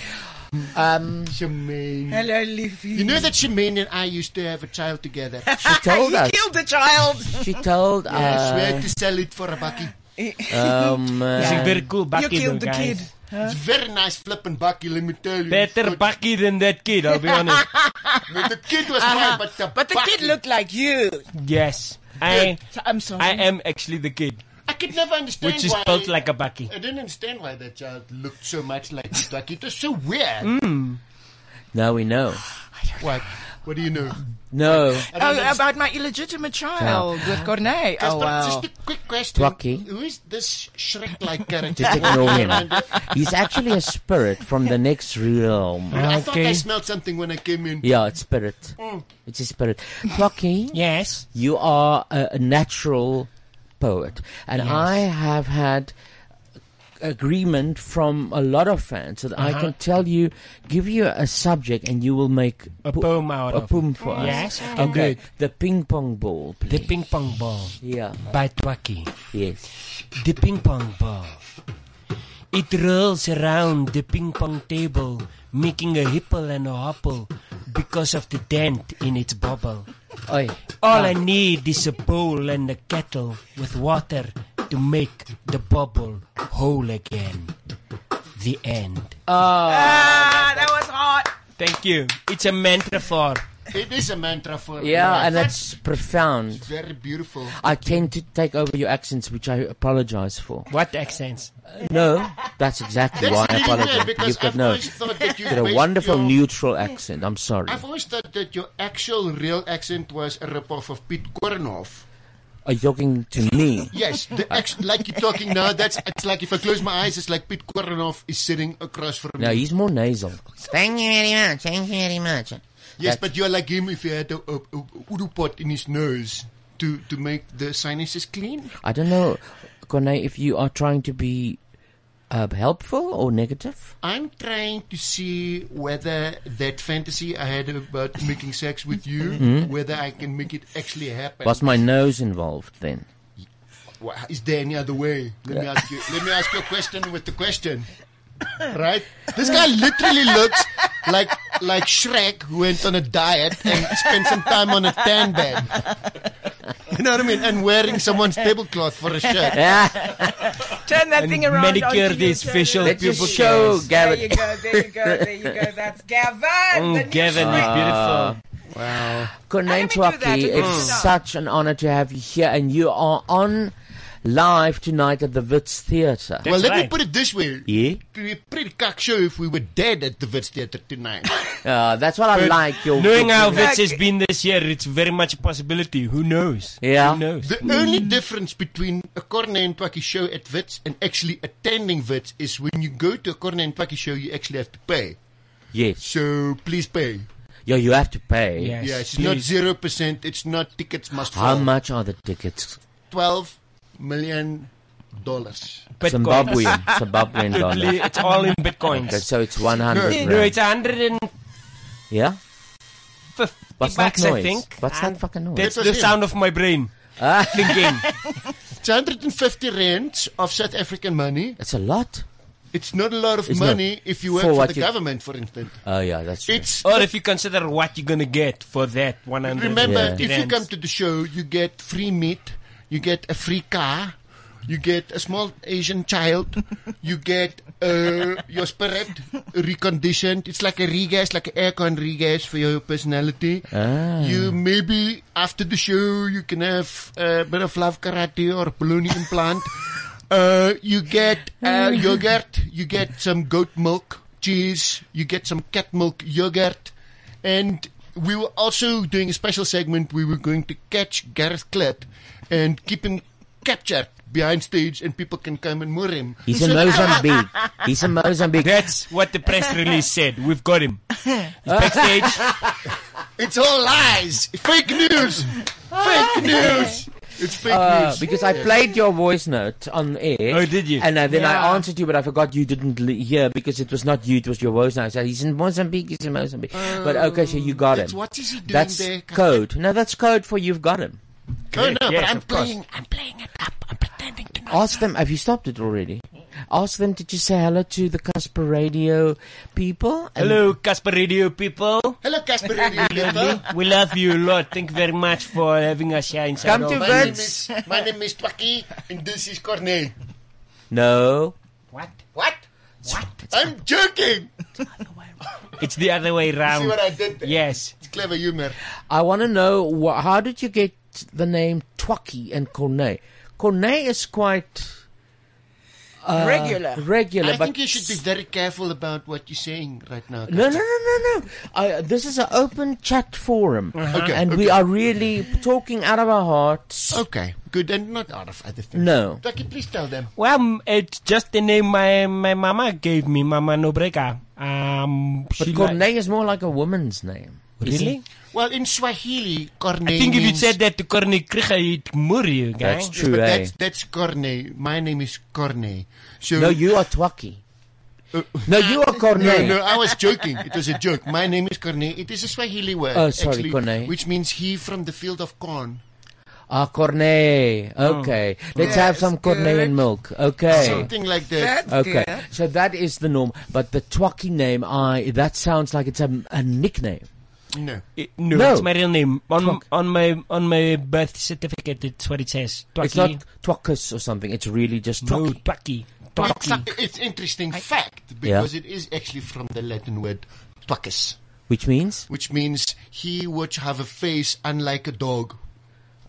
[SPEAKER 1] um,
[SPEAKER 10] Shemaine.
[SPEAKER 9] Hello, Leafy.
[SPEAKER 10] You know that Shemaine and I used to have a child together.
[SPEAKER 1] [LAUGHS] She told You us.
[SPEAKER 9] killed the child.
[SPEAKER 1] She told
[SPEAKER 10] yes, we had
[SPEAKER 1] us.
[SPEAKER 10] to sell it for a bucky.
[SPEAKER 1] Oh, man.
[SPEAKER 8] She's very cool bucky, You killed though, the guys. kid,
[SPEAKER 10] It's very nice flipping bucky, let me tell you.
[SPEAKER 8] Better Bucky than that kid, I'll be
[SPEAKER 1] [LAUGHS]
[SPEAKER 10] [LAUGHS]
[SPEAKER 8] honest.
[SPEAKER 10] But the kid was fine, but the
[SPEAKER 9] Uh-huh. But the kid looked like you.
[SPEAKER 8] Yes. I
[SPEAKER 9] I'm sorry.
[SPEAKER 8] I am actually the kid.
[SPEAKER 10] I could never understand
[SPEAKER 8] Which is
[SPEAKER 10] why.
[SPEAKER 8] built like a bucky.
[SPEAKER 10] I didn't understand why that child looked so much like a bucky. It was so weird.
[SPEAKER 8] Hmm?
[SPEAKER 1] Hmm. Now we know.
[SPEAKER 10] What? What do you know? [LAUGHS]
[SPEAKER 1] No.
[SPEAKER 10] I don't
[SPEAKER 9] Oh,
[SPEAKER 10] understand.
[SPEAKER 9] about my illegitimate child with Corneille. Oh,
[SPEAKER 10] Casper,
[SPEAKER 9] wow.
[SPEAKER 10] Just a quick question.
[SPEAKER 1] Bucky.
[SPEAKER 10] Who is this Shrek-like character?
[SPEAKER 1] Just ignore him. He's actually a spirit from the next realm.
[SPEAKER 10] I thought I smelled Oh. something when I came in.
[SPEAKER 1] Yeah, it's spirit. It's a spirit. Plucky,
[SPEAKER 8] Yes.
[SPEAKER 1] you are a, a natural poet, and I have had agreement from a lot of fans that
[SPEAKER 8] Uh-huh.
[SPEAKER 1] I can tell you, give you a subject, and you will make
[SPEAKER 8] A
[SPEAKER 1] po-
[SPEAKER 8] poem out
[SPEAKER 1] a
[SPEAKER 8] of
[SPEAKER 1] poem for us.
[SPEAKER 8] Yes, I can do
[SPEAKER 1] okay.
[SPEAKER 8] it.
[SPEAKER 1] The ping pong ball, please.
[SPEAKER 8] The ping pong ball
[SPEAKER 1] yeah.
[SPEAKER 8] by Twaki.
[SPEAKER 1] Yes.
[SPEAKER 8] The ping pong ball. It rolls around the ping pong table, making a hipple and a hopple because of the dent in its bubble.
[SPEAKER 1] Oi. Ah.
[SPEAKER 8] All I need is a bowl and a kettle with water to make the bubble whole again. The end.
[SPEAKER 1] Oh.
[SPEAKER 9] Ah, that was hot.
[SPEAKER 8] Thank you. It's a mantra for.
[SPEAKER 10] It is a mantra for
[SPEAKER 1] Yeah, Oh, and that's profound.
[SPEAKER 10] very beautiful.
[SPEAKER 1] I tend to take over your accents, which I apologize for.
[SPEAKER 8] What accents?
[SPEAKER 1] No, that's exactly why I
[SPEAKER 10] really weird,
[SPEAKER 1] apologize.
[SPEAKER 10] because
[SPEAKER 1] You've got
[SPEAKER 10] I've
[SPEAKER 1] no.
[SPEAKER 10] always thought that you
[SPEAKER 1] You've got a
[SPEAKER 10] based
[SPEAKER 1] wonderful
[SPEAKER 10] your-
[SPEAKER 1] neutral accent. I'm sorry.
[SPEAKER 10] I've always thought that your actual real accent was a ripoff of Pete Kornhoff.
[SPEAKER 1] Are you talking to me?
[SPEAKER 10] Yes, the ex- [LAUGHS] like you're talking now. That's it's like if I close my eyes, it's like Pete Kornhoff is sitting across from
[SPEAKER 1] No,
[SPEAKER 10] me.
[SPEAKER 1] he's more nasal.
[SPEAKER 11] Thank you very much. Thank you very much.
[SPEAKER 10] yes, but you're like him if he had a, a, a oodle pot in his nose to to make the sinuses clean.
[SPEAKER 1] I don't know, Corne, if you are trying to be uh, helpful or negative.
[SPEAKER 10] I'm trying to see whether that fantasy I had about making sex with you,
[SPEAKER 1] [LAUGHS]
[SPEAKER 10] whether I can make it actually happen.
[SPEAKER 1] Hmm? Was my nose involved then?
[SPEAKER 10] Wha- Is there any other way? Let me ask you. Let me ask you a question with the
[SPEAKER 1] [COUGHS]
[SPEAKER 10] question. Right? This guy literally looks like like Shrek who went on a diet and spent some time on a tan bed. You know what I mean? And wearing someone's tablecloth for a shirt.
[SPEAKER 9] [LAUGHS] Turn that thing around.
[SPEAKER 8] manicured
[SPEAKER 9] onto you,
[SPEAKER 8] his
[SPEAKER 9] turn
[SPEAKER 8] facial
[SPEAKER 9] it-
[SPEAKER 1] Let's just
[SPEAKER 8] pupil
[SPEAKER 1] show
[SPEAKER 8] hairs.
[SPEAKER 9] There you
[SPEAKER 1] Gavin.
[SPEAKER 9] go, there you go, there you go. That's Gavin. the
[SPEAKER 8] Oh,
[SPEAKER 9] new
[SPEAKER 8] Gavin,
[SPEAKER 9] Shrek.
[SPEAKER 8] beautiful.
[SPEAKER 1] Corne
[SPEAKER 9] let me do that.
[SPEAKER 1] Twaki,
[SPEAKER 9] Let me
[SPEAKER 1] it's
[SPEAKER 9] do that.
[SPEAKER 1] such an honor to have you here, and you are on live tonight at the Wits Theatre.
[SPEAKER 10] well, let me
[SPEAKER 8] right.
[SPEAKER 10] put it this way.
[SPEAKER 1] Yeah?
[SPEAKER 10] It would be a pretty cock show if we were dead at the Wits Theatre tonight.
[SPEAKER 1] Uh, that's what I like. Your
[SPEAKER 8] Knowing how
[SPEAKER 1] your-
[SPEAKER 8] Vets has been this year, it's very much a possibility. Who knows?
[SPEAKER 1] Yeah.
[SPEAKER 8] Who knows? Mm.
[SPEAKER 10] The only difference between a Corne and Paki show at Wits and actually attending Wits is when you go to a Corne and Paki show, you actually have to pay.
[SPEAKER 1] yes,
[SPEAKER 10] So please pay.
[SPEAKER 1] yo, you have to pay.
[SPEAKER 8] Yes.
[SPEAKER 10] Yeah, it's not
[SPEAKER 8] please.
[SPEAKER 10] zero percent. It's not tickets must
[SPEAKER 1] How
[SPEAKER 10] fall.
[SPEAKER 1] much are the tickets?
[SPEAKER 10] Twelve million dollars.
[SPEAKER 8] Bitcoins. [LAUGHS]
[SPEAKER 1] Zimbabwean, Zimbabwean dollar.
[SPEAKER 8] it's all in
[SPEAKER 1] Okay,
[SPEAKER 8] bitcoins.
[SPEAKER 1] so it's one hundred.
[SPEAKER 8] No, it's 150
[SPEAKER 1] yeah. What's that
[SPEAKER 8] bucks,
[SPEAKER 1] noise?
[SPEAKER 8] I think.
[SPEAKER 1] What's that fucking noise?
[SPEAKER 8] That's
[SPEAKER 10] That
[SPEAKER 8] the
[SPEAKER 10] was him.
[SPEAKER 8] sound of my brain.
[SPEAKER 1] Ah.
[SPEAKER 10] [LAUGHS]
[SPEAKER 8] Thinking.
[SPEAKER 10] It's 150 rands of South African money.
[SPEAKER 1] It's a lot.
[SPEAKER 10] It's not a lot of
[SPEAKER 1] It's not.
[SPEAKER 10] money if you work
[SPEAKER 1] For
[SPEAKER 10] for,
[SPEAKER 1] what
[SPEAKER 10] the
[SPEAKER 1] you-
[SPEAKER 10] government, for instance.
[SPEAKER 1] Oh yeah, that's true.
[SPEAKER 10] It's
[SPEAKER 8] Or if you consider what you're gonna get for that 100.
[SPEAKER 10] Remember, if you
[SPEAKER 8] rands.
[SPEAKER 10] come to the show, you get free meat, you get a free car, you get a small Asian child, [LAUGHS] you get uh, your spirit reconditioned. It's like a regas, like an aircon regas for your personality.
[SPEAKER 1] Ah.
[SPEAKER 10] You maybe after the show you can have a bit of love karate or balloon implant. Uh, you get uh, yogurt, you get some goat milk, cheese, you get some cat milk yogurt, and we were also doing a special segment. We were going to catch Gareth Klett and keep him captured behind stage, and people can come and moor him.
[SPEAKER 1] He's
[SPEAKER 10] [LAUGHS]
[SPEAKER 1] in Mozambique. He's in Mozambique.
[SPEAKER 8] That's what the press release said. We've got him. backstage.
[SPEAKER 10] [LAUGHS] it's all lies, fake news,
[SPEAKER 1] [LAUGHS]
[SPEAKER 10] fake news. It's fake
[SPEAKER 1] Uh,
[SPEAKER 10] news.
[SPEAKER 1] because I
[SPEAKER 10] Yeah.
[SPEAKER 1] played your voice note on air. Oh, did you? And uh, then
[SPEAKER 10] Yeah.
[SPEAKER 1] I answered you, but I forgot you didn't l- hear because it was not you; it was your voice note. I said he's in Mozambique. He's in Mozambique. but okay, so you got
[SPEAKER 10] Oh. that's-
[SPEAKER 1] him.
[SPEAKER 10] what is he doing
[SPEAKER 1] that's
[SPEAKER 10] there?
[SPEAKER 1] code. No, that's code for you've got him.
[SPEAKER 10] Oh no, but I'm
[SPEAKER 1] of course.
[SPEAKER 10] playing. I'm playing it up. I'm pretending to.
[SPEAKER 1] Ask them. Have you stopped it already? Ask them. Did you say hello to the Casper Radio people? And-
[SPEAKER 8] Hello, Casper Radio people.
[SPEAKER 10] Hello, Casper
[SPEAKER 8] [LAUGHS]
[SPEAKER 10] Radio
[SPEAKER 8] people. we love you a lot. Thank you very much for having us here inside.
[SPEAKER 1] Come to
[SPEAKER 10] my name
[SPEAKER 1] Wits.
[SPEAKER 10] is my name is Twaki, and this is Cornet.
[SPEAKER 1] No,
[SPEAKER 10] What? What? What? I'm joking.
[SPEAKER 8] It's the other way round.
[SPEAKER 10] See what I did? There?
[SPEAKER 8] Yes.
[SPEAKER 10] It's clever humor.
[SPEAKER 1] I want to know wha how did you get the name Twacky and Cornet? Cornet is quite uh, Regular,
[SPEAKER 10] I
[SPEAKER 1] but
[SPEAKER 10] think you should be very careful about what you're saying right now.
[SPEAKER 1] No, no, no, no, no. I, this is an open chat forum,
[SPEAKER 10] Uh-huh. Okay,
[SPEAKER 1] and we are really talking out of our hearts.
[SPEAKER 10] Okay, good, and not out of other things.
[SPEAKER 1] No.
[SPEAKER 10] Twaki, please tell them.
[SPEAKER 8] Well, m- it's just the name my my mama gave me, Mama Nobrega. Um,
[SPEAKER 1] But
[SPEAKER 8] she
[SPEAKER 1] Cornet
[SPEAKER 8] like-
[SPEAKER 1] is more like a woman's name.
[SPEAKER 8] Really?
[SPEAKER 10] Well, in Swahili, Cornet.
[SPEAKER 8] I think if you
[SPEAKER 10] means-
[SPEAKER 8] said that to Corny Kriga, he'd murder you, guy.
[SPEAKER 1] That's
[SPEAKER 10] Yes,
[SPEAKER 1] true,
[SPEAKER 10] but
[SPEAKER 1] eh?
[SPEAKER 10] that's, that's Cornet. My name is Cornet. So
[SPEAKER 1] No, you are Twacky. no, you are Cornet.
[SPEAKER 10] No, no, I was joking. It was a joke. My name is Cornet. It is a Swahili word.
[SPEAKER 1] Oh, sorry,
[SPEAKER 10] actually,
[SPEAKER 1] Cornet.
[SPEAKER 10] Which means he from the field of corn.
[SPEAKER 1] Ah, Cornet.
[SPEAKER 10] Oh.
[SPEAKER 1] Okay, let's have some Cornet and milk. Okay.
[SPEAKER 10] Something like that.
[SPEAKER 1] Okay, so that is the norm, but the Twacky name, I that sounds like it's a, a nickname.
[SPEAKER 10] No.
[SPEAKER 8] It- Eh, no,
[SPEAKER 1] No.
[SPEAKER 8] it's my real name. On on my on my birth certificate, it's what it says. Twaki.
[SPEAKER 1] It's not Twakkus or something. It's really just
[SPEAKER 8] no,
[SPEAKER 1] Twacky.
[SPEAKER 8] Twaki.
[SPEAKER 10] It's,
[SPEAKER 8] Twaki.
[SPEAKER 10] a- it's interesting fact because it is actually from the Latin word "twacus,"
[SPEAKER 1] which means
[SPEAKER 10] which means he would have a face unlike a dog.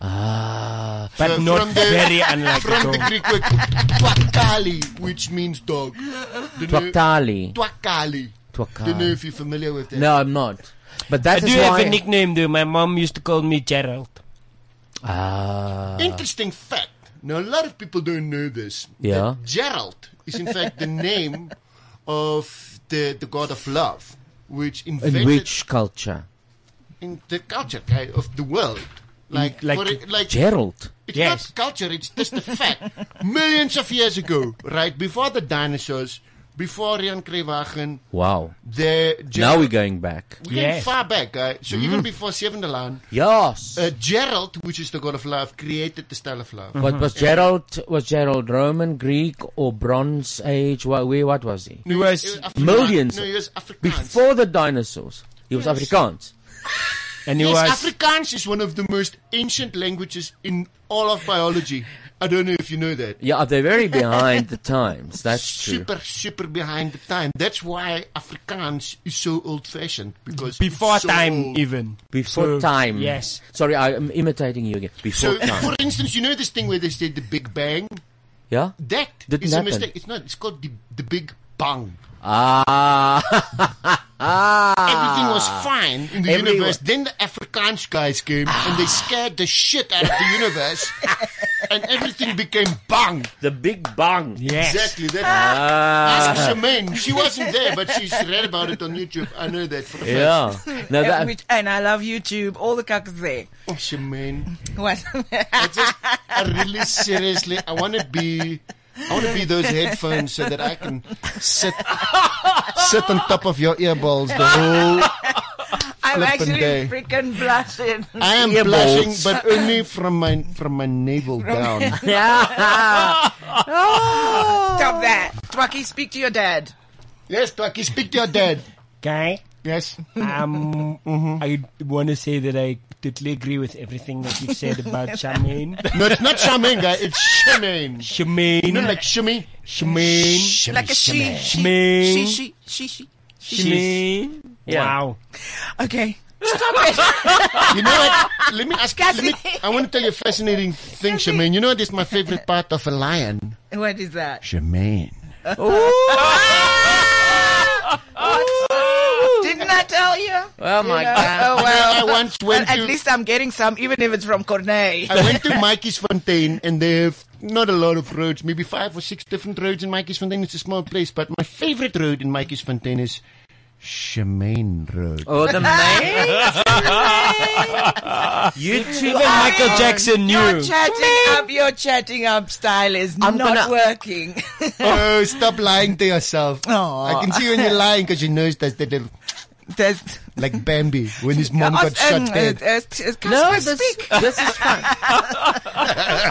[SPEAKER 1] ah,
[SPEAKER 8] But
[SPEAKER 10] So
[SPEAKER 8] not
[SPEAKER 10] from the-
[SPEAKER 8] very unlike a
[SPEAKER 10] From the
[SPEAKER 8] dog.
[SPEAKER 10] Greek word "twakali," which means dog. Don't know-
[SPEAKER 1] Twaktali.
[SPEAKER 10] Twakali.
[SPEAKER 1] Twakali.
[SPEAKER 10] Don't know if you're familiar with that.
[SPEAKER 1] No, I'm not. But
[SPEAKER 8] I
[SPEAKER 1] that
[SPEAKER 10] Uh,
[SPEAKER 8] do
[SPEAKER 1] is
[SPEAKER 8] have
[SPEAKER 1] why.
[SPEAKER 8] a nickname though. My mom used to call me Gerald.
[SPEAKER 1] Ah,
[SPEAKER 10] Interesting fact. Now, a lot of people don't know this.
[SPEAKER 1] Yeah.
[SPEAKER 10] that Gerald is, in
[SPEAKER 1] [LAUGHS]
[SPEAKER 10] fact, the name of the, the god of love, which invented
[SPEAKER 1] in which culture?
[SPEAKER 10] in the culture okay, of the world. Like,
[SPEAKER 8] like
[SPEAKER 10] for, it- like
[SPEAKER 1] Gerald.
[SPEAKER 10] it's
[SPEAKER 8] Yes.
[SPEAKER 10] not culture, it's just
[SPEAKER 1] [LAUGHS]
[SPEAKER 10] a fact. Millions of years ago, right, before the dinosaurs, before Jan Krewagen,
[SPEAKER 1] Wow.
[SPEAKER 10] the
[SPEAKER 1] Now Mm-hmm.
[SPEAKER 10] Gerald,
[SPEAKER 1] we're going back.
[SPEAKER 10] we're going
[SPEAKER 8] Yes.
[SPEAKER 10] far back, guy. So even before Seventh Line,
[SPEAKER 1] Yes.
[SPEAKER 10] uh, Gerald, which is the god of love, created the style of love.
[SPEAKER 8] Mm-hmm.
[SPEAKER 1] but was Gerald was Gerald Roman, Greek, or Bronze Age? What, where? What was he?
[SPEAKER 10] No, he
[SPEAKER 8] was
[SPEAKER 10] he Afrikaans.
[SPEAKER 1] Millions
[SPEAKER 10] No, he was Afrikaans.
[SPEAKER 1] Before the dinosaurs, he was Afrikaans.
[SPEAKER 8] And he
[SPEAKER 10] Yes,
[SPEAKER 8] was
[SPEAKER 10] Afrikaans is one of the most ancient languages in all of biology. I don't know if you know that.
[SPEAKER 1] Yeah, they're very behind the times. That's true.
[SPEAKER 10] super, super behind the time. That's why Afrikaans is so old-fashioned because
[SPEAKER 8] before
[SPEAKER 10] it's so
[SPEAKER 8] time
[SPEAKER 10] old.
[SPEAKER 8] even.
[SPEAKER 1] Before
[SPEAKER 8] So,
[SPEAKER 1] time.
[SPEAKER 8] Yes.
[SPEAKER 1] Sorry, I am imitating you again. Before
[SPEAKER 10] So,
[SPEAKER 1] time.
[SPEAKER 10] for instance, you know this thing where they say the Big Bang?
[SPEAKER 1] yeah.
[SPEAKER 10] That is
[SPEAKER 1] Didn't
[SPEAKER 10] a
[SPEAKER 1] happen.
[SPEAKER 10] mistake. It's not. It's called the the Big Bang.
[SPEAKER 1] Ah. [LAUGHS]
[SPEAKER 10] Everything was fine in the
[SPEAKER 1] Everyone-
[SPEAKER 10] universe. Then the Afrikaans guys came and
[SPEAKER 1] Ah.
[SPEAKER 10] they scared the shit out of the
[SPEAKER 1] [LAUGHS]
[SPEAKER 10] universe, and everything became bang.
[SPEAKER 1] the Big Bang.
[SPEAKER 8] Yes.
[SPEAKER 10] Exactly. That's
[SPEAKER 1] Ah.
[SPEAKER 10] Ask Charmaine. She wasn't there, but
[SPEAKER 1] [LAUGHS]
[SPEAKER 10] she's read about it on YouTube. I know that for a fact.
[SPEAKER 1] Yeah. Now
[SPEAKER 9] Yeah,
[SPEAKER 1] that
[SPEAKER 9] which, and I love YouTube. All the cucks there.
[SPEAKER 10] Oh, Charmaine.
[SPEAKER 9] What?
[SPEAKER 10] I just, I really seriously, I want to be, I want to be those headphones so that I can sit, sit on top of your earballs the whole.
[SPEAKER 3] [LAUGHS]
[SPEAKER 9] I'm
[SPEAKER 10] Flippin'
[SPEAKER 9] actually
[SPEAKER 10] day.
[SPEAKER 9] freaking blushing.
[SPEAKER 10] I am blushing, but only from my
[SPEAKER 3] [LAUGHS]
[SPEAKER 10] from my navel down.
[SPEAKER 1] Yeah.
[SPEAKER 9] Stop that.
[SPEAKER 3] Twaki, speak to your dad.
[SPEAKER 10] Yes, Twaki, speak to your dad.
[SPEAKER 8] Guy?
[SPEAKER 10] Yes. [LAUGHS] Mm-hmm.
[SPEAKER 8] Um, I want to say that I totally agree with everything that you've said
[SPEAKER 10] [LAUGHS]
[SPEAKER 8] about Charmaine.
[SPEAKER 10] No, it's not Charmaine, guy. It's Charmaine.
[SPEAKER 8] Charmaine.
[SPEAKER 10] You know, like shimmy.
[SPEAKER 8] Charmaine.
[SPEAKER 3] Like a she. She,
[SPEAKER 8] Charmaine.
[SPEAKER 3] she, she, she, she.
[SPEAKER 8] Charmaine. Wow.
[SPEAKER 3] Okay. Stop it.
[SPEAKER 10] you know what? Let me ask. Let me, I want to tell you a fascinating thing, Charmaine. You know what is my favorite part of a lion?
[SPEAKER 3] [LAUGHS] What is that?
[SPEAKER 10] Charmaine.
[SPEAKER 3] [LAUGHS] Didn't I tell you?
[SPEAKER 10] Oh,
[SPEAKER 3] You
[SPEAKER 10] my
[SPEAKER 3] know?
[SPEAKER 10] God.
[SPEAKER 3] Oh
[SPEAKER 10] I
[SPEAKER 3] well.
[SPEAKER 10] once went
[SPEAKER 3] At
[SPEAKER 10] to-
[SPEAKER 3] least I'm getting some, even if it's from Corneille.
[SPEAKER 10] [LAUGHS] I went to Mikey's Fontaine and they have not a lot of roads, maybe five or six different roads in Mikey's Fontaine. It's a small place, but my favorite road in Mikey's Fontaine is Charmaine Road.
[SPEAKER 1] Oh,
[SPEAKER 9] [LAUGHS]
[SPEAKER 8] [LAUGHS]
[SPEAKER 1] the
[SPEAKER 3] man. [LAUGHS]
[SPEAKER 8] you
[SPEAKER 10] two- Even Michael Jackson knew.
[SPEAKER 3] Your chatting up, your chatting up style is not
[SPEAKER 10] gonna-
[SPEAKER 3] working.
[SPEAKER 10] [LAUGHS] oh, stop lying to yourself. I can see when you're lying because your nose does that little. like Bambi when his mom got shot
[SPEAKER 3] um,
[SPEAKER 10] dead.
[SPEAKER 3] uh, no,
[SPEAKER 1] this is fun.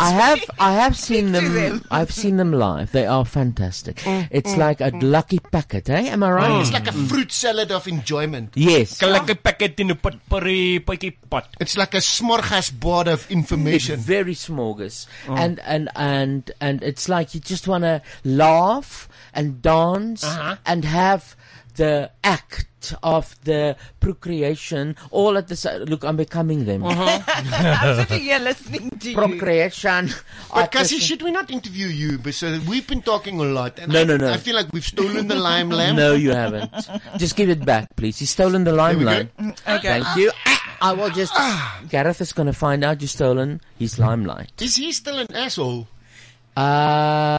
[SPEAKER 1] I have I
[SPEAKER 10] [LAUGHS]
[SPEAKER 1] have seen them, I've seen them live. They are fantastic. It's
[SPEAKER 10] mm, Oh,
[SPEAKER 1] like a lucky packet, eh? Am I right?
[SPEAKER 10] It's like a fruit salad of enjoyment.
[SPEAKER 1] Yes.
[SPEAKER 8] Like a packet in a potpourri pocky pot.
[SPEAKER 10] It's like a smorgasbord of information. Oh.
[SPEAKER 1] very smorgas. And and and and it's like you just want to laugh and dance
[SPEAKER 10] Uh-huh.
[SPEAKER 1] and have the act of the procreation all at the same. Look, I'm becoming them.
[SPEAKER 3] [LAUGHS]
[SPEAKER 10] Uh-huh.
[SPEAKER 1] [LAUGHS]
[SPEAKER 3] I'm sitting here listening to you.
[SPEAKER 1] Procreation.
[SPEAKER 10] But Cassie, should we not interview you? Because we've been talking a lot. And
[SPEAKER 1] No,
[SPEAKER 10] I,
[SPEAKER 1] no, no.
[SPEAKER 10] I feel like we've stolen the lime lamb.
[SPEAKER 1] No, you haven't. Just give it back, please. He's stolen the limelight.
[SPEAKER 3] Okay.
[SPEAKER 1] Thank you. Ah, I will just. Gareth is going to find out you've stolen his limelight.
[SPEAKER 10] Is he still an asshole?
[SPEAKER 1] Uh,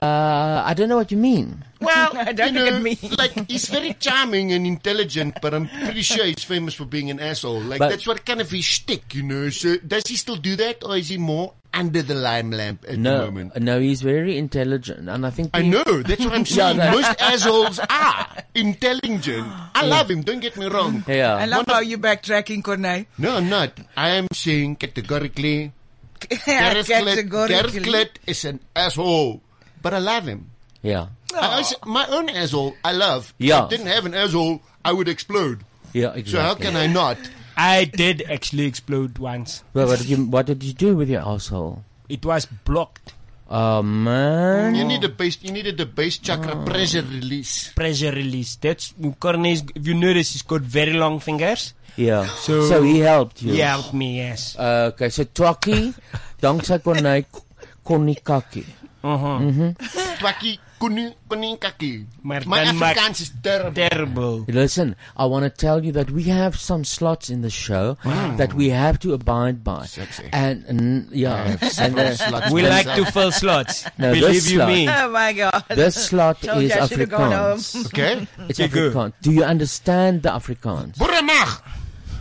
[SPEAKER 1] I don't know what you mean.
[SPEAKER 3] Well, I don't
[SPEAKER 10] [LAUGHS] you know, like he's very charming and intelligent, but I'm pretty sure he's famous for being an asshole. Like
[SPEAKER 1] But-
[SPEAKER 10] that's what kind of his shtick, you know. So does he still do that, or is he more under the lime lamp at the
[SPEAKER 1] No,
[SPEAKER 10] moment?
[SPEAKER 1] no, he's very intelligent, and I think
[SPEAKER 10] I
[SPEAKER 1] we-
[SPEAKER 10] know. That's what I'm
[SPEAKER 1] [LAUGHS] Yeah,
[SPEAKER 10] saying.
[SPEAKER 1] that-
[SPEAKER 10] Most assholes are intelligent. I love him. Don't get me wrong.
[SPEAKER 1] Yeah.
[SPEAKER 3] I love how you backtracking, Corneille.
[SPEAKER 10] No, I'm not. I am saying categorically, Gareth Clet, Gareth
[SPEAKER 3] Categorically.
[SPEAKER 10] Clet is an asshole. But I love him.
[SPEAKER 1] [LAUGHS] Yeah,
[SPEAKER 10] I, I s- my own asshole, I love.
[SPEAKER 1] Yeah.
[SPEAKER 10] If I didn't have an asshole, I would explode.
[SPEAKER 1] yeah, exactly.
[SPEAKER 10] So how can I not?
[SPEAKER 8] I did actually explode once.
[SPEAKER 1] Well, what did you What did you do with your asshole?
[SPEAKER 8] It was blocked.
[SPEAKER 1] Oh man!
[SPEAKER 10] You need a base. You needed a base chakra
[SPEAKER 1] Oh.
[SPEAKER 10] pressure release.
[SPEAKER 8] Pressure release. That's Corney's. If you notice, he's got very long fingers.
[SPEAKER 1] yeah.
[SPEAKER 8] So-
[SPEAKER 1] so he helped you.
[SPEAKER 8] He helped me. Yes.
[SPEAKER 1] Uh, okay, so Twaki, Dongsa Konai, Konikaki.
[SPEAKER 8] Uh-huh.
[SPEAKER 1] Mm-hmm.
[SPEAKER 10] Twaki kuni kuninkaki.
[SPEAKER 8] Maar
[SPEAKER 10] My
[SPEAKER 8] dan maak-
[SPEAKER 10] Afrikaans is terrible.
[SPEAKER 8] Terrible.
[SPEAKER 1] Listen, I want to tell you that we have some slots in the show that we have to abide by. And, and yeah, and uh,
[SPEAKER 8] We like to fill slots.
[SPEAKER 1] [LAUGHS] No,
[SPEAKER 8] Believe
[SPEAKER 1] this
[SPEAKER 8] you
[SPEAKER 1] slot.
[SPEAKER 8] me.
[SPEAKER 3] Oh my god.
[SPEAKER 1] this slot
[SPEAKER 3] Told
[SPEAKER 1] is
[SPEAKER 3] you I should've gone home. [LAUGHS]
[SPEAKER 1] Afrikaans.
[SPEAKER 10] Okay.
[SPEAKER 1] It's
[SPEAKER 8] Okay, good.
[SPEAKER 1] Afrikaans. Do you understand the Afrikaans?
[SPEAKER 10] Boeremag.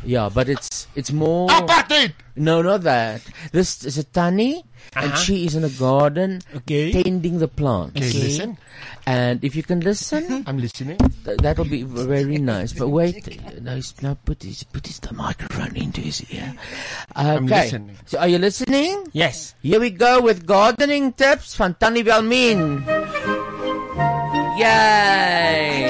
[SPEAKER 1] Yeah, but it's it's more.
[SPEAKER 10] Apartheid.
[SPEAKER 1] No, not that. This is a Tani, and she is in a garden
[SPEAKER 8] Okay.
[SPEAKER 1] tending the plants.
[SPEAKER 10] Uh-huh. Okay, listen.
[SPEAKER 1] And if you can listen,
[SPEAKER 10] [LAUGHS] I'm listening.
[SPEAKER 1] th- that'll be very nice. But wait, no, he's, no put his put his the microphone into his ear. Okay.
[SPEAKER 10] listening.
[SPEAKER 1] So are you listening?
[SPEAKER 8] Yes.
[SPEAKER 1] Here we go with gardening tips from Tani Belmin. Yay!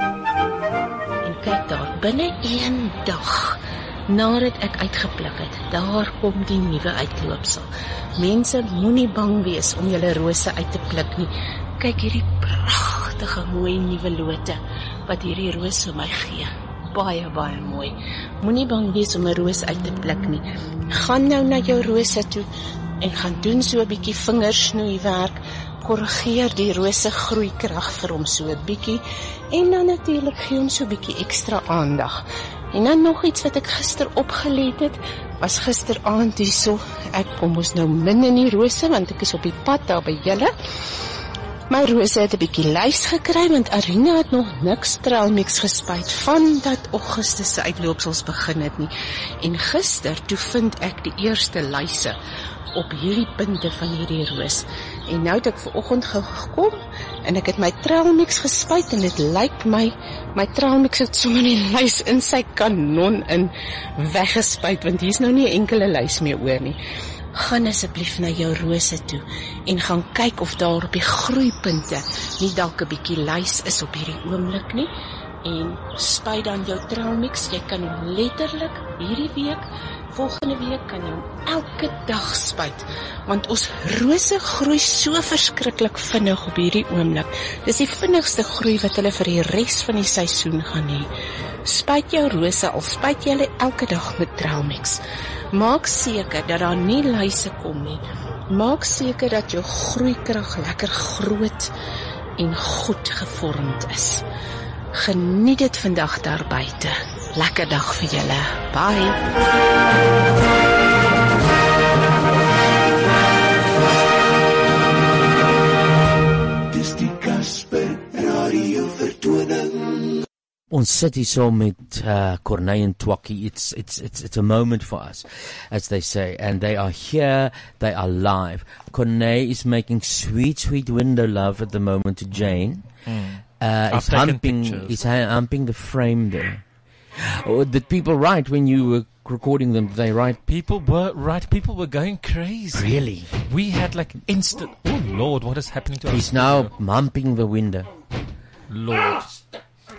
[SPEAKER 12] En kyk daar, binne een dag nadat ek uitgepluk het, daar kom die nuwe uitloopsel. Mense moenie bang wees om julle rose uit te pluk nie. Kyk hierdie pragtige mooi nuwe lote wat hierdie roos vir my gee. Baie baie mooi. Moenie bang wees om 'n roos uit te pluk nie. Gaan nou na jou rose toe en gaan doen so 'n bietjie vingersnoeiwerk. Korrigeer die rose groeikrag vir hom so 'n bietjie en dan natuurlik gee hom so 'n bietjie ekstra aandag. En dan nog iets wat ek gister opgelet het, was gisteraand hierso. Ek kom mos nou min in die rose want ek is op die pad daar by julle. My rose het 'n bietjie lys gekry want Arina het nog niks straalmix gespuit vandat Augustus se uitloopsels begin het nie. En gister toe vind ek die eerste lyse op hierdie punte van hierdie roos. En nou het ek ver oggend gou gekom en ek het my straalmix gespuit en dit lyk my my straalmix het sommer die lys in sy kanon in weggespuit want hier's nou nie enkele lys meer oor nie. Gaan asseblief na jou rose toe en gaan kyk of daar op die groeipunte nie dalk 'n bietjie lys is op hierdie oomblik nie en spuit dan jou Tromix. Jy kan hom letterlik hierdie week, volgende week kan jy hom elke dag spuit want ons rose groei so verskriklik vinnig op hierdie oomblik. Dis die vinnigste groei wat hulle vir die res van die seisoen gaan hê. Spuit jou rose al spuit jy hulle elke dag met Tromix. Maak seker dat daar nie luise kom nie. Maak seker dat jou groeikrag lekker groot en goed gevormd is. Geniet dit vandag daar buite. Lekker dag vir julle. Bye.
[SPEAKER 9] Dis die Casper Radio vertoning.
[SPEAKER 1] Ons sit hier so met uh, Corneille and Twakkie. It's it's it's it's a moment for us, as they say, and they are here. They are live. Corneille is making sweet, sweet window love at the moment to Jane.
[SPEAKER 2] Mm.
[SPEAKER 1] Uh,
[SPEAKER 2] I've
[SPEAKER 1] he's
[SPEAKER 2] taken
[SPEAKER 1] humping.
[SPEAKER 2] pictures.
[SPEAKER 1] He's hu- humping the frame there. Oh, did people write when you were recording them? Did they write?
[SPEAKER 2] People were right. People were going crazy.
[SPEAKER 1] Really?
[SPEAKER 2] We had like instant. Oh Lord, what is happening to us?
[SPEAKER 1] He's now humping the window.
[SPEAKER 2] Lord.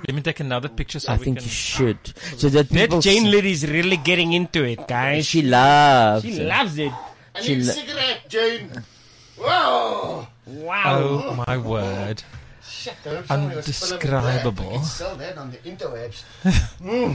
[SPEAKER 2] Let me take another picture. So
[SPEAKER 1] I
[SPEAKER 2] we
[SPEAKER 1] think
[SPEAKER 2] can...
[SPEAKER 1] you should. So that
[SPEAKER 8] That
[SPEAKER 1] people
[SPEAKER 8] Jane
[SPEAKER 1] s-
[SPEAKER 8] lady is really getting into it, guys.
[SPEAKER 1] She loves.
[SPEAKER 8] She
[SPEAKER 1] it.
[SPEAKER 8] loves it.
[SPEAKER 10] I
[SPEAKER 1] She
[SPEAKER 10] need a
[SPEAKER 1] lo-
[SPEAKER 10] cigarette, Jane. Whoa!
[SPEAKER 2] Oh my word!
[SPEAKER 10] Shit, I hope someone will spill it. I
[SPEAKER 2] Undescribable.
[SPEAKER 10] can sell that on the
[SPEAKER 1] [LAUGHS]
[SPEAKER 10] interwebs. Hmm.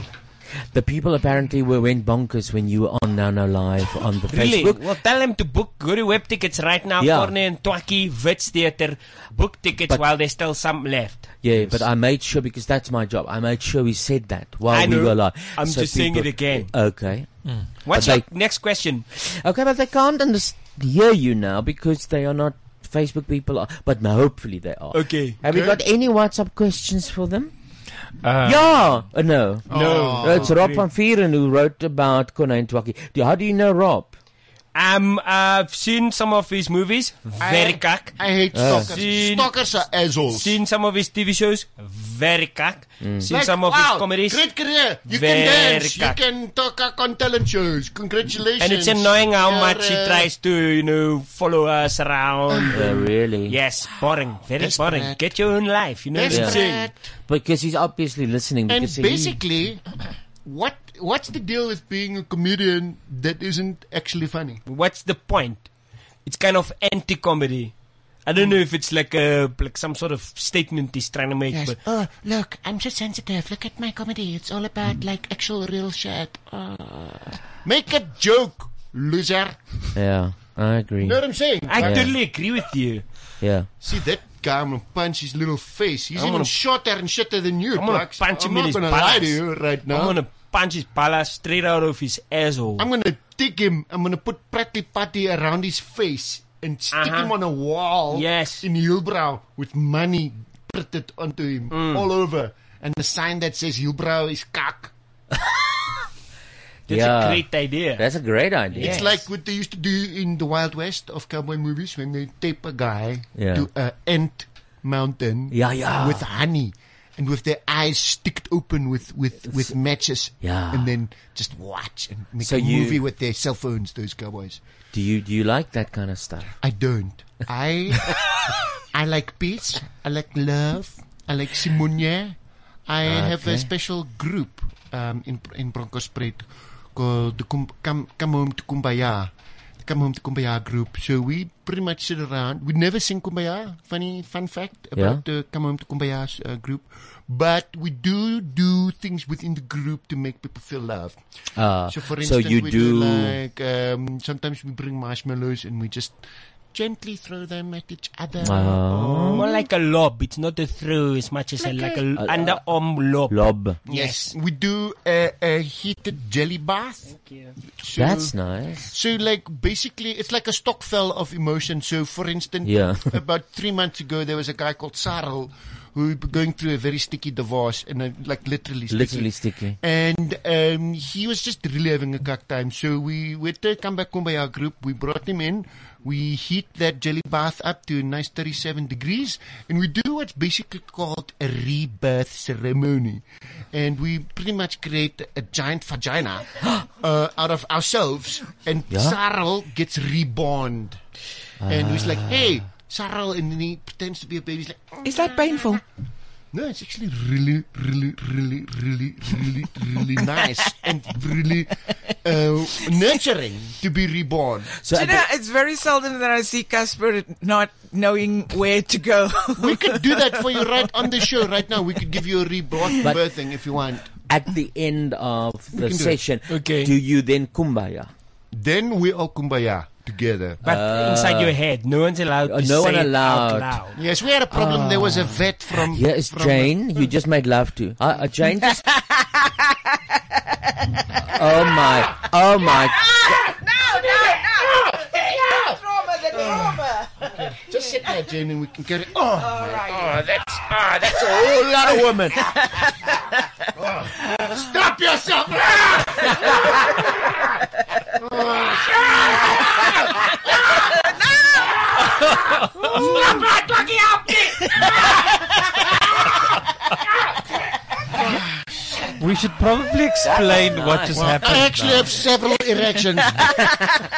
[SPEAKER 1] The people apparently were went bonkers when you were on Now Now Live on the
[SPEAKER 8] Really?
[SPEAKER 1] Facebook.
[SPEAKER 8] Well, tell them to book go to web tickets right now.
[SPEAKER 1] Yeah.
[SPEAKER 8] Corne and Twaki, Wits Theater. Book tickets while there's still some left.
[SPEAKER 1] Yeah, but I made sure because that's my job. I made sure we said that while
[SPEAKER 8] I
[SPEAKER 1] we
[SPEAKER 8] know.
[SPEAKER 1] were live.
[SPEAKER 8] I'm just saying it again.
[SPEAKER 1] Okay.
[SPEAKER 10] Hmm.
[SPEAKER 8] What's
[SPEAKER 1] But
[SPEAKER 8] your next question?
[SPEAKER 1] Okay, but they can't understand hear you now because they are not Facebook people, are, but now hopefully they are.
[SPEAKER 8] Okay.
[SPEAKER 1] Have you
[SPEAKER 8] Good.
[SPEAKER 1] got any WhatsApp questions for them?
[SPEAKER 10] Ah.
[SPEAKER 2] Uh,
[SPEAKER 1] yeah. Uh, no.
[SPEAKER 8] No.
[SPEAKER 10] Oh,
[SPEAKER 1] Uh, it's Rob
[SPEAKER 8] Okay.
[SPEAKER 1] van Vieren who wrote about Kona and Twaki. Do- How do you know Rob?
[SPEAKER 8] Um, I've seen some of his movies. Very kak.
[SPEAKER 1] I hate Uh. stalkers.
[SPEAKER 8] Stalkers are assholes. Seen some of his TV shows. Very kak.
[SPEAKER 10] Mm.
[SPEAKER 8] Seen
[SPEAKER 10] Like,
[SPEAKER 8] some of
[SPEAKER 10] wow,
[SPEAKER 8] his comedies.
[SPEAKER 10] Great career. You
[SPEAKER 8] Very
[SPEAKER 10] can dance.
[SPEAKER 8] kak.
[SPEAKER 10] You can talk up on talent shows. Congratulations.
[SPEAKER 8] And it's annoying how
[SPEAKER 10] You're,
[SPEAKER 8] much he
[SPEAKER 10] uh,
[SPEAKER 8] tries to, you know, follow us around.
[SPEAKER 1] Yeah,
[SPEAKER 10] Oh,
[SPEAKER 1] really.
[SPEAKER 8] Yes, boring. Very boring. Get your own life, you know what I'm saying?
[SPEAKER 1] Because he's obviously listening.
[SPEAKER 10] And
[SPEAKER 1] because he-
[SPEAKER 10] basically, what what's the deal with being a comedian that isn't actually funny?
[SPEAKER 8] What's the point? It's kind of anti-comedy. I don't know if it's like a like some sort of statement he's trying to make,
[SPEAKER 13] Yes.
[SPEAKER 8] but
[SPEAKER 13] Oh, look, I'm so sensitive. Look at my comedy. It's all
[SPEAKER 8] Hmm.
[SPEAKER 13] about like actual real shit. Uh,
[SPEAKER 10] Make a joke, loser.
[SPEAKER 1] yeah, I agree.
[SPEAKER 10] You know what I'm saying? Uh,
[SPEAKER 1] I Yeah. totally
[SPEAKER 8] agree with you.
[SPEAKER 1] Yeah.
[SPEAKER 10] See that guy? I'm gonna punch his little face. He's
[SPEAKER 8] I'm gonna-
[SPEAKER 10] even shorter and shitter than you.
[SPEAKER 8] I'm gonna
[SPEAKER 10] Twix.
[SPEAKER 8] punch him
[SPEAKER 10] I'm
[SPEAKER 8] in
[SPEAKER 10] not
[SPEAKER 8] his
[SPEAKER 10] gonna
[SPEAKER 8] ballas.
[SPEAKER 10] lie to you right now.
[SPEAKER 8] I'm gonna punch his palace straight out of his asshole.
[SPEAKER 10] I'm gonna take him. I'm gonna put Pratty Patty around his face and stick
[SPEAKER 8] Uh-huh.
[SPEAKER 10] him on a wall. Yes. In Hilbrow with money printed onto him
[SPEAKER 1] Mm.
[SPEAKER 10] all over, and the sign that says Hilbrow is kak.
[SPEAKER 8] That's a great idea.
[SPEAKER 1] That's a great idea.
[SPEAKER 10] It's like what they used to do in the Wild West of cowboy movies when they tape a guy
[SPEAKER 1] Yeah.
[SPEAKER 10] to an ant mountain
[SPEAKER 1] Yeah, yeah.
[SPEAKER 10] with honey and with their eyes sticked open with, with, with matches.
[SPEAKER 1] Yeah.
[SPEAKER 10] And then just watch and make
[SPEAKER 1] So
[SPEAKER 10] a
[SPEAKER 1] you-
[SPEAKER 10] movie with their cell phones, those cowboys.
[SPEAKER 1] Do you do you like that kind of stuff?
[SPEAKER 10] I don't. I I like peace. I like love. I like Simonier. I have
[SPEAKER 1] Ah, Okay.
[SPEAKER 10] a special group um, in in Broncospruit called the Kum, Come Come Home to Kumbaya. The Come Home to Kumbaya group. So we pretty much sit around. We never sing Kumbaya. Funny fun fact about the Come Home to Kumbaya uh, group, but we do do things within the group to make people feel loved.
[SPEAKER 1] Ah,
[SPEAKER 10] so for
[SPEAKER 1] so
[SPEAKER 10] instance,
[SPEAKER 1] you
[SPEAKER 10] we do
[SPEAKER 1] do-
[SPEAKER 10] ehm, like like um, sometimes we bring marshmallows and we just gently throw them at each other.
[SPEAKER 1] Ah.
[SPEAKER 10] Oh.
[SPEAKER 8] More like a lob. It's not a throw as much as a, like an
[SPEAKER 10] a-
[SPEAKER 8] underarm lob.
[SPEAKER 1] Lob.
[SPEAKER 10] Yes, we do a, a heated jelly bath. Thank you.
[SPEAKER 1] That's nice.
[SPEAKER 10] So, like, basically, it's like a stockfell of emotion. So, for instance,
[SPEAKER 1] Yeah. [LAUGHS]
[SPEAKER 10] about three months ago, there was a guy called Saril who was going through a very sticky divorce and, uh, like, literally sticky.
[SPEAKER 1] Literally sticky.
[SPEAKER 10] And um, he was just really having a cuck time. So we with the Come Back Kumbaya group, we brought him in. We heat that jelly bath up to a nice 37 degrees. And we do what's basically called a rebirth ceremony. And we pretty much create a giant
[SPEAKER 1] [GASPS]
[SPEAKER 10] vagina uh, out of ourselves. And
[SPEAKER 1] Yeah?
[SPEAKER 10] Sarl gets reborn. And he's like,
[SPEAKER 1] Ah.
[SPEAKER 10] hey, Sarl. And then he pretends to be a baby. He's like, "Mm, is that painful? No, it's actually really, really, really, really, really,
[SPEAKER 9] [LAUGHS]
[SPEAKER 10] really nice and really uh, nurturing to be reborn.
[SPEAKER 3] Do you know, it's very seldom that I see Casper not knowing where to go.
[SPEAKER 10] [LAUGHS] we could do that for you right on the show right now. We could give you a reborn
[SPEAKER 1] But-
[SPEAKER 10] birthing if you want.
[SPEAKER 1] At the end of
[SPEAKER 10] We
[SPEAKER 1] the
[SPEAKER 10] can do it.
[SPEAKER 1] session,
[SPEAKER 10] Okay.
[SPEAKER 1] do you then kumbaya?
[SPEAKER 10] Then we all kumbaya together.
[SPEAKER 8] But inside your head, no one's allowed to
[SPEAKER 1] Uh, no
[SPEAKER 8] say
[SPEAKER 1] one
[SPEAKER 8] it
[SPEAKER 1] allowed.
[SPEAKER 8] out loud.
[SPEAKER 10] Yes, we had a problem. There was a vet from.
[SPEAKER 1] Yes,
[SPEAKER 10] from
[SPEAKER 1] Ah. Jane, you just made love to. Uh, uh, Jane just.
[SPEAKER 10] [LAUGHS]
[SPEAKER 1] oh my. Oh my.
[SPEAKER 10] Just sit there, Jane, and we can carry. Oh, my-
[SPEAKER 9] right.
[SPEAKER 10] oh, that's ah, that's a whole lot of women. Stop yourself!
[SPEAKER 9] Stop right looking at
[SPEAKER 2] We should probably explain what just happened.
[SPEAKER 10] I actually have several erections.
[SPEAKER 3] right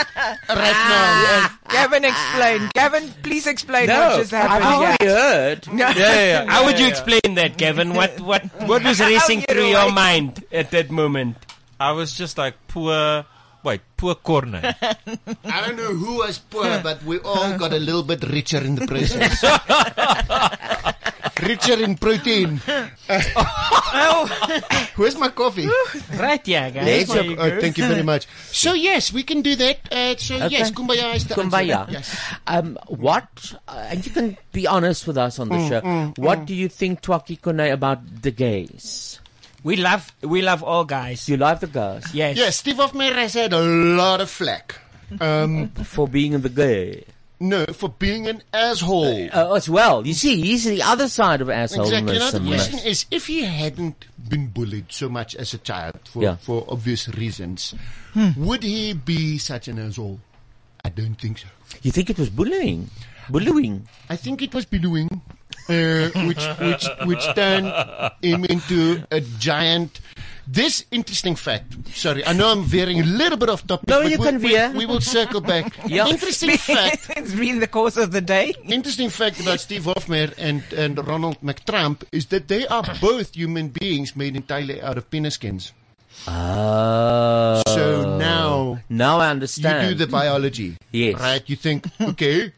[SPEAKER 3] now. Ah, Gavin,
[SPEAKER 1] Ah.
[SPEAKER 3] explain. Gavin, please explain
[SPEAKER 8] No,
[SPEAKER 3] what just happened.
[SPEAKER 8] I've already
[SPEAKER 3] Yeah.
[SPEAKER 1] heard.
[SPEAKER 3] No.
[SPEAKER 8] Yeah, yeah, yeah. How would you
[SPEAKER 3] Yeah, yeah.
[SPEAKER 8] explain that, Kevin? What what what was
[SPEAKER 2] How
[SPEAKER 8] racing
[SPEAKER 2] you
[SPEAKER 8] through your
[SPEAKER 2] like-
[SPEAKER 8] mind at that moment?
[SPEAKER 2] I was just like [LAUGHS] poor. Wait, poor
[SPEAKER 1] [LAUGHS]
[SPEAKER 2] corner.
[SPEAKER 10] I don't know who was poor, but we all got a little bit richer in the
[SPEAKER 8] [LAUGHS]
[SPEAKER 10] process. richer in protein.
[SPEAKER 2] [LAUGHS]
[SPEAKER 10] Where's my coffee?
[SPEAKER 8] [LAUGHS] Right, yeah, guys.
[SPEAKER 10] Yes,
[SPEAKER 8] There you
[SPEAKER 10] uh,
[SPEAKER 8] go.
[SPEAKER 10] thank you very much. So yes, we can do that. Uh, so yes, kumbaya is the answer.
[SPEAKER 1] Kumbaya.
[SPEAKER 10] Yes.
[SPEAKER 1] Um, what, uh, and you can be honest with us on the
[SPEAKER 8] Mm,
[SPEAKER 1] show,
[SPEAKER 8] mm,
[SPEAKER 1] what
[SPEAKER 8] mm.
[SPEAKER 1] do you think, Twaki Kone, about the gays?
[SPEAKER 8] We love we love all guys.
[SPEAKER 1] You love the girls?
[SPEAKER 8] Yes.
[SPEAKER 10] Yes, Steve Hoffmeyer has had a lot of flack. Um,
[SPEAKER 1] [LAUGHS] for being the gay.
[SPEAKER 10] No, for being an asshole.
[SPEAKER 1] Uh, as well. You see, he's the other side of asshole.
[SPEAKER 10] Exactly. Now the question is, if he hadn't been bullied so much as a child for,
[SPEAKER 1] Yeah.
[SPEAKER 10] for obvious reasons,
[SPEAKER 3] Hmm.
[SPEAKER 10] would he be such an asshole? I don't think so.
[SPEAKER 1] You think it was bullying? Bullying?
[SPEAKER 10] I think it was bullying, uh, which which which turned him into a giant. This interesting fact. Sorry, I know I'm veering a little bit off topic.
[SPEAKER 3] No, you
[SPEAKER 10] but we,
[SPEAKER 3] can
[SPEAKER 10] we-
[SPEAKER 3] veer.
[SPEAKER 10] We, will circle back.
[SPEAKER 3] [LAUGHS] Yeah.
[SPEAKER 10] Interesting fact.
[SPEAKER 3] it's been the course of the day.
[SPEAKER 10] Interesting fact about Steve Hofmeyer and and Ronald McTrump is that they are both human beings made entirely out of penis skins.
[SPEAKER 1] Oh.
[SPEAKER 10] So now-
[SPEAKER 1] Now I
[SPEAKER 10] You
[SPEAKER 1] understand.
[SPEAKER 10] do the biology.
[SPEAKER 1] Yes.
[SPEAKER 10] Right? You
[SPEAKER 1] [LAUGHS]
[SPEAKER 10] think, okay,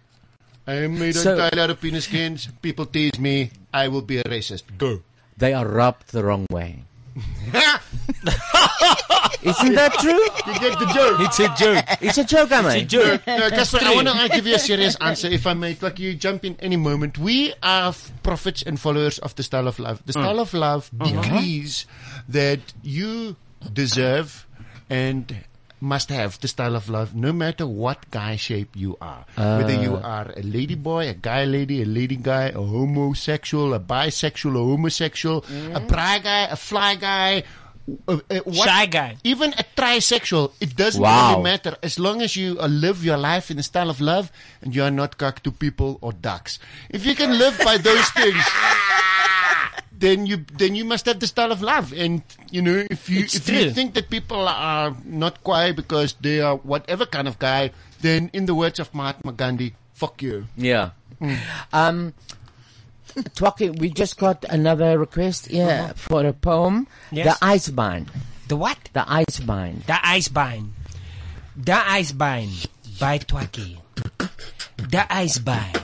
[SPEAKER 10] I am made
[SPEAKER 1] So-
[SPEAKER 10] entirely out of penis skins. People tease me. I will be a racist. Go.
[SPEAKER 1] They are rubbed the wrong way. Isn't that true?
[SPEAKER 10] You get the joke.
[SPEAKER 8] It's a joke.
[SPEAKER 1] It's a joke, am I?
[SPEAKER 10] It's a joke.
[SPEAKER 8] [LAUGHS]
[SPEAKER 10] No, Casper, I want to give you a
[SPEAKER 1] [LAUGHS]
[SPEAKER 10] serious answer, if I may. Like you jump in any moment. We are f- prophets and followers of the style of love. The
[SPEAKER 8] Mm.
[SPEAKER 10] style of love
[SPEAKER 8] Uh-huh.
[SPEAKER 10] decrees that you deserve and must have the style of love, no matter what guy shape you are. Whether
[SPEAKER 8] Uh.
[SPEAKER 10] you are a lady boy, a guy lady, a lady guy, a homosexual, a bisexual, a homosexual, a pry guy, a fly guy. Uh, uh,
[SPEAKER 8] Mm.
[SPEAKER 10] what,
[SPEAKER 8] Shy guy.
[SPEAKER 10] Even a trisexual, it doesn't
[SPEAKER 8] Wow.
[SPEAKER 10] really matter as long as you uh, live your life in the style of love and you are not cock to people or ducks. If you can live by those
[SPEAKER 3] [LAUGHS]
[SPEAKER 10] things, then you then you must have the style of love. And you know, if you
[SPEAKER 8] It's
[SPEAKER 10] if
[SPEAKER 8] true.
[SPEAKER 10] you think that people are not quiet because they are whatever kind of guy, then in the words of Mahatma Gandhi, fuck you.
[SPEAKER 1] Yeah. Um, Twaki, we just got another request yeah,
[SPEAKER 8] Uh-huh.
[SPEAKER 1] for a poem.
[SPEAKER 8] Yes.
[SPEAKER 1] The Ice Bind.
[SPEAKER 8] The what?
[SPEAKER 1] The Ice Bind.
[SPEAKER 8] The Eisbein. The Eisbein by Twaki. The Eisbein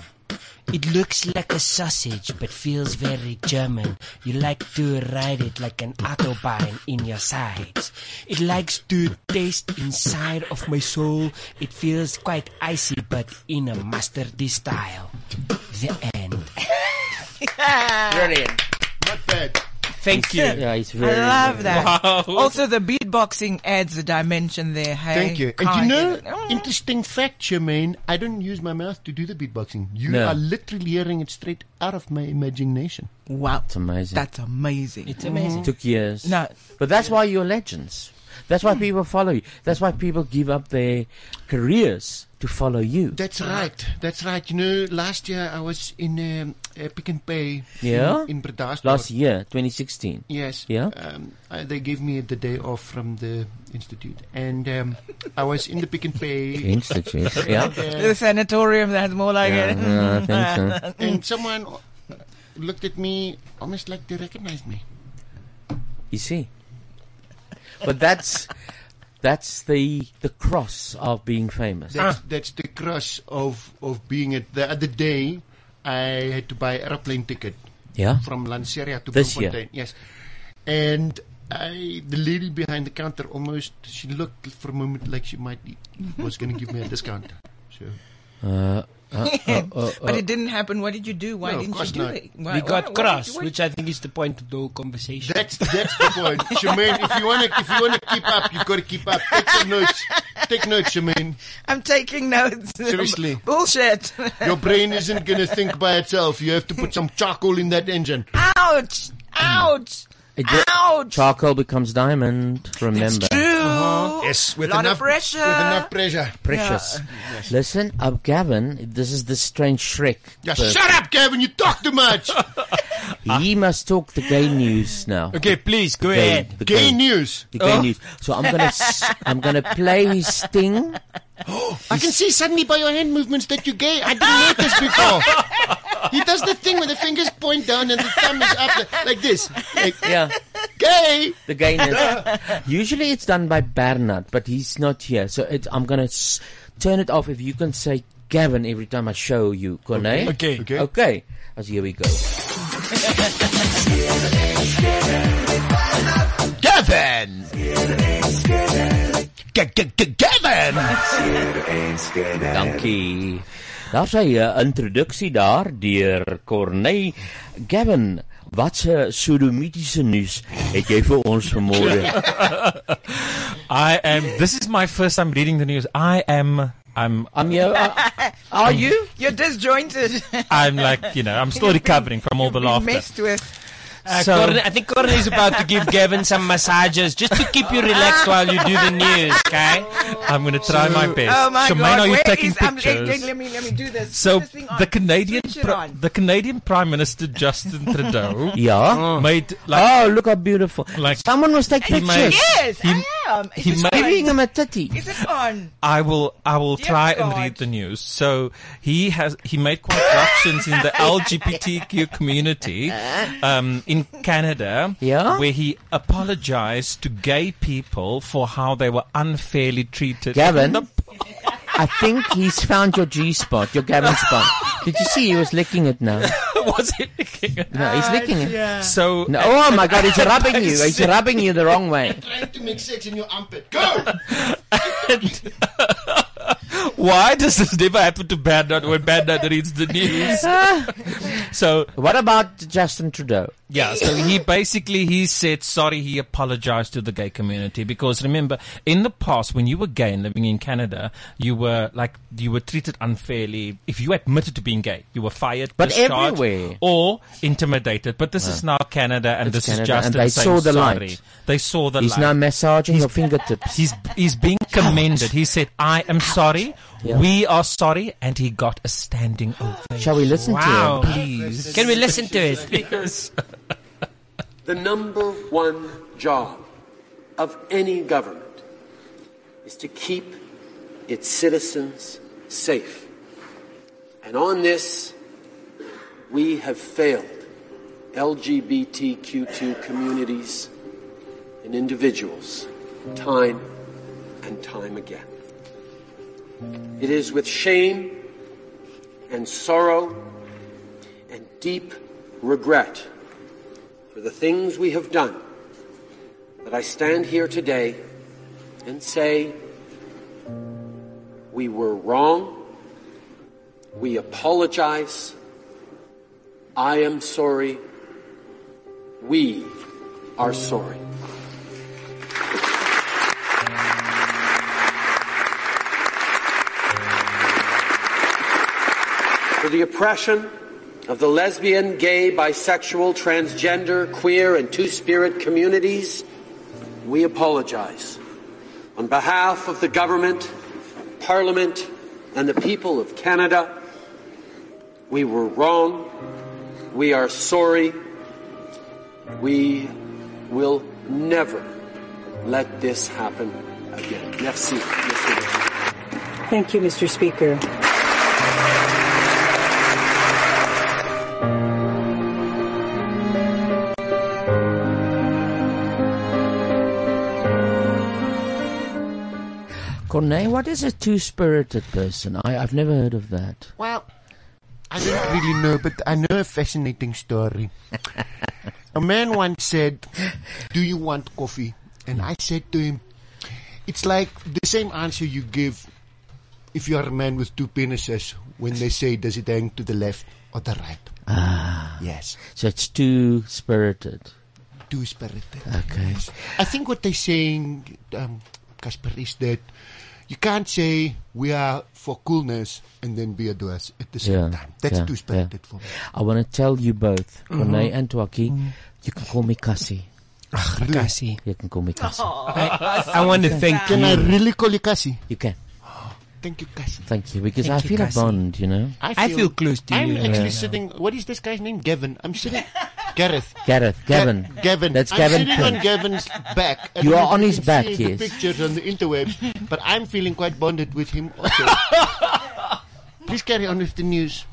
[SPEAKER 8] It looks like a sausage, but feels very German. You like to ride it like an autobahn in your sides. It likes to taste inside of my soul. It feels quite icy, but in a mustardy style. The end.
[SPEAKER 3] Brilliant.
[SPEAKER 10] Not bad.
[SPEAKER 3] Thank you.
[SPEAKER 1] Yeah, it's very-
[SPEAKER 3] I love that.
[SPEAKER 1] Wow.
[SPEAKER 3] Also, the beatboxing adds a dimension there. Hey,
[SPEAKER 10] Thank you. And you
[SPEAKER 3] Can't
[SPEAKER 10] know,
[SPEAKER 3] get it. Oh,
[SPEAKER 10] interesting fact, Jermaine, I don't use my mouth to do the beatboxing. You
[SPEAKER 1] No.
[SPEAKER 10] are literally hearing it straight out of my imagination.
[SPEAKER 3] Wow.
[SPEAKER 1] It's amazing.
[SPEAKER 3] That's amazing. It's
[SPEAKER 1] It took years.
[SPEAKER 3] No.
[SPEAKER 1] But that's why you're legends. That's why people follow you. That's why people give up their careers to follow you.
[SPEAKER 10] That's right. That's right. You know, last year I was in um, uh, Pick and Pay
[SPEAKER 1] Yeah?
[SPEAKER 10] in, in Bredasdorp.
[SPEAKER 1] Last year, 2016.
[SPEAKER 10] Yes.
[SPEAKER 1] Yeah?
[SPEAKER 10] Um, I, they gave me the day off from the institute, and um, I was in the Pick and
[SPEAKER 1] [LAUGHS]
[SPEAKER 10] Pay uh,
[SPEAKER 1] Institute, yeah.
[SPEAKER 3] The sanatorium, that's more like it. [LAUGHS]
[SPEAKER 10] And someone looked at me almost like they recognized me.
[SPEAKER 1] You see? But that's that's the the cross of being famous.
[SPEAKER 10] That's, that's the crush of, of being it. The other day, I had to buy airplane ticket.
[SPEAKER 1] Yeah.
[SPEAKER 10] From Lanseria to
[SPEAKER 1] This year.
[SPEAKER 10] Bloemfontein. Yes. And I, the lady behind the counter almost, she looked for a moment like she might be, was going to give me a discount. So
[SPEAKER 1] Uh,
[SPEAKER 3] [LAUGHS]
[SPEAKER 1] uh, oh, oh,
[SPEAKER 3] but
[SPEAKER 1] oh.
[SPEAKER 3] it didn't happen. What did you do? Why
[SPEAKER 10] No, of
[SPEAKER 3] didn't you
[SPEAKER 10] course
[SPEAKER 3] do
[SPEAKER 10] not.
[SPEAKER 3] it?
[SPEAKER 8] We
[SPEAKER 3] Why- why-
[SPEAKER 8] got
[SPEAKER 3] why-
[SPEAKER 8] cross,
[SPEAKER 3] why-
[SPEAKER 8] which I think is the point of the whole conversation.
[SPEAKER 10] that's that's the point, Shemaine. If you wanna if you wanna keep up, you've got to keep up. Take some notes. Take notes, Shemaine.
[SPEAKER 3] I'm taking notes.
[SPEAKER 10] Seriously.
[SPEAKER 3] [LAUGHS] Bullshit.
[SPEAKER 10] Your brain isn't going to think by itself. You have to put some charcoal in that engine.
[SPEAKER 3] Ouch! Ouch!
[SPEAKER 1] It ju-
[SPEAKER 3] Ouch!
[SPEAKER 1] charcoal becomes diamond. Remember, Uh-huh.
[SPEAKER 3] True.
[SPEAKER 10] Uh-huh. Yes, with
[SPEAKER 3] Lot of
[SPEAKER 10] enough
[SPEAKER 3] pressure.
[SPEAKER 10] With enough pressure.
[SPEAKER 1] precious. Listen up, Gavin. This is the strange Shrek.
[SPEAKER 10] Yeah,
[SPEAKER 1] but
[SPEAKER 10] shut up, Gavin. You talk too much.
[SPEAKER 1] he must talk the gay news now.
[SPEAKER 8] Okay, please go
[SPEAKER 1] Gay-
[SPEAKER 8] ahead.
[SPEAKER 1] the
[SPEAKER 10] Gay news.
[SPEAKER 1] The gay news. [LAUGHS] So I'm gonna s- I'm
[SPEAKER 10] [LAUGHS]
[SPEAKER 1] gonna play his sting.
[SPEAKER 10] [GASPS] I can see suddenly by your hand movements that you're gay. I didn't notice before. He does the thing where the fingers point down and the thumb is up, like this. Like,
[SPEAKER 1] Yeah,
[SPEAKER 10] gay.
[SPEAKER 1] the
[SPEAKER 10] [LAUGHS]
[SPEAKER 1] gayness. Usually it's done by Bernard, but he's not here, so it, I'm gonna s- turn it off. If you can say Gavin every time I show you, Corne.
[SPEAKER 8] Okay.
[SPEAKER 10] Okay.
[SPEAKER 1] Okay. As here we go.
[SPEAKER 10] Gavin. Gavin.
[SPEAKER 1] Dankie. Daar sê 'n introductie daar deur Corne Gavin. Wat 'n sodomitiese nuus het jy vir ons vanmôre?
[SPEAKER 2] [LAUGHS] I am. This is my first time reading the news. I am. I'm.
[SPEAKER 1] Am jy
[SPEAKER 3] Are you? You're disjointed.
[SPEAKER 2] [LAUGHS] I'm like you know. I'm still recovering from all the laughter.
[SPEAKER 3] Messed with.
[SPEAKER 8] Uh,
[SPEAKER 2] So-
[SPEAKER 8] Courtney- I think Courtney is about to give Gavin some massages just to keep you relaxed while you do the news, okay?
[SPEAKER 2] I'm going to try my best.
[SPEAKER 3] Oh my
[SPEAKER 2] Shemaine,
[SPEAKER 3] god!
[SPEAKER 2] are you
[SPEAKER 3] Where
[SPEAKER 2] taking
[SPEAKER 3] is- I'm-
[SPEAKER 2] pictures?
[SPEAKER 3] let, let me let me do this.
[SPEAKER 2] so
[SPEAKER 3] Put this thing on.
[SPEAKER 2] the Canadian,
[SPEAKER 3] Switch it
[SPEAKER 2] pri-
[SPEAKER 3] on.
[SPEAKER 2] the Canadian Prime Minister
[SPEAKER 3] [LAUGHS]
[SPEAKER 2] Justin Trudeau
[SPEAKER 1] Ja.
[SPEAKER 2] made like
[SPEAKER 1] Oh, look how beautiful.
[SPEAKER 2] Like-
[SPEAKER 1] Someone was taking
[SPEAKER 2] He made-
[SPEAKER 1] pictures.
[SPEAKER 3] Yes,
[SPEAKER 2] He-
[SPEAKER 3] I am. Is
[SPEAKER 2] he
[SPEAKER 3] it
[SPEAKER 2] might-
[SPEAKER 3] on?
[SPEAKER 1] Giving him a titty.
[SPEAKER 3] Is it on?
[SPEAKER 2] I will I will
[SPEAKER 3] Dear
[SPEAKER 2] try and
[SPEAKER 3] God.
[SPEAKER 2] read the news. So he has he made quite corrections
[SPEAKER 3] [LAUGHS]
[SPEAKER 2] in the LGBTQ community um, in Canada,
[SPEAKER 1] Yeah?
[SPEAKER 2] where he apologized to gay people for how they were unfairly treated.
[SPEAKER 1] Gavin?
[SPEAKER 2] [LAUGHS] The-
[SPEAKER 1] I think he's found your G spot, your Gavin spot. Did you see he was licking it now?
[SPEAKER 2] [LAUGHS] was it?
[SPEAKER 1] No, he's licking it.
[SPEAKER 2] So
[SPEAKER 1] No, oh my god,
[SPEAKER 2] [LAUGHS]
[SPEAKER 1] he's rubbing you. He's rubbing you the wrong way.
[SPEAKER 10] Trying to make sex in your armpit. Go.
[SPEAKER 2] why does this never happen to Bad Nut when Bad Nut reads the news?
[SPEAKER 3] [LAUGHS]
[SPEAKER 2] so
[SPEAKER 1] What about Justin Trudeau?
[SPEAKER 2] Yeah, so he basically he said sorry, he apologized to the gay community because remember in the past when you were gay and living in Canada, you were like you were treated unfairly. If you admitted to being gay, you were fired,
[SPEAKER 1] But
[SPEAKER 2] discharged,
[SPEAKER 1] everywhere.
[SPEAKER 2] or intimidated. But this is now Canada, and
[SPEAKER 1] It's
[SPEAKER 2] this
[SPEAKER 1] Canada,
[SPEAKER 2] is just
[SPEAKER 1] and they saw the light.
[SPEAKER 2] sorry. They saw the
[SPEAKER 1] He's
[SPEAKER 2] light.
[SPEAKER 1] now massaging your fingertips.
[SPEAKER 2] He's he's being commended. He said, "I am sorry.
[SPEAKER 1] Yeah.
[SPEAKER 2] We are sorry," and he got a standing ovation.
[SPEAKER 1] Shall we listen
[SPEAKER 8] Wow.
[SPEAKER 1] to him?
[SPEAKER 2] Please.
[SPEAKER 8] Can we listen [LAUGHS] to it?
[SPEAKER 14] The number one job of any government is to keep its citizens safe. And on this, we have failed LGBTQ2 communities and individuals time and time again. It is with shame and sorrow and deep regret for the things we have done that I stand here today and say we were wrong. We apologize. I am sorry. We are sorry. for the oppression of the lesbian, gay, bisexual, transgender, queer, and two spirit communities, we apologize. On behalf of the government, parliament, and the people of Canada, we were wrong. We are sorry. We will never let this happen again. Merci. Merci.
[SPEAKER 15] Thank you, Mr. Speaker.
[SPEAKER 1] Corneille, what is a two-spirited person? I, I've never heard of that.
[SPEAKER 10] Well, I don't really know, but I know a
[SPEAKER 1] [LAUGHS]
[SPEAKER 10] fascinating story. a man once said, Do you want coffee? And I said to him, It's like the same answer you give if you are a man with two penises when they say, Does it hang to the left or the right?
[SPEAKER 1] Ah.
[SPEAKER 10] Yes.
[SPEAKER 1] So it's two-spirited.
[SPEAKER 10] Two spirited.
[SPEAKER 1] Okay.
[SPEAKER 10] I think what they're saying, um, Casper, is that you can't say we are for coolness and then be a doers at the same time. That's
[SPEAKER 1] yeah,
[SPEAKER 10] two spirited
[SPEAKER 1] yeah.
[SPEAKER 10] for me.
[SPEAKER 1] I want to tell you both,
[SPEAKER 10] Mhm.
[SPEAKER 1] Corneille and Twaki,
[SPEAKER 10] Mhm.
[SPEAKER 1] you can call me Cassie.
[SPEAKER 8] Cassie.
[SPEAKER 1] You can call me Cassie.
[SPEAKER 8] I- I- I want
[SPEAKER 1] [LAUGHS]
[SPEAKER 8] to thank
[SPEAKER 10] Can
[SPEAKER 8] you.
[SPEAKER 10] I really call Oh. you Cassie?
[SPEAKER 1] You can.
[SPEAKER 10] Thank you, Cassie.
[SPEAKER 1] Thank you, because I
[SPEAKER 10] Thank you,
[SPEAKER 1] feel
[SPEAKER 10] Cassie.
[SPEAKER 1] a bond, you know.
[SPEAKER 10] I'm actually
[SPEAKER 1] Yeah.
[SPEAKER 10] sitting. What is this guy's name? Gavin. I'm [LAUGHS] sitting. Gareth.
[SPEAKER 1] Gareth, Gavin.
[SPEAKER 10] Gavin.
[SPEAKER 1] That's
[SPEAKER 10] I'm
[SPEAKER 1] Gavin
[SPEAKER 10] sitting on
[SPEAKER 1] Pym.
[SPEAKER 10] Gavin's back. and
[SPEAKER 1] [LAUGHS] You are on
[SPEAKER 10] I'm
[SPEAKER 1] his
[SPEAKER 10] seeing
[SPEAKER 1] back,
[SPEAKER 10] the
[SPEAKER 1] yes.
[SPEAKER 10] pictures on the
[SPEAKER 1] [LAUGHS]
[SPEAKER 10] interwebs, but I'm feeling quite bonded with him also. Please carry on with the news.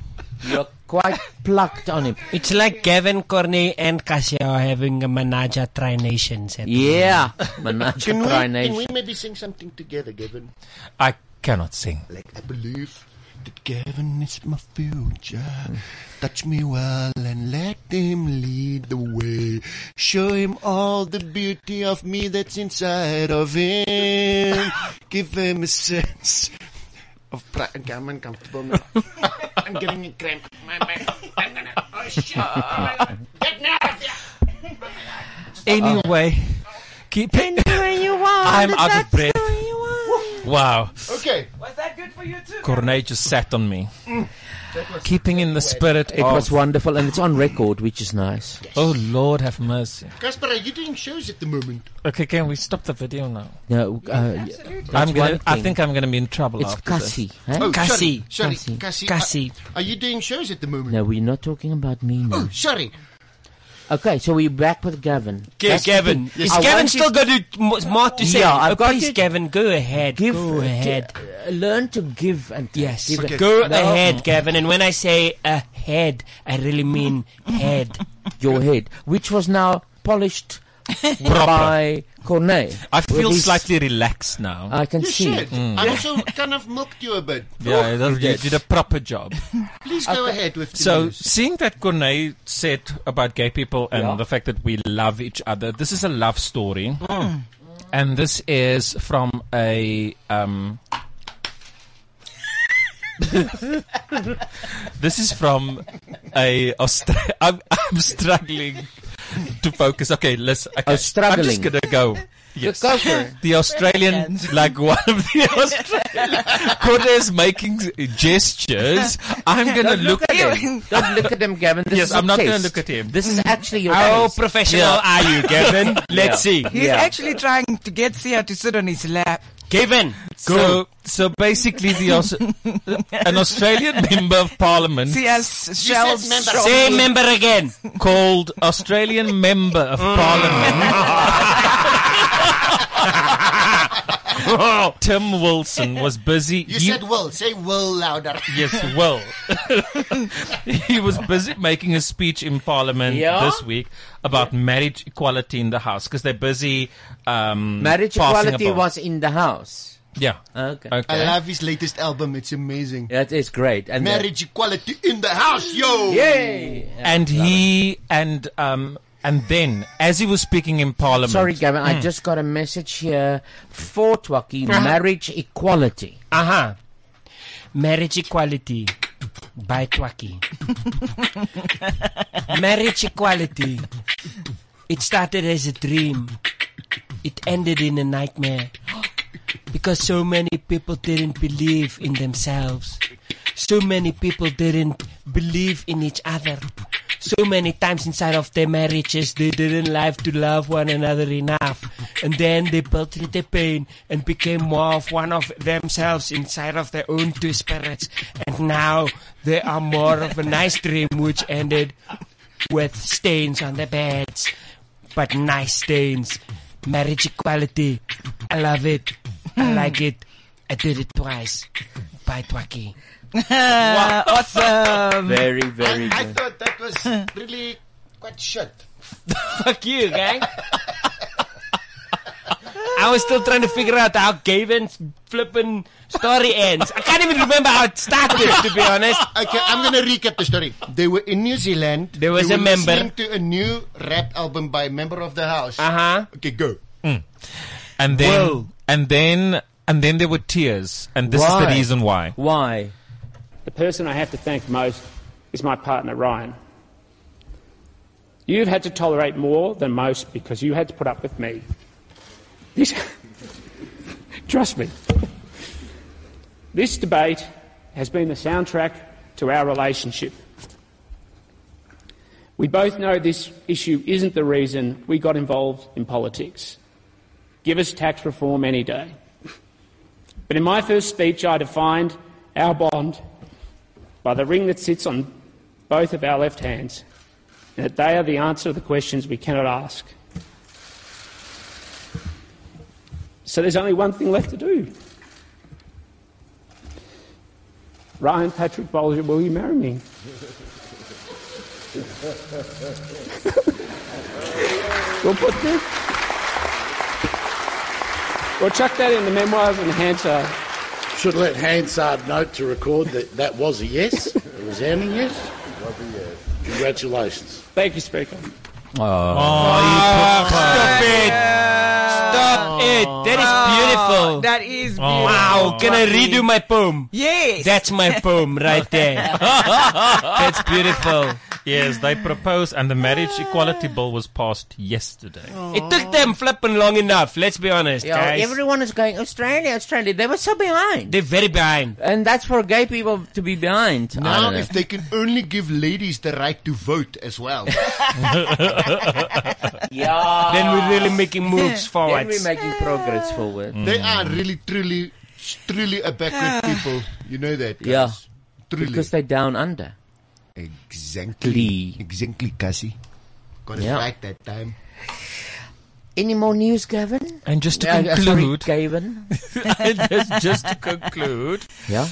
[SPEAKER 1] You're quite plucked on him.
[SPEAKER 8] It's like Gavin, Corney, and Cassia are having a menage a tri nations.
[SPEAKER 1] Yeah, [LAUGHS] menage
[SPEAKER 10] Can we, can we maybe sing something together, Gavin?
[SPEAKER 2] I cannot sing.
[SPEAKER 10] Like I believe
[SPEAKER 9] [LAUGHS]
[SPEAKER 10] that Gavin is my future. Touch me well and let him lead the way. Show him all the beauty of me that's inside of him. Give him a sense of pride. Okay, I'm uncomfortable now. I'm getting a cramp. My back. I'm gonna. Oh shit! Oh, my God. Get now!
[SPEAKER 2] Anyway, keep it. I'm out of breath.
[SPEAKER 9] Oh.
[SPEAKER 2] Wow.
[SPEAKER 10] Okay.
[SPEAKER 3] Was that good for you too?
[SPEAKER 2] Corneille just sat on me.
[SPEAKER 3] Mm.
[SPEAKER 10] [LAUGHS]
[SPEAKER 2] Keeping in the spirit
[SPEAKER 1] It
[SPEAKER 2] of.
[SPEAKER 1] was wonderful, and it's on record, which is nice.
[SPEAKER 2] Oh, Lord have mercy.
[SPEAKER 10] Casper, are you doing shows at the moment?
[SPEAKER 2] Okay, can we stop the video now?
[SPEAKER 1] No, uh,
[SPEAKER 2] I'm
[SPEAKER 1] that's
[SPEAKER 2] gonna,
[SPEAKER 1] one
[SPEAKER 2] I
[SPEAKER 1] thing.
[SPEAKER 2] think I'm going to be in trouble
[SPEAKER 1] It's
[SPEAKER 2] after this.
[SPEAKER 1] Cassie, eh?
[SPEAKER 10] Oh,
[SPEAKER 1] Cassie.
[SPEAKER 10] Sorry,
[SPEAKER 1] Cassie.
[SPEAKER 10] sorry, Cassie.
[SPEAKER 1] Cassie.
[SPEAKER 10] Are, are you doing shows at the moment?
[SPEAKER 1] No, we're not talking about me now.
[SPEAKER 10] Oh, Sorry.
[SPEAKER 1] Okay, so we're back with Gavin. That's
[SPEAKER 8] Gavin.
[SPEAKER 1] the thing.
[SPEAKER 8] Is
[SPEAKER 1] I
[SPEAKER 8] Gavin
[SPEAKER 1] want
[SPEAKER 8] still got to, m- more to say?
[SPEAKER 1] Yeah, I've
[SPEAKER 8] oh,
[SPEAKER 1] got
[SPEAKER 8] please,
[SPEAKER 1] to-
[SPEAKER 8] Gavin, go ahead.
[SPEAKER 1] Give-
[SPEAKER 8] go
[SPEAKER 1] to-
[SPEAKER 8] ahead.
[SPEAKER 1] uh, learn to give and take.
[SPEAKER 8] Yes,
[SPEAKER 1] Give and-
[SPEAKER 8] go
[SPEAKER 1] No.
[SPEAKER 8] ahead, Gavin. And when I say ahead, I really mean head.
[SPEAKER 1] your head, which was now [LAUGHS] polished by Corneille.
[SPEAKER 2] I feel
[SPEAKER 1] With his- [LAUGHS]
[SPEAKER 2] slightly relaxed now.
[SPEAKER 1] I can
[SPEAKER 10] You
[SPEAKER 1] see.
[SPEAKER 10] should.
[SPEAKER 2] Mm.
[SPEAKER 10] I also kind of mocked you a bit.
[SPEAKER 2] Yeah, that's, you
[SPEAKER 10] did.
[SPEAKER 2] did a proper job.
[SPEAKER 10] Please go ahead with the
[SPEAKER 2] So,
[SPEAKER 10] news.
[SPEAKER 2] seeing that Corneille said about gay people and the fact that we love each other, this is a love story.
[SPEAKER 1] Mm.
[SPEAKER 2] And this is from a. Um, this is from a. Austra- [LAUGHS] I'm, I'm struggling to focus. Okay, let's. Okay. I'm
[SPEAKER 1] Oh, struggling.
[SPEAKER 2] just going to
[SPEAKER 1] [LAUGHS]
[SPEAKER 2] go. Yes.
[SPEAKER 1] Go for it.
[SPEAKER 2] The Australian, [LAUGHS] like one of the Australian.
[SPEAKER 10] [LAUGHS]
[SPEAKER 2] Corneille's making gestures. I'm going to
[SPEAKER 1] [LAUGHS] Don't look at
[SPEAKER 2] look at
[SPEAKER 1] him. Don't look at him, [LAUGHS] Gavin. This
[SPEAKER 2] yes,
[SPEAKER 1] is
[SPEAKER 2] I'm
[SPEAKER 1] your
[SPEAKER 2] not going
[SPEAKER 1] taste.
[SPEAKER 2] to look at him.
[SPEAKER 1] This is actually your
[SPEAKER 2] How
[SPEAKER 1] taste.
[SPEAKER 2] professional
[SPEAKER 1] Yeah.
[SPEAKER 2] are
[SPEAKER 3] [LAUGHS]
[SPEAKER 2] you, Gavin? Let's see.
[SPEAKER 3] He's
[SPEAKER 2] Yeah.
[SPEAKER 3] actually trying to get Sia to sit on his lap.
[SPEAKER 8] Gavin,
[SPEAKER 3] [LAUGHS]
[SPEAKER 2] So, so basically, the Aus-
[SPEAKER 1] [LAUGHS]
[SPEAKER 2] an
[SPEAKER 10] [LAUGHS]
[SPEAKER 2] Australian member of Parliament.
[SPEAKER 3] Sia's shells.
[SPEAKER 8] Say member again.
[SPEAKER 2] Called Australian member of
[SPEAKER 10] [LAUGHS]
[SPEAKER 2] Parliament. Tim Wilson was busy.
[SPEAKER 10] you
[SPEAKER 2] he-
[SPEAKER 10] said will. Say will louder.
[SPEAKER 2] Yes, well, [LAUGHS] he was busy making a speech in Parliament
[SPEAKER 1] Yeah?
[SPEAKER 2] this week about marriage equality in the House because they're busy. Um,
[SPEAKER 1] Marriage
[SPEAKER 2] passing a
[SPEAKER 1] equality
[SPEAKER 2] bill.
[SPEAKER 1] was in the house.
[SPEAKER 2] Yeah.
[SPEAKER 1] Okay.
[SPEAKER 10] I love his latest album. It's amazing.
[SPEAKER 1] That is great. And
[SPEAKER 10] Marriage equality in the house, yo!
[SPEAKER 1] Yay!
[SPEAKER 2] and he and um and then as he was speaking in parliament
[SPEAKER 1] Sorry, Gavin, I
[SPEAKER 2] Mm.
[SPEAKER 1] just got a message here for Twaki, marriage equality.
[SPEAKER 8] Aha. Marriage equality by Twaki. Marriage equality. It started as a dream. It ended in a nightmare. Because so many people didn't believe in themselves. So many people didn't believe in each other. So many times inside of their marriages, they didn't live to love one another enough. And then they built through the pain and became more of one of themselves inside of their own two spirits. And now they are more of a nice dream which ended with stains on the beds, but nice stains. Marriage equality. I love it.
[SPEAKER 1] Hmm.
[SPEAKER 8] I like it. I did it twice. Bye, Twaki.
[SPEAKER 3] [LAUGHS] awesome.
[SPEAKER 1] Very, very
[SPEAKER 10] I, I
[SPEAKER 1] good.
[SPEAKER 10] thought that
[SPEAKER 8] [LAUGHS]
[SPEAKER 10] was really quite shit.
[SPEAKER 8] Fuck you, gang. I was still trying to figure out how Gavin's flippin' story [LAUGHS] ends. I can't even remember how it started, to be honest.
[SPEAKER 10] [LAUGHS] Okay, I'm gonna recap the story. They were in New Zealand. There
[SPEAKER 8] was
[SPEAKER 10] they
[SPEAKER 8] a
[SPEAKER 10] were
[SPEAKER 8] member.
[SPEAKER 10] listening to a new rap album by a member of the house. Uh
[SPEAKER 1] Uh-huh.
[SPEAKER 8] huh.
[SPEAKER 10] Okay, go.
[SPEAKER 2] Hmm. and then
[SPEAKER 10] Whoa.
[SPEAKER 2] and then and then there were tears and this is
[SPEAKER 16] Why?
[SPEAKER 2] the reason why
[SPEAKER 1] Why?
[SPEAKER 16] The person I have to thank most is my partner, Ryan. You've had to tolerate more than most because you had to put up with me. This, [LAUGHS] trust me. This debate has been the soundtrack to our relationship. We both know this issue isn't the reason we got involved in politics. Give us tax reform any day. But in my first speech, I defined our bond by the ring that sits on both of our left hands, and that they are the answer to the questions we cannot ask. So there's only one thing left to do. Ryan Patrick Bolger, will you marry me? [LAUGHS] We'll put this. We'll chuck that in the memoirs and uh, Hansard.
[SPEAKER 17] Should let Hansard note to record that that was a yes, a resounding yes. Congratulations.
[SPEAKER 16] Thank you, Speaker.
[SPEAKER 1] Oh,
[SPEAKER 8] Stop it. Ah, Stop it. That is
[SPEAKER 1] Oh,
[SPEAKER 8] beautiful.
[SPEAKER 3] That is beautiful.
[SPEAKER 8] Wow. Oh, Can I redo my poem?
[SPEAKER 3] Yes.
[SPEAKER 8] That's my poem
[SPEAKER 1] [LAUGHS]
[SPEAKER 8] right there. [LAUGHS]
[SPEAKER 2] that's beautiful yes they proposed and the marriage equality bill was passed yesterday
[SPEAKER 8] It took them flipping long enough, let's be honest,
[SPEAKER 1] Yo,
[SPEAKER 8] guys.
[SPEAKER 1] everyone is going Australia, Australia. They were so behind,
[SPEAKER 8] They're very behind,
[SPEAKER 1] and that's for gay people to be behind. I
[SPEAKER 10] Now,
[SPEAKER 1] don't know.
[SPEAKER 10] if they can only give ladies the right to vote as
[SPEAKER 1] [LAUGHS]
[SPEAKER 10] well.
[SPEAKER 1] yeah.
[SPEAKER 8] Then we're really making moves
[SPEAKER 1] Then
[SPEAKER 8] forwards.
[SPEAKER 1] we're making progress forward. Mm.
[SPEAKER 10] They are really, truly, truly a
[SPEAKER 8] [SIGHS]
[SPEAKER 10] backward people. You know that. guys.
[SPEAKER 1] Yeah,
[SPEAKER 10] Truly.
[SPEAKER 1] because they're down under.
[SPEAKER 10] Exactly. Exactly, Cassie. Got it
[SPEAKER 1] Yeah.
[SPEAKER 10] right that time.
[SPEAKER 1] Any more news, Gavin?
[SPEAKER 2] And just to
[SPEAKER 1] Yeah, uh, sorry,
[SPEAKER 2] conclude-
[SPEAKER 1] [LAUGHS] Gavin.
[SPEAKER 2] [LAUGHS] just, just to conclude,
[SPEAKER 1] Yeah.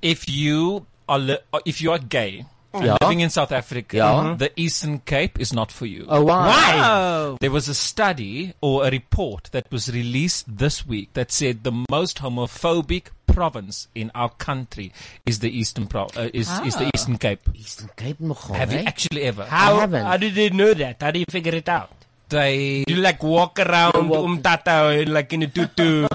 [SPEAKER 2] if you are li- uh, if you are gay
[SPEAKER 1] Yeah.
[SPEAKER 2] and living in South Africa,
[SPEAKER 1] Yeah. Mhm.
[SPEAKER 2] the Eastern Cape is not for you.
[SPEAKER 1] Oh, why? Why?
[SPEAKER 2] There was a study or a report that was released this week that said the most homophobic province in our country is the Eastern Pro- uh, is is
[SPEAKER 1] Ah.
[SPEAKER 2] the Eastern Cape.
[SPEAKER 1] Eastern Cape, Mogol,
[SPEAKER 2] Have you
[SPEAKER 1] eh?
[SPEAKER 2] actually ever?
[SPEAKER 8] How, how do they know that? How do you figure it out?
[SPEAKER 2] They
[SPEAKER 8] you like walk around umtata uh, like in a
[SPEAKER 10] [LAUGHS]
[SPEAKER 8] tutu,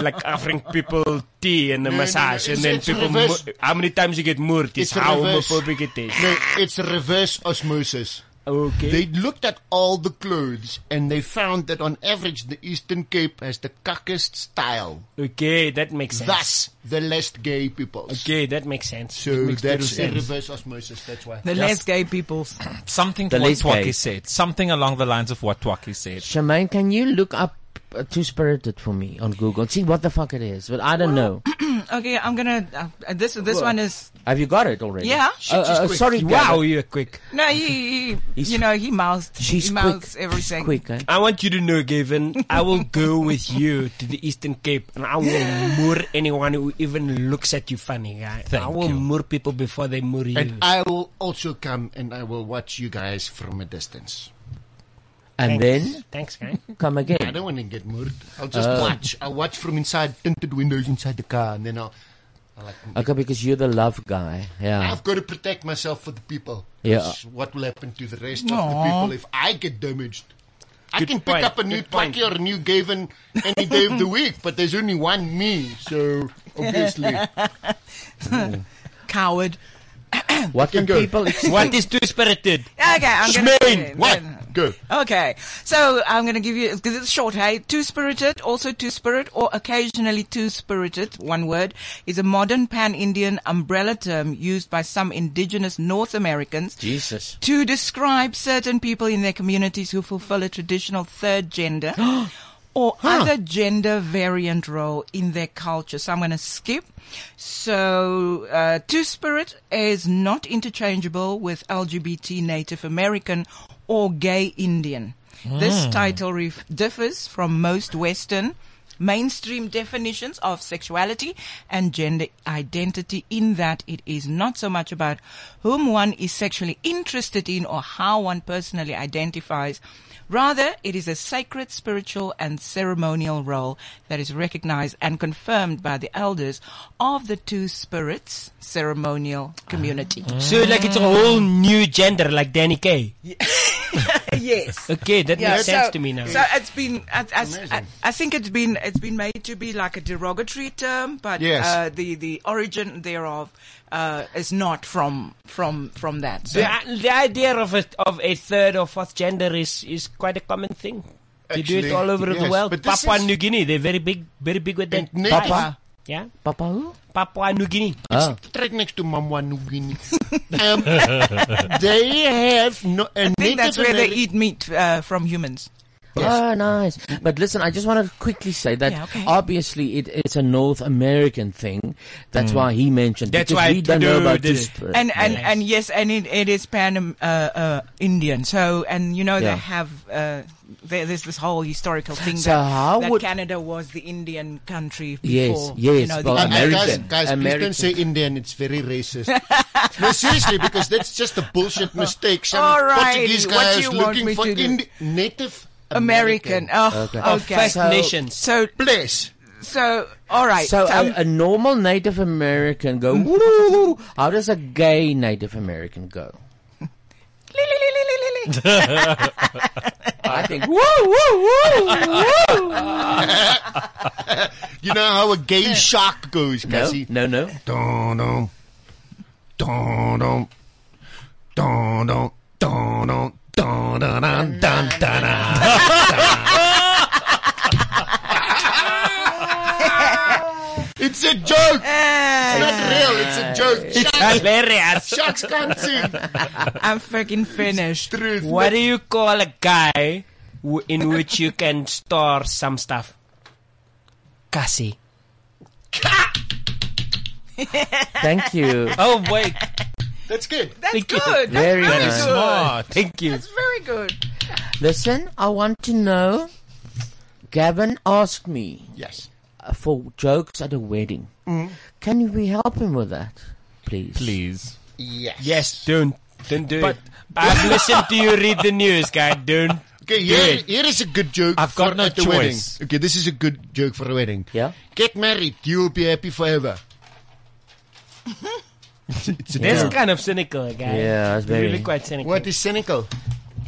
[SPEAKER 8] like offering people tea and a
[SPEAKER 10] No, no, no,
[SPEAKER 8] massage,
[SPEAKER 10] it's-
[SPEAKER 8] and then
[SPEAKER 10] it's
[SPEAKER 8] people.
[SPEAKER 10] reverse.
[SPEAKER 8] mo- how many times you get moorted is
[SPEAKER 10] It's a
[SPEAKER 8] how
[SPEAKER 10] reverse.
[SPEAKER 8] homophobic it is.
[SPEAKER 10] No, it's a reverse osmosis.
[SPEAKER 8] Okay.
[SPEAKER 10] They looked at all the clothes and they found that on average the Eastern Cape has the cuckest style.
[SPEAKER 8] Okay, that makes sense.
[SPEAKER 10] Thus, the less gay people.
[SPEAKER 8] Okay, that makes sense.
[SPEAKER 10] So
[SPEAKER 8] It makes total
[SPEAKER 10] that's a
[SPEAKER 8] sense.
[SPEAKER 10] reverse osmosis. That's why.
[SPEAKER 3] The less gay peoples.
[SPEAKER 2] Something
[SPEAKER 1] The
[SPEAKER 2] what
[SPEAKER 1] least gay.
[SPEAKER 2] Twaki said. Something along the lines of what
[SPEAKER 1] [LAUGHS]
[SPEAKER 2] Twaki said.
[SPEAKER 1] Charmaine, can you look up uh, Two Spirited for me on Google and see what the fuck it is? But I don't know.
[SPEAKER 3] [CLEARS THROAT] okay, I'm gonna. Uh, this this
[SPEAKER 1] Well,
[SPEAKER 3] one is
[SPEAKER 1] Have you got it already?
[SPEAKER 3] Yeah.
[SPEAKER 1] Uh,
[SPEAKER 3] Shit, she's
[SPEAKER 1] uh,
[SPEAKER 3] quick.
[SPEAKER 1] sorry,
[SPEAKER 8] Wow,
[SPEAKER 1] Gavin.
[SPEAKER 8] you're quick.
[SPEAKER 3] no. He, he
[SPEAKER 8] He's-
[SPEAKER 3] you know, he mouths.
[SPEAKER 8] she's
[SPEAKER 3] he mouths everything.
[SPEAKER 8] I want you to know, Gavin, I will go with you to the Eastern Cape and I will moor anyone who even looks at you funny, guy. I
[SPEAKER 10] Thank
[SPEAKER 8] will
[SPEAKER 10] you.
[SPEAKER 8] moor people before they moor you.
[SPEAKER 10] And I will also come and I will watch you guys from a distance.
[SPEAKER 1] And
[SPEAKER 10] Thanks.
[SPEAKER 1] then
[SPEAKER 10] Thanks, gang.
[SPEAKER 1] come again.
[SPEAKER 10] I don't want to get murdered. I'll just
[SPEAKER 1] Oh.
[SPEAKER 10] watch. I'll watch from inside tinted windows inside the car, and then I'll. I'll like,
[SPEAKER 1] Okay, because you're the love guy.
[SPEAKER 3] [LAUGHS]
[SPEAKER 1] Yeah.
[SPEAKER 10] I've got to protect myself for the people.
[SPEAKER 1] Uh. Yeah.
[SPEAKER 10] That's What will happen to the rest of the
[SPEAKER 1] Aw.
[SPEAKER 10] people if I get damaged? I
[SPEAKER 1] Good
[SPEAKER 10] can pick
[SPEAKER 1] point,
[SPEAKER 10] up a new
[SPEAKER 1] good point.
[SPEAKER 10] Twinkie or a new Gavin any day of the week, but there's only one me, so
[SPEAKER 1] [LAUGHS]
[SPEAKER 10] obviously.
[SPEAKER 3] Coward.
[SPEAKER 1] What
[SPEAKER 10] can people
[SPEAKER 7] What is two-spirited?
[SPEAKER 3] Okay, I'm gonna-
[SPEAKER 7] Shmaine,
[SPEAKER 3] What?
[SPEAKER 10] Go.
[SPEAKER 3] Okay, so I'm going to give you because it's short. Hey, two spirited, also two spirit, or occasionally two spirited. One word is a modern pan-Indian umbrella term used by some indigenous North Americans
[SPEAKER 1] Jesus.
[SPEAKER 3] to describe certain people in their communities who fulfill a traditional third gender
[SPEAKER 8] [GASPS]
[SPEAKER 3] or other gender variant role in their culture. So I'm going to skip. So, uh, Two Spirit is not interchangeable with LGBT Native American or gay Indian. This
[SPEAKER 9] Mm.
[SPEAKER 3] title ref- differs from most Western mainstream definitions of sexuality and gender identity in that it is not so much about whom one is sexually interested in or how one personally identifies. Rather, it is a sacred, spiritual, and ceremonial role that is recognized and confirmed by the elders of the two spirits ceremonial community.
[SPEAKER 7] So like it's a whole new gender, like Danny Kaye.
[SPEAKER 3] [LAUGHS] yes.
[SPEAKER 7] Okay, that
[SPEAKER 3] Yeah,
[SPEAKER 7] makes sense
[SPEAKER 3] so-
[SPEAKER 7] to me now.
[SPEAKER 3] So it's been, I, I- I, I think it's been, it's been made to be like a derogatory term, but
[SPEAKER 7] Yes.
[SPEAKER 3] uh, the the origin thereof uh, is not from from from that. So,
[SPEAKER 7] the, the idea of a, of a third or fourth gender is, is quite a common thing. They do it
[SPEAKER 1] Actually,
[SPEAKER 7] all over
[SPEAKER 1] yes,
[SPEAKER 7] the world.
[SPEAKER 1] but this
[SPEAKER 7] Papua
[SPEAKER 1] is-
[SPEAKER 7] New Guinea, they're very big, very big with that.
[SPEAKER 10] And
[SPEAKER 7] Papua-
[SPEAKER 10] native-
[SPEAKER 7] Yeah.
[SPEAKER 1] Papa who?
[SPEAKER 7] Papua New Guinea.
[SPEAKER 1] Ah.
[SPEAKER 10] It's right next to Mamwa New Guinea. [LAUGHS] um, they have no.
[SPEAKER 3] I
[SPEAKER 10] a
[SPEAKER 3] think that's where
[SPEAKER 10] Native
[SPEAKER 3] they
[SPEAKER 10] Ameri-
[SPEAKER 3] eat meat uh, from humans.
[SPEAKER 1] [LAUGHS] Oh, nice. But listen, I just want to quickly say that
[SPEAKER 3] Yeah, okay.
[SPEAKER 1] obviously it, it's a North American thing. That's
[SPEAKER 7] Mm.
[SPEAKER 1] why he mentioned.
[SPEAKER 7] That's
[SPEAKER 1] because
[SPEAKER 7] why
[SPEAKER 1] we don't know
[SPEAKER 7] to do
[SPEAKER 1] about
[SPEAKER 7] this.
[SPEAKER 1] this.
[SPEAKER 7] Right.
[SPEAKER 3] And and
[SPEAKER 7] Yes.
[SPEAKER 3] and yes, and it, it is pan uh, uh, Indian. So and you know
[SPEAKER 1] Yeah.
[SPEAKER 3] they have uh, there, there's this whole historical thing
[SPEAKER 1] So
[SPEAKER 3] that,
[SPEAKER 1] how
[SPEAKER 3] that
[SPEAKER 1] would-
[SPEAKER 3] Canada was the Indian country
[SPEAKER 1] Yes,
[SPEAKER 3] before.
[SPEAKER 1] yes,
[SPEAKER 3] You know,
[SPEAKER 1] well,
[SPEAKER 3] the
[SPEAKER 1] American.
[SPEAKER 10] Guys, guys please
[SPEAKER 1] American.
[SPEAKER 10] don't say Indian. It's very racist. [LAUGHS] no, seriously, because that's just a bullshit mistake. Some
[SPEAKER 3] All right,
[SPEAKER 10] Portuguese
[SPEAKER 3] what
[SPEAKER 10] guy
[SPEAKER 3] do
[SPEAKER 10] is
[SPEAKER 3] you want
[SPEAKER 10] looking
[SPEAKER 3] me
[SPEAKER 10] for
[SPEAKER 3] to do?
[SPEAKER 10] Indi- Native
[SPEAKER 3] American. Oh,
[SPEAKER 1] Okay.
[SPEAKER 3] okay.
[SPEAKER 1] Of First So- Nations.
[SPEAKER 3] So
[SPEAKER 10] bless.
[SPEAKER 3] So all right.
[SPEAKER 1] So uh,
[SPEAKER 3] um,
[SPEAKER 1] a, a normal Native American
[SPEAKER 3] [LAUGHS]
[SPEAKER 1] go. "Woo." How does a gay Native American
[SPEAKER 7] [LAUGHS]
[SPEAKER 1] go?
[SPEAKER 3] [LAUGHS]
[SPEAKER 1] I think.
[SPEAKER 9] [LAUGHS]
[SPEAKER 10] you know how a gay shark goes, Cassie?
[SPEAKER 1] No, no.
[SPEAKER 10] Dun dun dun dun dun dun dun dun dun dun dun dun dun dun. It's a joke.
[SPEAKER 3] Uh,
[SPEAKER 10] It's not real. It's a
[SPEAKER 8] [LAUGHS]
[SPEAKER 10] joke.
[SPEAKER 7] It's
[SPEAKER 10] Sharks-
[SPEAKER 7] hilarious.
[SPEAKER 10] Sharks can't sing.
[SPEAKER 3] [LAUGHS] I'm freaking finished.
[SPEAKER 10] [LAUGHS]
[SPEAKER 3] [LAUGHS]
[SPEAKER 7] What do you call a guy w- in which you can store some stuff? Cassie.
[SPEAKER 1] Thank you.
[SPEAKER 7] Oh, wait.
[SPEAKER 10] That's good.
[SPEAKER 3] That's
[SPEAKER 7] Thank you.
[SPEAKER 3] good. That's
[SPEAKER 1] Very
[SPEAKER 3] very
[SPEAKER 1] nice.
[SPEAKER 3] good.
[SPEAKER 1] Smart.
[SPEAKER 7] Thank you.
[SPEAKER 3] That's very good.
[SPEAKER 1] Listen, I want to know. Gavin asked me.
[SPEAKER 10] Yes.
[SPEAKER 1] uh, For jokes at a wedding. Can we help him with that, please?
[SPEAKER 2] Please.
[SPEAKER 10] Yes.
[SPEAKER 7] Yes, don't. Don't do it. I've listened to you read the news, guy. Don't.
[SPEAKER 10] Okay,
[SPEAKER 7] do
[SPEAKER 10] here,
[SPEAKER 7] it.
[SPEAKER 10] here is a good joke
[SPEAKER 7] I've got
[SPEAKER 10] for
[SPEAKER 7] no
[SPEAKER 10] at the
[SPEAKER 7] choice.
[SPEAKER 10] wedding. Okay, this is a good joke for a wedding.
[SPEAKER 1] Yeah.
[SPEAKER 10] Get married, you will be happy forever. it's a, it's a
[SPEAKER 7] That's
[SPEAKER 10] joke.
[SPEAKER 7] kind of cynical, guy.
[SPEAKER 10] Yeah, it's very-
[SPEAKER 7] really quite cynical.
[SPEAKER 10] What is cynical?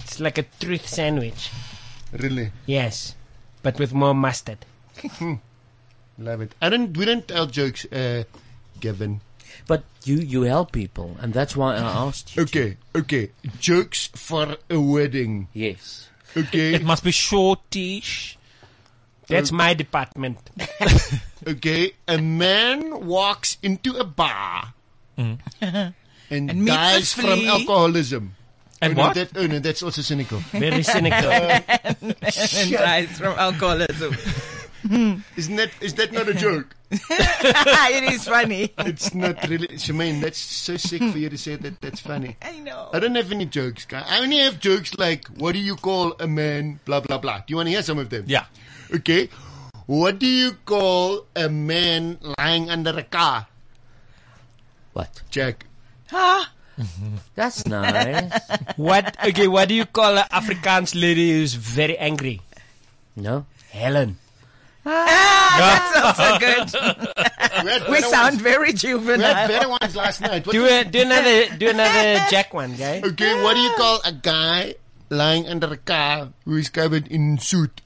[SPEAKER 7] It's like a truth sandwich.
[SPEAKER 10] Really? Hmm.
[SPEAKER 7] Yes, but with more mustard.
[SPEAKER 10] Love it. I don't. We don't tell jokes, uh, Gavin.
[SPEAKER 1] But you you help people, and that's why I asked you.
[SPEAKER 10] Okay, okay. Jokes for a wedding.
[SPEAKER 1] Yes.
[SPEAKER 10] Okay.
[SPEAKER 2] It
[SPEAKER 10] Uh,
[SPEAKER 2] must be shortish.
[SPEAKER 7] That's my department.
[SPEAKER 10] [LAUGHS] okay, a man walks into a bar [LAUGHS] and,
[SPEAKER 7] Mm. meets a
[SPEAKER 10] dies from
[SPEAKER 7] flea.
[SPEAKER 10] alcoholism. oh, no,
[SPEAKER 7] And what?
[SPEAKER 10] that- oh no, that's also cynical. Uh,
[SPEAKER 7] Very
[SPEAKER 10] [LAUGHS]
[SPEAKER 3] [LAUGHS]
[SPEAKER 7] cynical.
[SPEAKER 3] and dies from alcoholism.
[SPEAKER 10] [LAUGHS] Isn't that is that not a joke?
[SPEAKER 3] [LAUGHS] it is funny.
[SPEAKER 10] It's not really. Shemaine, that's so sick for you to say that. That's funny.
[SPEAKER 3] I know.
[SPEAKER 10] I don't have any jokes, guy. I only have jokes like, what do you call a man? Blah, blah, blah. Do you want to hear some of them? Yeah. Okay. What do you call a man lying under a car?
[SPEAKER 1] What?
[SPEAKER 10] Jack.
[SPEAKER 3] Ah,
[SPEAKER 1] That's nice.
[SPEAKER 8] [LAUGHS] what? Okay, what do you call an Afrikaans lady who's very angry?
[SPEAKER 1] No.
[SPEAKER 8] Helen.
[SPEAKER 7] Ah,
[SPEAKER 10] [LAUGHS]
[SPEAKER 7] that's also good.
[SPEAKER 8] had
[SPEAKER 7] we
[SPEAKER 8] better
[SPEAKER 7] sound
[SPEAKER 8] ones-
[SPEAKER 7] very juvenile.
[SPEAKER 10] We had better ones last night. What
[SPEAKER 8] Do
[SPEAKER 10] did-
[SPEAKER 8] a, do another do
[SPEAKER 1] [LAUGHS]
[SPEAKER 8] another Jack one, guy.
[SPEAKER 10] Okay, what do you call a guy lying under a car who is covered in soot?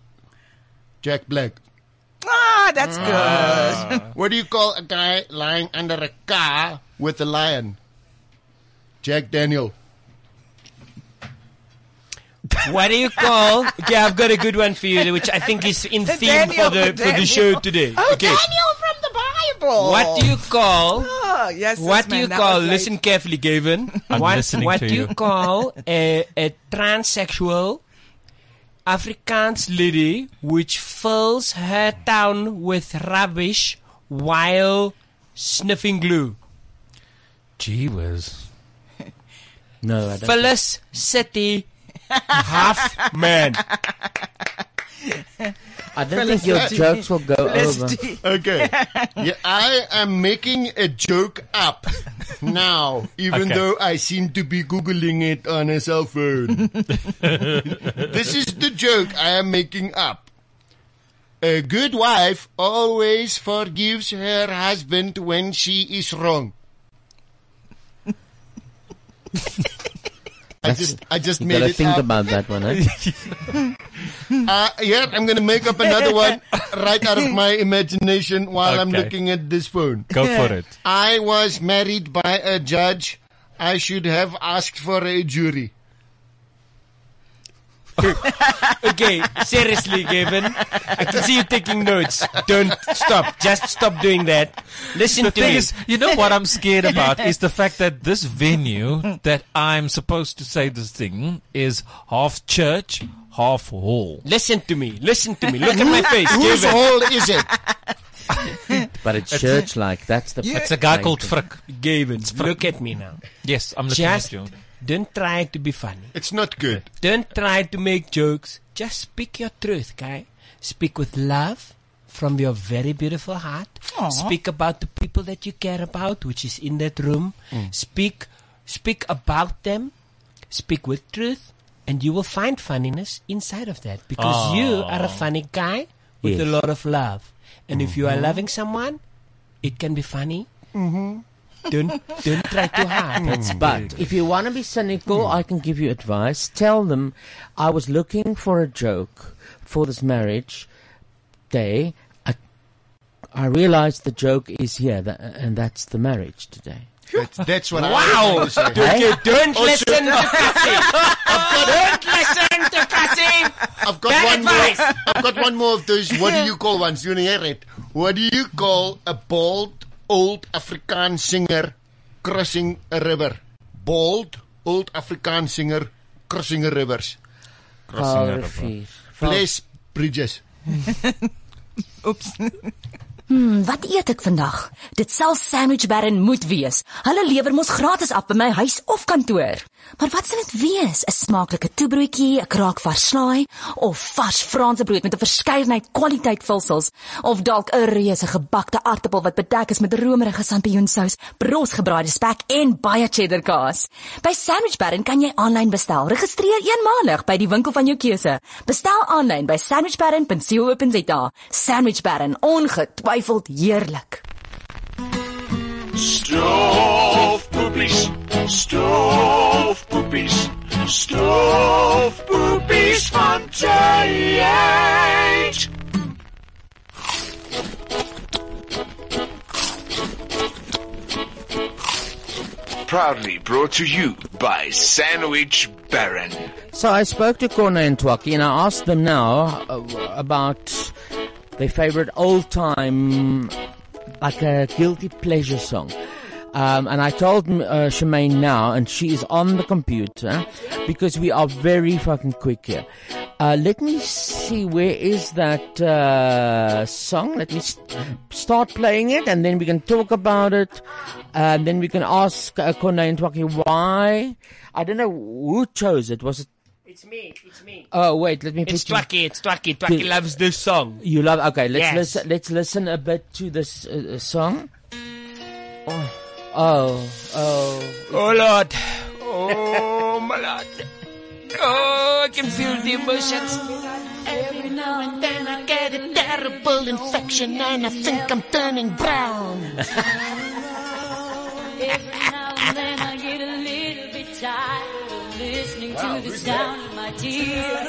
[SPEAKER 10] Jack Black.
[SPEAKER 7] Ah, that's
[SPEAKER 10] good. [LAUGHS] what do you call a guy lying under a car with a lion? Jack Daniel.
[SPEAKER 8] What do you call? Okay, I've got a good one for you, which I think is in
[SPEAKER 7] The
[SPEAKER 8] theme for
[SPEAKER 7] Daniel,
[SPEAKER 8] the
[SPEAKER 7] the
[SPEAKER 8] for the
[SPEAKER 7] Daniel.
[SPEAKER 8] show today.
[SPEAKER 7] Oh,
[SPEAKER 8] okay.
[SPEAKER 7] Daniel from the Bible.
[SPEAKER 8] What do you call?
[SPEAKER 7] [LAUGHS] Oh, yes. yes,
[SPEAKER 8] what do
[SPEAKER 7] man,
[SPEAKER 8] you
[SPEAKER 7] that
[SPEAKER 8] call?
[SPEAKER 7] was like-
[SPEAKER 8] Listen carefully, Gavin.
[SPEAKER 2] I'm
[SPEAKER 8] what
[SPEAKER 2] listening
[SPEAKER 8] what
[SPEAKER 2] to
[SPEAKER 8] do you
[SPEAKER 2] you.
[SPEAKER 8] call a, a transsexual Afrikaans lady which fills her town with rubbish while sniffing glue?
[SPEAKER 2] [LAUGHS] Gee whiz.
[SPEAKER 1] No, I
[SPEAKER 8] Phyllis City half man.
[SPEAKER 1] I don't think your jokes will go over.
[SPEAKER 10] Okay. Yeah, I am making a joke up now, even
[SPEAKER 18] Okay.
[SPEAKER 10] though I seem to be Googling it on a cell phone. this is the joke I am making up. A good wife always forgives her husband when she is
[SPEAKER 1] [LAUGHS]
[SPEAKER 10] wrong. I
[SPEAKER 1] That's-
[SPEAKER 10] just, I just
[SPEAKER 1] you
[SPEAKER 10] made
[SPEAKER 1] gotta
[SPEAKER 10] it
[SPEAKER 1] think
[SPEAKER 10] up.
[SPEAKER 1] about that one, eh?
[SPEAKER 10] uh, yeah, I'm going to make up another one right out of my imagination while I'm
[SPEAKER 2] Okay.
[SPEAKER 10] looking at this phone.
[SPEAKER 2] Go for it.
[SPEAKER 10] I was married by a judge. I should have asked for a jury.
[SPEAKER 2] [LAUGHS]
[SPEAKER 8] Okay, seriously, Gavin. I can see you taking notes. Don't stop. Just stop doing that. Listen
[SPEAKER 2] The
[SPEAKER 8] to
[SPEAKER 2] thing
[SPEAKER 8] me.
[SPEAKER 2] is, you know what I'm scared about is the fact that this venue that I'm supposed to say this thing is half church, half hall.
[SPEAKER 8] Listen to me. Listen to me. Look at
[SPEAKER 2] [LAUGHS]
[SPEAKER 8] my face.
[SPEAKER 10] Whose
[SPEAKER 8] Gavin.
[SPEAKER 10] hall is it?
[SPEAKER 1] But it's church like. That's the.
[SPEAKER 8] You-
[SPEAKER 2] It's a guy called Frick.
[SPEAKER 8] Gavin, look at me now.
[SPEAKER 2] Yes, I'm looking
[SPEAKER 8] Just
[SPEAKER 2] at you.
[SPEAKER 8] don't try to be funny.
[SPEAKER 10] It's not good.
[SPEAKER 8] Don't try to make jokes. Just speak your truth, guy. Speak with love from your very beautiful heart.
[SPEAKER 7] Aw.
[SPEAKER 8] Speak about the people that you care about, which is in that room.
[SPEAKER 2] Mm.
[SPEAKER 8] Speak, speak about them. Speak with truth, and you will find funniness inside of that because you
[SPEAKER 2] Aw.
[SPEAKER 8] are a funny guy with a
[SPEAKER 2] Yes.
[SPEAKER 8] lot of love. And if you are
[SPEAKER 2] Mhm.
[SPEAKER 8] loving someone, it can be funny.
[SPEAKER 10] Mm-hmm.
[SPEAKER 8] Don't don't try too hard. Mm. That's
[SPEAKER 1] Mm. But if you want to be cynical, I can give you advice. Tell them I was looking for a joke for this marriage day. I, I realized the joke is here, tha and that's the marriage today.
[SPEAKER 10] That's, that's what I
[SPEAKER 8] Wow!
[SPEAKER 10] was going to say.
[SPEAKER 8] Okay, don't
[SPEAKER 10] Also-
[SPEAKER 8] listen to
[SPEAKER 10] [LAUGHS]
[SPEAKER 8] Cassie. Don't listen to Cassie.
[SPEAKER 10] I've got
[SPEAKER 8] Bad
[SPEAKER 10] one
[SPEAKER 8] advice.
[SPEAKER 10] more. I've got one more of those. What do you call ones? You want to hear it? What do you call a bald old African singer crossing a river? Bald old African singer crossing a rivers.
[SPEAKER 1] Crossing a river. Powerful.
[SPEAKER 10] Bless bridges.
[SPEAKER 19] [LAUGHS] Hmm, wat eet ek vandag? Dit sal sandwich baron moet wees. Hulle lewer mos gratis af by my huis of kantoor. Maar wat sal dit wees? 'n Smaaklike toebroodjie, 'n kraak vars slaai of vars Franse brood met 'n verskeidenheid kwaliteit vulsels of dalk 'n reuse gebakte aartappel wat bedek is met romerige sampioensous, brosgebraaide spek en baie cheddar kaas. By Sandwich Baron kan jy aanlyn bestel. Registreer eenmalig by die winkel van jou keuse. Bestel aanlyn by sandwichbaron.co.za. Sandwich Baron, ongetwyfeld heerlik.
[SPEAKER 9] Stoofpoepies, stoofpoepies, stoofpoepies van J.H.
[SPEAKER 20] Proudly brought to you by Sandwich Baron.
[SPEAKER 1] So I spoke to Corner and Twaki and I asked them now uh, about their favorite old time, like a guilty pleasure song. Um, and I told mm, uh, Shemaine now, and she is on the computer because we are very fucking quick here. Uh, let me see, where is that uh, song? Let me st- start playing it and then we can talk about it. And then we can ask uh, Corne and Twaki why. I don't know who chose it. Was it
[SPEAKER 8] It's me. It's me.
[SPEAKER 1] Oh wait, let me.
[SPEAKER 8] It's
[SPEAKER 1] put you-
[SPEAKER 8] Twaki. It's Twaki. Twaki
[SPEAKER 1] Good.
[SPEAKER 8] loves this song.
[SPEAKER 1] You love. Okay, let's
[SPEAKER 8] Yes.
[SPEAKER 1] listen. Let's listen a bit to this uh, uh, song. Oh, Oh, oh.
[SPEAKER 3] Oh
[SPEAKER 8] [LAUGHS]
[SPEAKER 3] Lord. Oh my Lord. Oh, I can feel the emotions.
[SPEAKER 9] Every now and then I get a terrible infection and I think I'm turning brown. Every now and then I get a little bit tired of listening
[SPEAKER 21] Wow,
[SPEAKER 9] to the
[SPEAKER 21] who's
[SPEAKER 9] sound
[SPEAKER 21] that?
[SPEAKER 9] of my tears.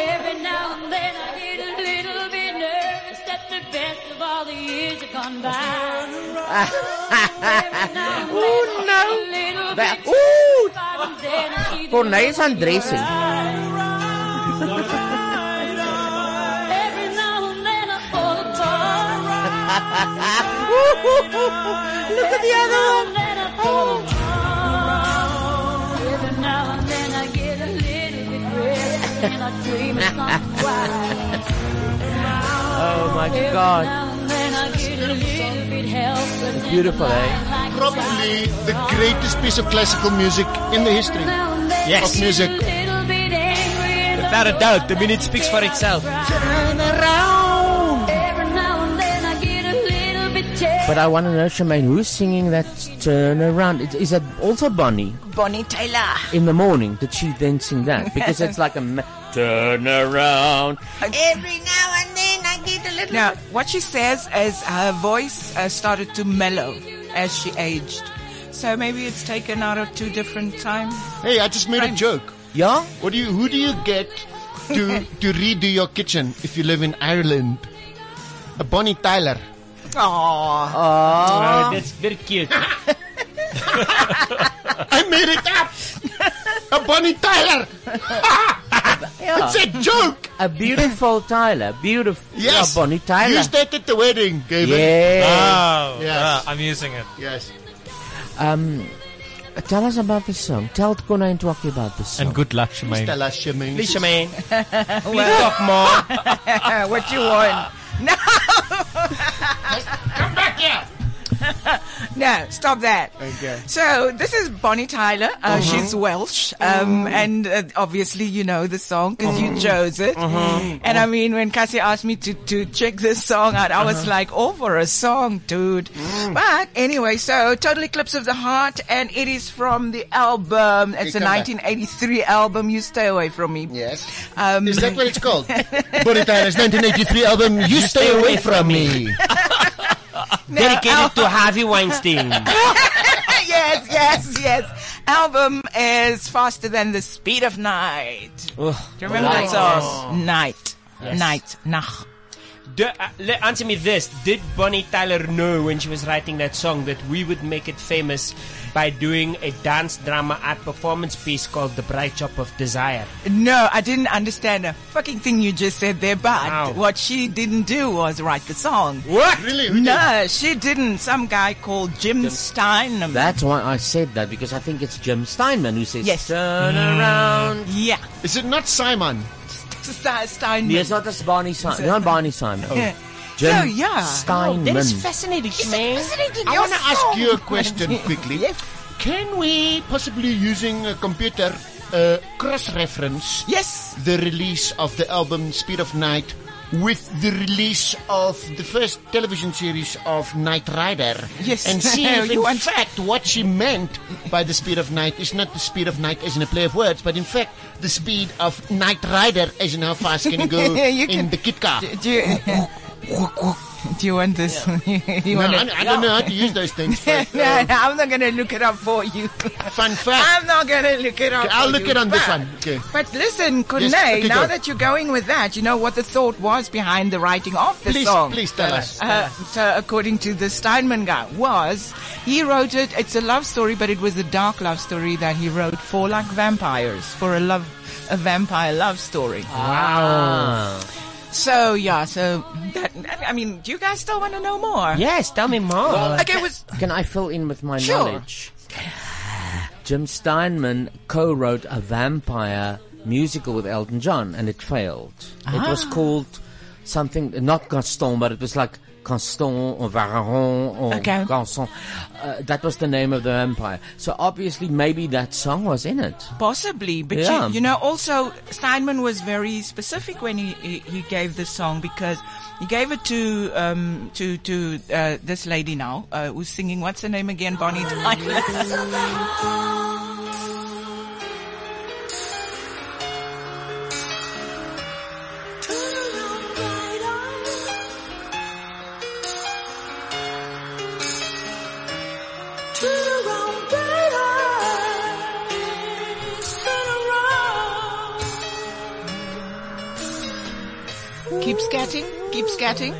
[SPEAKER 9] Every now and then I get a little bit nervous that the best of all the years have gone by.
[SPEAKER 1] oh no! That, ooh! Cornelis aan
[SPEAKER 9] eh.
[SPEAKER 1] dressing.
[SPEAKER 9] Every now and then I fall apart.
[SPEAKER 1] Look at the other one.
[SPEAKER 9] Every now and then I get a little bit weary and I dream of something wild.
[SPEAKER 1] Oh my
[SPEAKER 9] Every
[SPEAKER 1] god.
[SPEAKER 9] now and then I get a little bit helpless and
[SPEAKER 1] Beautiful, eh?
[SPEAKER 9] like a
[SPEAKER 10] Probably the greatest piece of classical music in the history
[SPEAKER 9] Yes.
[SPEAKER 10] of music.
[SPEAKER 9] little bit angry and I
[SPEAKER 7] Without a doubt, the minute speaks for itself.
[SPEAKER 9] turn around. Every now and then I get a little bit tired.
[SPEAKER 1] But I want to know, Charmaine, who's singing that turn around? Is, is that also Bonnie?
[SPEAKER 3] Bonnie Taylor.
[SPEAKER 1] In the morning, did she then sing
[SPEAKER 10] [LAUGHS]
[SPEAKER 1] that? Because it's like a ma- turn around.
[SPEAKER 3] Every now and then I get a little. Now, what she says is her voice uh, started to mellow as she aged. So maybe it's taken out of two different times.
[SPEAKER 10] Hey, I just made a joke.
[SPEAKER 1] Yeah?
[SPEAKER 10] What do you, who do you get
[SPEAKER 2] [LAUGHS]
[SPEAKER 10] to, to redo your kitchen if you live in Ireland? A Bonnie Tyler.
[SPEAKER 3] Aww.
[SPEAKER 7] Oh, that's very cute.
[SPEAKER 10] I made it up! A
[SPEAKER 2] [LAUGHS]
[SPEAKER 10] Bonnie Tyler! It's a joke!
[SPEAKER 1] Ah. A beautiful Tyler. Beautiful.
[SPEAKER 10] Yes.
[SPEAKER 1] Yeah, Bonnie Tyler.
[SPEAKER 10] Used that at the wedding, Gavin.
[SPEAKER 1] Yeah.
[SPEAKER 2] Oh,
[SPEAKER 10] Yes.
[SPEAKER 2] ah, I'm using it.
[SPEAKER 10] Yes.
[SPEAKER 1] Um, tell us about this song. Tell Kona and Twaki about this song.
[SPEAKER 2] And good luck, Shemaine.
[SPEAKER 10] Tell us, Shemaine.
[SPEAKER 7] Please, Shemaine.
[SPEAKER 3] Well-
[SPEAKER 1] talk [LAUGHS]
[SPEAKER 3] more. [LAUGHS] what you want? No.
[SPEAKER 9] Come back here.
[SPEAKER 3] [LAUGHS] no, stop that.
[SPEAKER 9] Okay.
[SPEAKER 3] So this is Bonnie Tyler. Uh,
[SPEAKER 10] Uh-huh.
[SPEAKER 9] Mhm.
[SPEAKER 3] She's Welsh,
[SPEAKER 10] Oh.
[SPEAKER 3] um, and uh, obviously you know the song because
[SPEAKER 10] Uh-huh.
[SPEAKER 3] you chose it.
[SPEAKER 9] Mhm.
[SPEAKER 3] And I mean, when Cassie asked me to to check this song out, I was
[SPEAKER 9] Uh-huh.
[SPEAKER 3] like, "Oh, for a song, dude!"
[SPEAKER 10] Mm.
[SPEAKER 3] But anyway, so Total Eclipse of the Heart, and it is from the album. It's
[SPEAKER 10] Okay,
[SPEAKER 3] a
[SPEAKER 10] come back.
[SPEAKER 3] 1983 album. You stay away from me.
[SPEAKER 10] Yes.
[SPEAKER 3] Um,
[SPEAKER 10] Is that what it's
[SPEAKER 3] [LAUGHS]
[SPEAKER 10] called? Bonnie Tyler's 1983 album, You Stay Away From Me.
[SPEAKER 7] Dedicated to Harvey Weinstein.
[SPEAKER 3] [LAUGHS] yes, yes, yes. Album is faster than the speed of night. Do you remember that song? Night. Night. Nach.
[SPEAKER 7] Do, uh, le- answer me this. Did Bonnie Tyler know when she was writing that song that we would make it famous by doing a dance drama art performance piece called The Bride Shop of Desire?
[SPEAKER 3] No, I didn't understand a fucking thing you just said there, but what she didn't do was write the song.
[SPEAKER 10] What? Really?
[SPEAKER 3] no, she didn't. Some guy called Jim Stein.
[SPEAKER 1] That's why I said that because I think it's Jim Steinman who says
[SPEAKER 3] Yes. Mm.
[SPEAKER 1] turn around.
[SPEAKER 3] Yeah.
[SPEAKER 10] Is it not Simon?
[SPEAKER 3] Ste- [LAUGHS] Steinman.
[SPEAKER 1] Yes, not as Barney Simon. Not Barney Simon.
[SPEAKER 3] Yeah.
[SPEAKER 1] Jim
[SPEAKER 3] So, yeah.
[SPEAKER 2] Oh,
[SPEAKER 10] Oh,
[SPEAKER 3] Oh,
[SPEAKER 1] Steinman.
[SPEAKER 7] fascinating,
[SPEAKER 3] man. Fascinating.
[SPEAKER 10] I
[SPEAKER 3] Your
[SPEAKER 10] want to ask
[SPEAKER 3] song.
[SPEAKER 10] you a
[SPEAKER 3] [LAUGHS]
[SPEAKER 10] question quickly. Can we possibly, using a computer, uh, cross-reference
[SPEAKER 3] yes
[SPEAKER 10] the release of the album Speed of Night with the release of the first television series of Knight Rider?
[SPEAKER 3] Yes. [LAUGHS]
[SPEAKER 10] and see if
[SPEAKER 3] You
[SPEAKER 10] in
[SPEAKER 3] want-
[SPEAKER 10] fact what she meant by the Speed of Night is not the Speed of Night as in a play of words, but in fact the speed of Knight Rider as in how fast can you
[SPEAKER 3] [LAUGHS]
[SPEAKER 10] go
[SPEAKER 3] You
[SPEAKER 10] in
[SPEAKER 3] can-
[SPEAKER 10] the kit car?
[SPEAKER 3] Do you, do you want this? [LAUGHS] You
[SPEAKER 10] No,
[SPEAKER 3] want
[SPEAKER 10] I,
[SPEAKER 3] it?
[SPEAKER 10] I don't know how to use those things.
[SPEAKER 3] [LAUGHS]
[SPEAKER 10] but,
[SPEAKER 3] no,
[SPEAKER 10] uh,
[SPEAKER 3] no, I'm not gonna look it up for you.
[SPEAKER 10] Fun fact.
[SPEAKER 3] I'm not gonna look it up.
[SPEAKER 10] Okay, I'll
[SPEAKER 3] for
[SPEAKER 10] look
[SPEAKER 3] you,
[SPEAKER 10] it on this
[SPEAKER 3] but-
[SPEAKER 10] one. Okay.
[SPEAKER 3] But listen, Kune,
[SPEAKER 10] Yes, okay,
[SPEAKER 3] now
[SPEAKER 10] go.
[SPEAKER 3] that you're going with that, you know what the thought was behind the writing of the
[SPEAKER 10] Please-
[SPEAKER 3] song.
[SPEAKER 10] please tell us.
[SPEAKER 3] Uh, so, according to the Steinman guy, was he wrote it? It's a love story, but it was a dark love story that he wrote for like vampires, for a love, a vampire love story.
[SPEAKER 7] Wow.
[SPEAKER 3] So yeah, so that, I mean, do you guys still want to know more?
[SPEAKER 7] Yes, tell me more.
[SPEAKER 3] Well, okay, was
[SPEAKER 1] Can I fill in with my
[SPEAKER 3] Sure.
[SPEAKER 1] knowledge? Jim Steinman co-wrote a vampire musical with Elton John, and it failed. It was
[SPEAKER 3] Ah.
[SPEAKER 1] called something, not Gaston, but it was like Constant or Vararon or
[SPEAKER 3] Okay.
[SPEAKER 1] Garçon. Uh, that was the name of the vampire. So obviously, maybe that song was in it.
[SPEAKER 3] Possibly, but
[SPEAKER 1] Yeah.
[SPEAKER 3] you, you know, also Steinman was very specific when he, he, he gave this song because he gave it to um, to to uh, this lady now uh, who's singing. What's her name again? Bonnie Tyler. Keep scatting, keep scatting.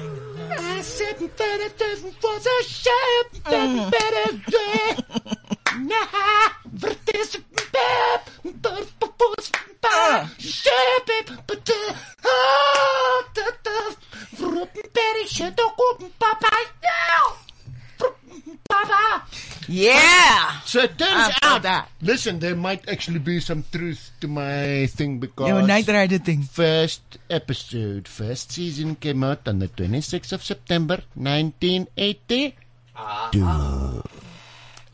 [SPEAKER 9] I said that it was a shame that
[SPEAKER 3] Mm.
[SPEAKER 1] [LAUGHS]
[SPEAKER 9] better Nah, but this bad, but was bad. Shape it, but the oh, the the very shit. Don't go, Papa. Now, Papa.
[SPEAKER 3] Yeah. [LAUGHS]
[SPEAKER 10] So it turns
[SPEAKER 3] I've got
[SPEAKER 10] out that. Listen, there might actually be some truth to my thing because
[SPEAKER 3] Your Knight Rider thing.
[SPEAKER 10] First episode, first season came out on the twenty sixth of September, nineteen eighty.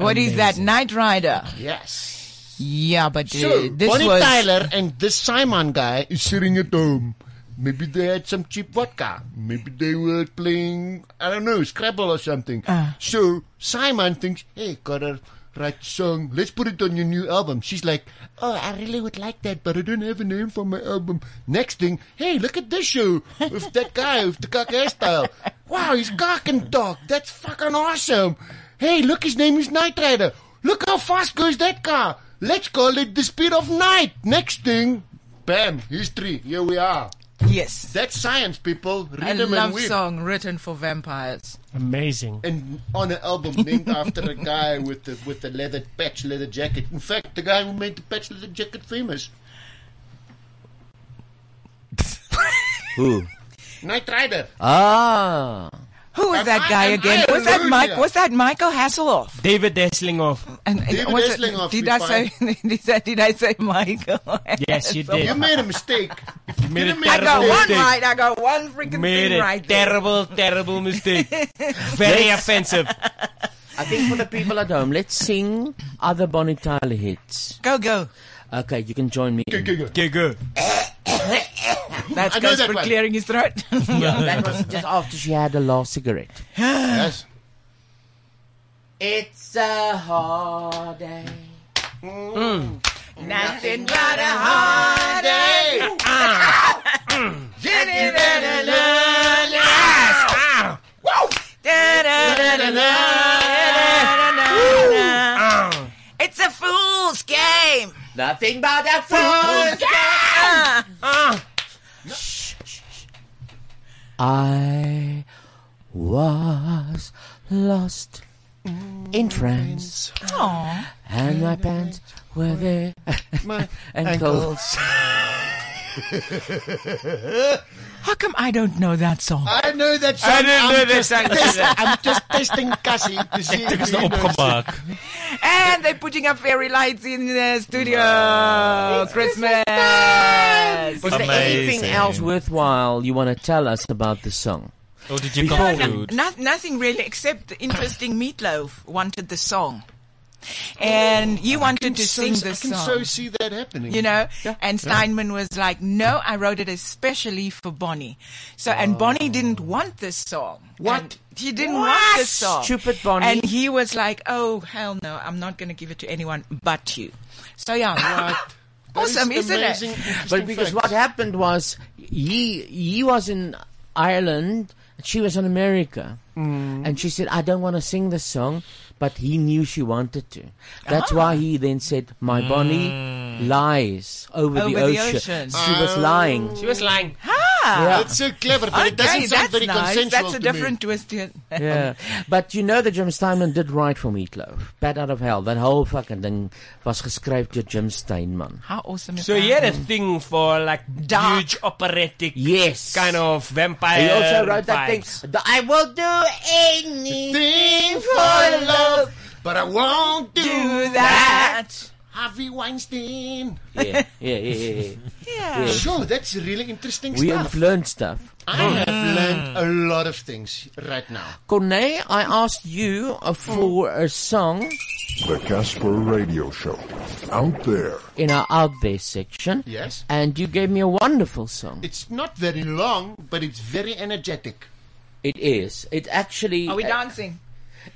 [SPEAKER 3] What is that? Knight Rider.
[SPEAKER 10] Yes.
[SPEAKER 3] Yeah, but uh,
[SPEAKER 10] So
[SPEAKER 3] this
[SPEAKER 10] Bonnie
[SPEAKER 3] was
[SPEAKER 10] Tyler and this Simon guy is sitting at home. Maybe they had some cheap vodka. Maybe they were playing, I don't know, Scrabble or something.
[SPEAKER 3] Ah.
[SPEAKER 10] So Simon thinks, hey, gotta write a song. Let's put it on your new album. She's like, oh, I really would like that, but I don't have a name for my album. Next thing, hey, look at this show with that guy with the
[SPEAKER 3] [LAUGHS]
[SPEAKER 10] cock hairstyle. Wow, he's cock and dog. That's fucking awesome. Hey, look, his name is Knight Rider. Look how fast goes that car. Let's call it the speed of night. Next thing, bam, history. Here we are.
[SPEAKER 3] Yes.
[SPEAKER 10] That's science, people. Read
[SPEAKER 3] a
[SPEAKER 10] them and
[SPEAKER 3] love
[SPEAKER 10] weep.
[SPEAKER 3] song written for vampires.
[SPEAKER 7] Amazing.
[SPEAKER 10] And on an album
[SPEAKER 3] [LAUGHS]
[SPEAKER 10] named after a guy with the with the leather patch leather jacket. In fact, the guy who made the patch leather jacket famous,
[SPEAKER 1] Who?
[SPEAKER 10] Knight Rider.
[SPEAKER 1] Ah.
[SPEAKER 3] Who was that guy again?
[SPEAKER 10] I
[SPEAKER 3] was that
[SPEAKER 10] alone
[SPEAKER 3] Mike?
[SPEAKER 10] here?
[SPEAKER 3] Was that Michael Hasselhoff?
[SPEAKER 7] David Deslingoff.
[SPEAKER 3] And, and
[SPEAKER 7] David
[SPEAKER 3] was it-
[SPEAKER 7] Hasselhoff,
[SPEAKER 3] Did
[SPEAKER 7] we
[SPEAKER 3] I say? [LAUGHS] Did I, did I say Michael? [LAUGHS]
[SPEAKER 7] Yes, you did.
[SPEAKER 3] Hasselhoff?
[SPEAKER 7] You
[SPEAKER 10] made a mistake.
[SPEAKER 7] [LAUGHS] You made a
[SPEAKER 3] I got
[SPEAKER 7] terrible
[SPEAKER 3] one
[SPEAKER 10] [LAUGHS]
[SPEAKER 7] mistake.
[SPEAKER 3] right. I got one freaking
[SPEAKER 7] Made
[SPEAKER 3] thing
[SPEAKER 7] a
[SPEAKER 3] right.
[SPEAKER 7] terrible, terrible
[SPEAKER 3] [LAUGHS]
[SPEAKER 7] mistake. Very
[SPEAKER 1] Let's-
[SPEAKER 7] offensive.
[SPEAKER 1] I think for the people at home, let's sing other Bonnie Tyler hits.
[SPEAKER 3] Go, go.
[SPEAKER 1] Okay, you can join me. Go,
[SPEAKER 10] go, go.
[SPEAKER 7] Go, go.
[SPEAKER 3] That's
[SPEAKER 1] I know
[SPEAKER 3] goes
[SPEAKER 1] that
[SPEAKER 3] for
[SPEAKER 1] one.
[SPEAKER 3] clearing his
[SPEAKER 7] [LAUGHS]
[SPEAKER 3] throat. [LAUGHS]
[SPEAKER 1] yeah, that was just after she had a last cigarette.
[SPEAKER 10] yes.
[SPEAKER 1] It's a hard day.
[SPEAKER 3] Mm. Nothing but a hard day. [LAUGHS] It's a fool's game.
[SPEAKER 1] Nothing but a fool's
[SPEAKER 3] game.
[SPEAKER 1] I was lost in France.
[SPEAKER 3] Aw.
[SPEAKER 1] And my pants were there.
[SPEAKER 3] [LAUGHS]
[SPEAKER 10] My
[SPEAKER 1] and
[SPEAKER 10] ankles.
[SPEAKER 1] cold.
[SPEAKER 3] How come I don't know that song?
[SPEAKER 10] I know that song.
[SPEAKER 3] I didn't
[SPEAKER 10] am
[SPEAKER 3] know that
[SPEAKER 10] just
[SPEAKER 3] song.
[SPEAKER 10] test- I'm just testing Cassie to see
[SPEAKER 3] Dit
[SPEAKER 10] if
[SPEAKER 3] is
[SPEAKER 7] oh,
[SPEAKER 10] he knows it.
[SPEAKER 3] And they're putting up fairy lights in the studio. Christmas.
[SPEAKER 1] Was there anything else worthwhile you want to tell us about the song?
[SPEAKER 2] Or did you
[SPEAKER 1] Before we-
[SPEAKER 3] No, no- nothing really, except the interesting Meatloaf wanted the song. And he wanted to
[SPEAKER 10] so-
[SPEAKER 3] sing
[SPEAKER 10] Oh, I
[SPEAKER 3] this
[SPEAKER 10] can
[SPEAKER 3] song.
[SPEAKER 10] so see that happening.
[SPEAKER 3] You know?
[SPEAKER 10] Yeah.
[SPEAKER 3] And Steinman was like, no, I wrote it especially for Bonnie. So, and
[SPEAKER 10] Oh.
[SPEAKER 3] Bonnie didn't want this song.
[SPEAKER 1] What?
[SPEAKER 3] And She didn't
[SPEAKER 1] What?
[SPEAKER 3] want this song.
[SPEAKER 1] Stupid Bonnie.
[SPEAKER 3] And he was like, oh, hell no, I'm not going to give it to anyone but you. So yeah. [LAUGHS] Awesome, isn't it?
[SPEAKER 1] But because what happened was he he was in Ireland, and she was in America,
[SPEAKER 10] Mm.
[SPEAKER 1] and she said, "I don't want to sing this song," but he knew she wanted to. That's why he then said, "My Bonnie
[SPEAKER 10] Mm.
[SPEAKER 1] lies over,
[SPEAKER 3] Oh,
[SPEAKER 1] the, ocean. She was
[SPEAKER 10] Oh.
[SPEAKER 1] lying.
[SPEAKER 10] [LAUGHS]
[SPEAKER 7] She was lying.
[SPEAKER 3] Ah,
[SPEAKER 1] Yeah.
[SPEAKER 10] That's so clever, but it doesn't
[SPEAKER 3] Okay,
[SPEAKER 10] sound
[SPEAKER 3] that's
[SPEAKER 10] very
[SPEAKER 3] nice.
[SPEAKER 10] consensual
[SPEAKER 3] That's a
[SPEAKER 10] to me.
[SPEAKER 3] different twist. yeah.
[SPEAKER 1] yeah, but you know that Jim Steinman did write for Meatloaf. Bat out of hell. That whole fucking thing was geskryf deur Jim
[SPEAKER 10] [LAUGHS]
[SPEAKER 1] Steinman.
[SPEAKER 3] How awesome is
[SPEAKER 7] So
[SPEAKER 3] that?
[SPEAKER 7] he had a thing for like huge operatic
[SPEAKER 1] yes.
[SPEAKER 7] kind of vampire.
[SPEAKER 1] He
[SPEAKER 3] Um,
[SPEAKER 1] also wrote that thing,
[SPEAKER 7] vibes.
[SPEAKER 1] "The- I will do anything for love,
[SPEAKER 10] but I won't
[SPEAKER 3] do that.
[SPEAKER 10] I Harvey Weinstein.
[SPEAKER 1] Yeah, yeah, yeah, yeah. yeah.
[SPEAKER 10] [LAUGHS] Yeah.
[SPEAKER 1] Yeah.
[SPEAKER 10] Sure, that's really interesting
[SPEAKER 1] We
[SPEAKER 10] stuff.
[SPEAKER 1] have learned stuff.
[SPEAKER 10] I have learned a lot of things right now.
[SPEAKER 1] Corne, I asked you uh, for a song
[SPEAKER 22] The Casper Radio Show. Out there.
[SPEAKER 1] in our out there section.
[SPEAKER 10] Yes.
[SPEAKER 1] And you gave me a wonderful song.
[SPEAKER 10] It's not very long, but it's very energetic.
[SPEAKER 1] It is. It actually.
[SPEAKER 3] Are we
[SPEAKER 1] uh,
[SPEAKER 3] [LAUGHS] dancing?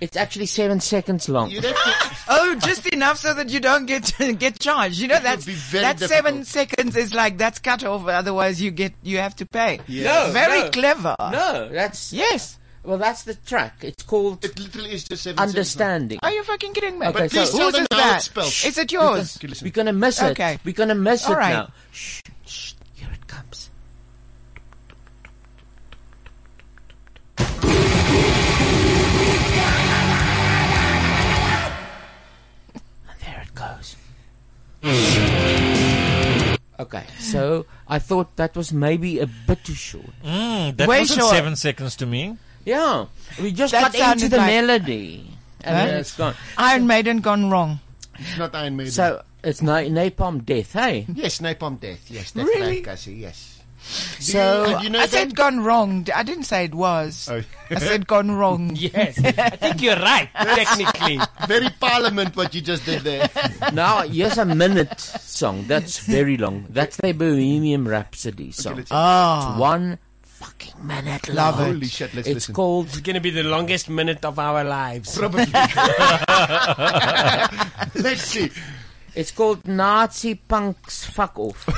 [SPEAKER 1] It's actually seven seconds long.
[SPEAKER 7] [LAUGHS]
[SPEAKER 3] oh, just enough so that you don't get [LAUGHS] get charged. You know that's that seven seconds is like that's cut off. Otherwise, you get you have to pay.
[SPEAKER 1] Yeah. No,
[SPEAKER 3] very
[SPEAKER 1] no.
[SPEAKER 3] clever.
[SPEAKER 1] No, that's
[SPEAKER 3] yes.
[SPEAKER 1] Well, that's the track. It's called.
[SPEAKER 10] It literally is just seven
[SPEAKER 1] Understanding.
[SPEAKER 3] Are you fucking kidding me?
[SPEAKER 1] Okay, But please so- tell
[SPEAKER 3] whose
[SPEAKER 1] them
[SPEAKER 3] is
[SPEAKER 1] how
[SPEAKER 3] that?
[SPEAKER 1] it's spelled.
[SPEAKER 3] Is it yours?
[SPEAKER 1] We're gonna miss it.
[SPEAKER 3] Okay.
[SPEAKER 1] We're gonna miss
[SPEAKER 3] All
[SPEAKER 1] it
[SPEAKER 3] right.
[SPEAKER 1] now. Shh, shh. Here it comes. And there it goes. Hmm. Okay, so I thought that was maybe a bit too short.
[SPEAKER 2] Mm, that wasn't seven seconds to me.
[SPEAKER 1] Yeah, we just
[SPEAKER 3] That
[SPEAKER 1] got into
[SPEAKER 3] sounded
[SPEAKER 1] the
[SPEAKER 3] like-
[SPEAKER 1] melody, and
[SPEAKER 3] Huh?
[SPEAKER 1] then it's gone.
[SPEAKER 3] Iron Maiden gone wrong.
[SPEAKER 10] It's not Iron Maiden.
[SPEAKER 1] So it's na- napalm death, hey?
[SPEAKER 10] Yes, napalm death. Yes, that's
[SPEAKER 3] Really?
[SPEAKER 10] right, Cassie. Yes.
[SPEAKER 3] So
[SPEAKER 10] Do you- uh, you know
[SPEAKER 3] I said gone wrong. I didn't say it was. I said gone wrong. [LAUGHS]
[SPEAKER 7] [LAUGHS] yes, I think
[SPEAKER 10] [LAUGHS]
[SPEAKER 7] you're right. Technically,
[SPEAKER 10] very parliament what you just did there.
[SPEAKER 1] [LAUGHS] now here's a minute song that's very long. That's the Bohemian Rhapsody song.
[SPEAKER 7] let's-
[SPEAKER 1] Ah, it's one fucking minute long.
[SPEAKER 7] Love it. Holy shit,
[SPEAKER 1] it's called.
[SPEAKER 7] It's going to be the longest minute of our lives. [LAUGHS]
[SPEAKER 10] Probably. Let's see.
[SPEAKER 1] [LAUGHS] It's called Nazi punks fuck off.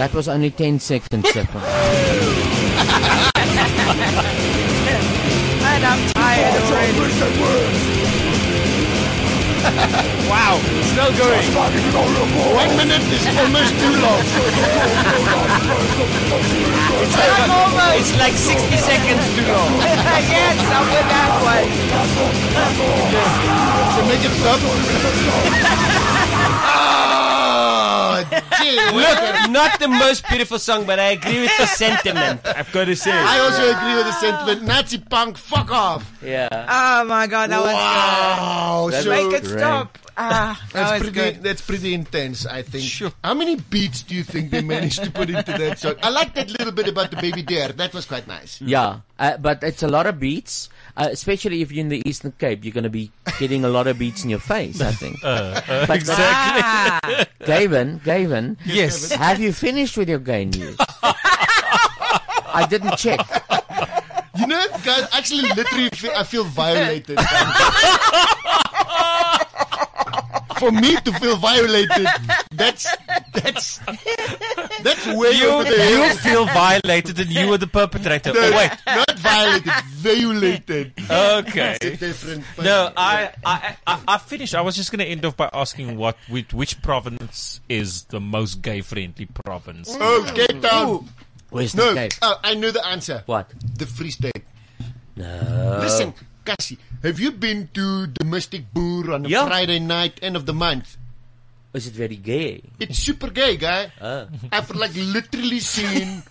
[SPEAKER 1] That was only ten seconds. Stefan.
[SPEAKER 3] And I'm [LAUGHS] tired
[SPEAKER 10] [LAUGHS]
[SPEAKER 3] already.
[SPEAKER 7] wow, still going.
[SPEAKER 10] One minute is almost too long.
[SPEAKER 7] it's, like, it's like 60 seconds too long.
[SPEAKER 3] [LAUGHS] yes, I'm with that one.
[SPEAKER 10] So make it
[SPEAKER 7] [LAUGHS]
[SPEAKER 10] double. oh, gee,
[SPEAKER 9] [LAUGHS]
[SPEAKER 7] Look, not the most beautiful song, but I agree with the sentiment. I've got to say.
[SPEAKER 10] I also agree with the sentiment. Nazi punk, fuck off.
[SPEAKER 1] Yeah.
[SPEAKER 3] Oh my god, that was
[SPEAKER 10] Wow.
[SPEAKER 3] good.
[SPEAKER 10] so-
[SPEAKER 3] Make it stop. Ah, that
[SPEAKER 10] That's
[SPEAKER 3] was
[SPEAKER 10] pretty.
[SPEAKER 3] good.
[SPEAKER 10] That's pretty intense. I think. Sure. How many beats do you think they managed to put into that song? I like that little bit about the baby deer. That was quite nice.
[SPEAKER 2] Mm.
[SPEAKER 1] Yeah, uh, but it's a lot of beats, uh, especially if you're in the Eastern Cape. You're going to be getting a lot of beats in your face, I think.
[SPEAKER 2] [LAUGHS] uh,
[SPEAKER 1] But-
[SPEAKER 2] exactly.
[SPEAKER 1] [LAUGHS] Gavin, Gavin.
[SPEAKER 2] Yes. Gavin.
[SPEAKER 1] Have you finished with your gay news? I didn't check.
[SPEAKER 10] [LAUGHS] You know, guys, actually, literally, fe- I feel violated. For me to feel violated, that's that's that's way
[SPEAKER 2] you,
[SPEAKER 10] over the
[SPEAKER 2] you
[SPEAKER 10] hill.
[SPEAKER 2] feel violated and you were the perpetrator.
[SPEAKER 10] [LAUGHS] No,
[SPEAKER 2] Oh, wait.
[SPEAKER 10] not violated, violated.
[SPEAKER 2] Okay.
[SPEAKER 10] It's a different. thing.
[SPEAKER 2] No, I, I, I, I finished. I was just going to end off by asking what which, which province is the most gay-friendly province.
[SPEAKER 10] Oh, Cape Town.
[SPEAKER 1] Where's
[SPEAKER 10] no,
[SPEAKER 2] the Cape?
[SPEAKER 10] Oh, I know the answer.
[SPEAKER 1] What?
[SPEAKER 10] The Free State. No. Listen, Cassie, have you been to Domestic Boer on a
[SPEAKER 1] Yeah.
[SPEAKER 10] Friday night, end of the month?
[SPEAKER 1] Is it very gay? Ah.
[SPEAKER 10] It's super gay, guy. I've like literally seen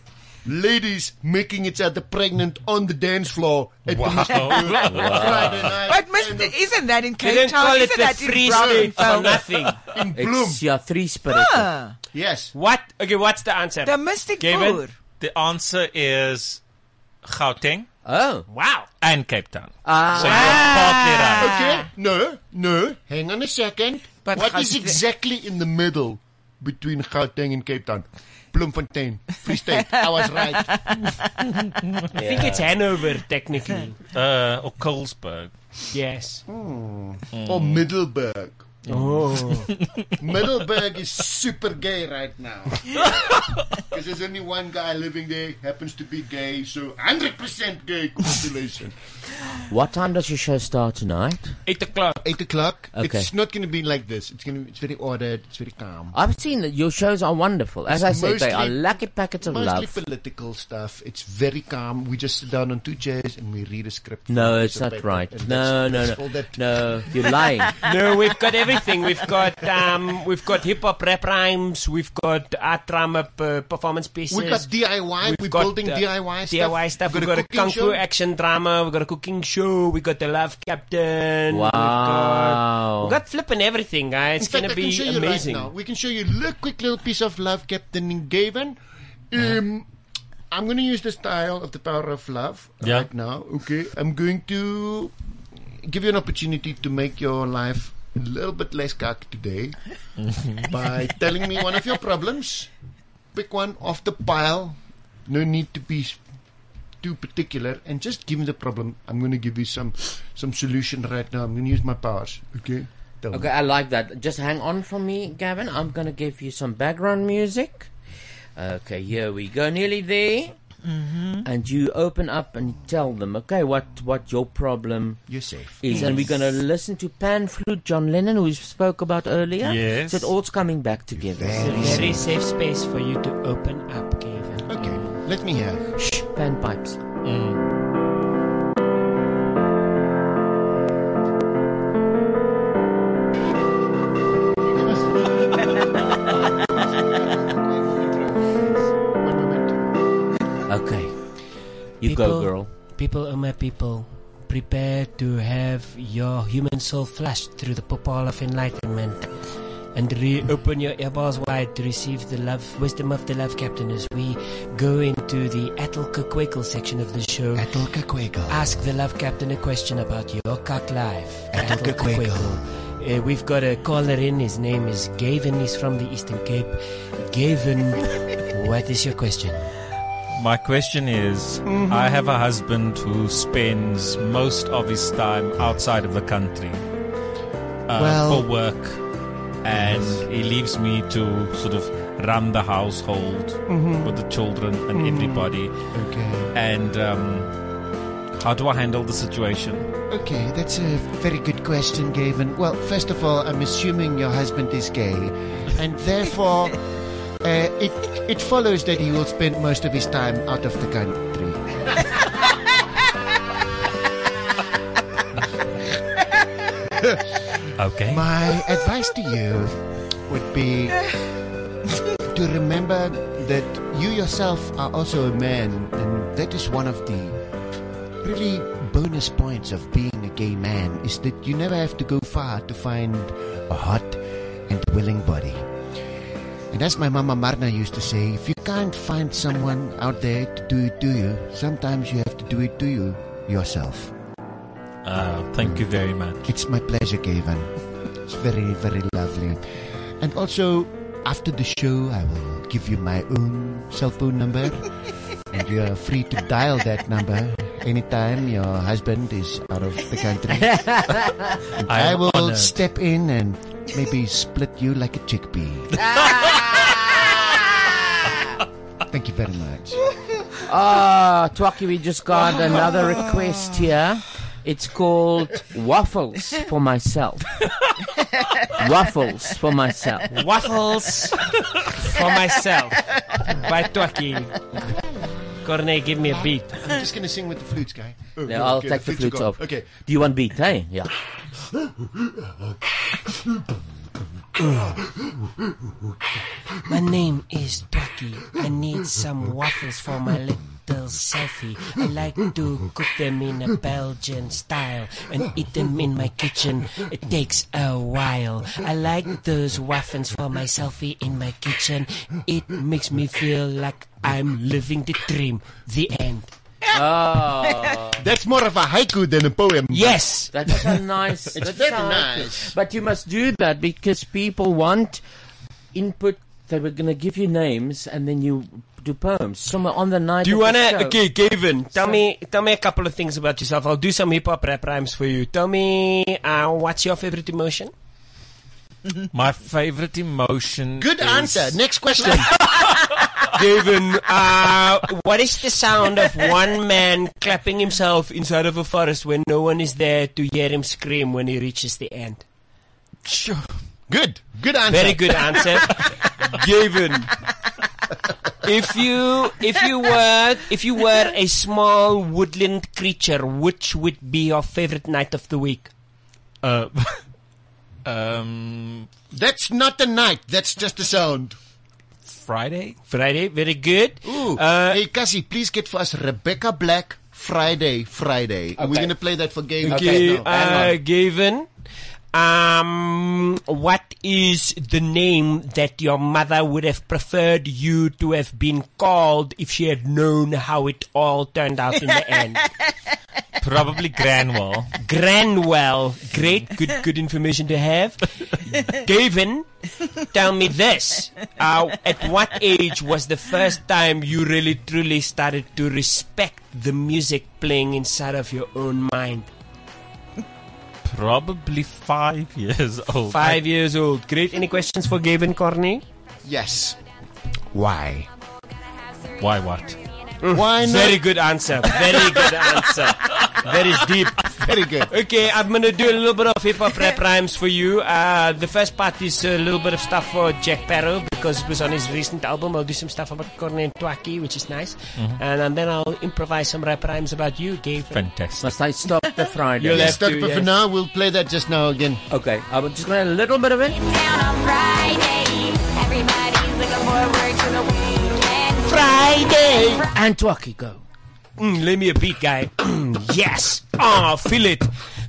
[SPEAKER 10] ladies making each other pregnant on the dance floor at the Mystic Brew on Friday night.
[SPEAKER 3] But Mr. isn't that in
[SPEAKER 7] don't
[SPEAKER 3] Cape
[SPEAKER 7] call
[SPEAKER 3] Town?
[SPEAKER 7] it
[SPEAKER 3] Isn't
[SPEAKER 7] the
[SPEAKER 3] that
[SPEAKER 7] free
[SPEAKER 3] in Brown?
[SPEAKER 7] state for nothing.
[SPEAKER 10] In
[SPEAKER 1] It's your three spirit.
[SPEAKER 3] Ah,
[SPEAKER 10] Yes.
[SPEAKER 7] What? Okay, what's the answer?
[SPEAKER 3] the Mystic
[SPEAKER 7] Gavin?
[SPEAKER 3] Boer.
[SPEAKER 2] The answer is Gauteng
[SPEAKER 1] Oh.
[SPEAKER 7] Wow.
[SPEAKER 2] and Cape Town.
[SPEAKER 1] Ah.
[SPEAKER 2] So you're partly right.
[SPEAKER 10] Ah. Okay, no, no, hang on a second.
[SPEAKER 3] But
[SPEAKER 10] what is
[SPEAKER 3] Gauteng-
[SPEAKER 10] exactly in the middle between Gauteng and Cape Town? Bloemfontein, Free State. I was
[SPEAKER 3] [LAUGHS]
[SPEAKER 10] [LAUGHS] right.
[SPEAKER 7] I think it's Hanover, technically.
[SPEAKER 2] Uh, or Colesberg.
[SPEAKER 7] Yes.
[SPEAKER 10] Or
[SPEAKER 7] Oh,
[SPEAKER 10] Middleburg. [LAUGHS] Oh. Middleburg is super gay right now. Because there's only one guy living there, happens to be gay, so 100% gay population.
[SPEAKER 1] What time does your show start tonight?
[SPEAKER 10] Eight o'clock. Eight o'clock.
[SPEAKER 1] Okay.
[SPEAKER 10] It's not going to be like this. It's going to. Be, it's very ordered. It's very calm.
[SPEAKER 1] I've seen that your shows are wonderful. As I
[SPEAKER 10] It's
[SPEAKER 1] said, they are
[SPEAKER 10] mostly-
[SPEAKER 1] lucky packets of
[SPEAKER 10] mostly
[SPEAKER 1] love.
[SPEAKER 10] political stuff. It's very calm. We just sit down on two chairs and we read a script.
[SPEAKER 1] No,
[SPEAKER 10] from a
[SPEAKER 1] it's
[SPEAKER 10] piece of
[SPEAKER 1] not
[SPEAKER 10] paper,
[SPEAKER 1] right.
[SPEAKER 10] and
[SPEAKER 1] No,
[SPEAKER 10] that's-
[SPEAKER 1] no,
[SPEAKER 10] that's
[SPEAKER 1] no.
[SPEAKER 10] all that-
[SPEAKER 1] No, you're lying.
[SPEAKER 8] [LAUGHS] no, we've got everything. We've got um, we've got hip hop rap rhymes. We've got art drama p- performance pieces.
[SPEAKER 10] We got DIY.
[SPEAKER 8] We've
[SPEAKER 10] We're
[SPEAKER 8] got, uh,
[SPEAKER 10] building DIY stuff.
[SPEAKER 8] DIY stuff. We've got, a,
[SPEAKER 10] cooking
[SPEAKER 8] kung fu
[SPEAKER 10] show.
[SPEAKER 8] action drama. We've got a cooking show. We got the love captain. We've
[SPEAKER 1] Wow.
[SPEAKER 8] got, we've got flipping everything, guys.
[SPEAKER 10] In
[SPEAKER 8] It's
[SPEAKER 10] fact,
[SPEAKER 8] gonna
[SPEAKER 10] I can
[SPEAKER 8] be
[SPEAKER 10] show you
[SPEAKER 8] amazing.
[SPEAKER 10] Right now. We can show you a little, quick little piece of love, Captain Gaven. Um, I'm going to use the style of the power of love
[SPEAKER 2] Yeah.
[SPEAKER 10] right [LAUGHS] now. Okay, I'm going to give you an opportunity to make your life a little bit less cock today by telling me one of your problems. Pick one off the pile. No need to be s- too particular, and just give me the problem. I'm going to give you some some solution right now. I'm going to use my powers. Okay. Tell me.
[SPEAKER 1] Okay, I like that. Just hang on for me, Gavin. I'm gonna give you some background music. Okay, here we go. Nearly there. Mm-hmm. And you open up and tell them, okay, what what your problem
[SPEAKER 10] You're safe.
[SPEAKER 1] is, and we're gonna listen to pan flute John Lennon, who we spoke about earlier.
[SPEAKER 8] Yes.
[SPEAKER 1] so it all's coming back together.
[SPEAKER 8] It's a very safe space for you to open up, Gavin.
[SPEAKER 10] Okay, let me hear.
[SPEAKER 1] Shh,
[SPEAKER 8] [LAUGHS]
[SPEAKER 1] Mm. bagpipes. Okay. You go, girl.
[SPEAKER 8] People are my people. Prepare to have your human soul flushed through the popal of enlightenment and reopen your eyeballs wide to receive the love wisdom of the love captain as we go into the Atlka Quakel section of the show. Atlka Quakel. Ask the love captain a question about your cock life. Atlka Quakel. Uh, we've got a caller in. His name is Gavin. He's from the Eastern Cape. Gavin, what is your question?
[SPEAKER 2] My question is
[SPEAKER 8] Mhm.
[SPEAKER 10] Mm-hmm.
[SPEAKER 2] I have a husband who spends most of his time outside of the country uh,
[SPEAKER 10] Well-
[SPEAKER 2] for work, and he leaves me to sort of run the household
[SPEAKER 10] Mhm.
[SPEAKER 2] with the children and
[SPEAKER 10] Mhm.
[SPEAKER 2] everybody.
[SPEAKER 10] Okay.
[SPEAKER 2] And um, how do I handle the situation?
[SPEAKER 10] Okay, that's a very good question, Gavin. Well, first of all, I'm assuming your husband is gay, and therefore, uh, it it follows that he will spend most of his time out of the country.
[SPEAKER 2] okay.
[SPEAKER 10] My advice to you would be to remember that you yourself are also a man, and that is one of the really bonus points of being a gay man is that you never have to go far to find a hot and willing body. And as my mama Marna used to say, if you can't find someone out there to do it to you, sometimes you have to do it to you yourself.
[SPEAKER 2] Uh, thank you
[SPEAKER 10] [LAUGHS]
[SPEAKER 2] very much.
[SPEAKER 10] It's my pleasure, Gavin. It's very, very lovely. And also, after the show, I will give you my own cell phone
[SPEAKER 1] [LAUGHS]
[SPEAKER 10] number. and you are free to dial that number anytime your husband is out of the
[SPEAKER 1] [LAUGHS]
[SPEAKER 10] country. And
[SPEAKER 9] I
[SPEAKER 10] I
[SPEAKER 9] am
[SPEAKER 10] will
[SPEAKER 9] honored.
[SPEAKER 10] step in and maybe split you like a
[SPEAKER 1] [LAUGHS]
[SPEAKER 10] chickpea. Thank you very much.
[SPEAKER 1] Ah, Twaki, we just got another request here. It's called waffles for myself. waffles for myself.
[SPEAKER 8] waffles for myself by Twaki. Corne, give me a beat.
[SPEAKER 10] I'm just going to sing with the flutes, guy. Oh,
[SPEAKER 1] No, I'll
[SPEAKER 10] okay,
[SPEAKER 1] take the flutes
[SPEAKER 10] are gone.
[SPEAKER 1] off. Okay. Do you want beat? Hey, yeah.
[SPEAKER 8] My name is Twaki. I need some waffles for my little selfie. I like to cook them in a Belgian style and eat them in my kitchen. It takes a while. I like those waffles for my selfie in my kitchen. It makes me feel like I'm living the dream. The end.
[SPEAKER 1] Oh.
[SPEAKER 10] That's more of a haiku than a poem.
[SPEAKER 8] Yes.
[SPEAKER 1] That's a nice.
[SPEAKER 8] It's
[SPEAKER 1] that's
[SPEAKER 8] very
[SPEAKER 1] how I feel.
[SPEAKER 8] nice.
[SPEAKER 1] But you must do that because people want input. They were going to give you names and then you do poems. Somewhere on the night.
[SPEAKER 8] Do you
[SPEAKER 1] of the
[SPEAKER 8] wanna
[SPEAKER 1] show.
[SPEAKER 8] okay, Gavin? Tell
[SPEAKER 1] So-
[SPEAKER 8] me, tell me a couple of things about yourself. I'll do some hip hop rap rhymes for you. Tell me, uh, what's your favorite emotion?
[SPEAKER 2] My favorite emotion.
[SPEAKER 8] Good
[SPEAKER 2] is-
[SPEAKER 8] answer.
[SPEAKER 2] [LAUGHS]
[SPEAKER 10] Next question.
[SPEAKER 7] Devin, uh, what is the sound of one man clapping himself inside of a forest when no one is there to hear him scream when he reaches the end?
[SPEAKER 10] Sure. Good. Good answer.
[SPEAKER 7] Very good
[SPEAKER 10] [LAUGHS]
[SPEAKER 7] answer. Gavin. If you if you were if you were a small woodland creature, which would be your favorite night of the week?
[SPEAKER 10] Uh, [LAUGHS] um, that's not the night. That's just the sound.
[SPEAKER 2] Friday.
[SPEAKER 7] Friday. Very good.
[SPEAKER 10] Ooh.
[SPEAKER 1] Uh,
[SPEAKER 10] hey, Cassie, please get for us Rebecca Black Friday. Friday. We're
[SPEAKER 7] Okay.
[SPEAKER 10] gonna play that for game.
[SPEAKER 7] Okay,
[SPEAKER 10] now,
[SPEAKER 7] uh,
[SPEAKER 10] hang on.
[SPEAKER 7] Gavin. Um, what is the name that your mother would have preferred you to have been called if she had known how it all turned out in the end?
[SPEAKER 2] Probably Granwell.
[SPEAKER 7] Granwell. Great, good, good information to have. Gavin, tell me this. Uh, at what age was the first time you really truly started to respect the music playing inside of your own mind?
[SPEAKER 2] Probably five years old.
[SPEAKER 7] Five years old. Great. Any questions for Gavin Corney?
[SPEAKER 10] Yes.
[SPEAKER 7] Why?
[SPEAKER 2] Why what?
[SPEAKER 10] Mm. Why not?
[SPEAKER 7] Very good answer. Very good answer. Very deep.
[SPEAKER 10] Very good.
[SPEAKER 7] Okay, I'm gonna do a little bit of hip hop rap rhymes for you. Uh, the first part is a little bit of stuff for Jack Barrow because it was on his recent album. I'll do some stuff about Corney and Twaki, which is nice.
[SPEAKER 10] Mm-hmm.
[SPEAKER 1] Mhm.
[SPEAKER 7] And, and then I'll improvise some rap rhymes about you, Gavin.
[SPEAKER 2] Fantastic.
[SPEAKER 1] Must I stop the Friday?
[SPEAKER 10] You'll Yes, have stop to, it, but for yes. now, we'll play that just now again.
[SPEAKER 1] Okay, I'm just going to a little bit of it.
[SPEAKER 7] Friday.
[SPEAKER 1] And Twaki, go.
[SPEAKER 7] Mm, let me a beat, guy.
[SPEAKER 10] [CLEARS THROAT]
[SPEAKER 7] Mm, yes. Ah, feel it.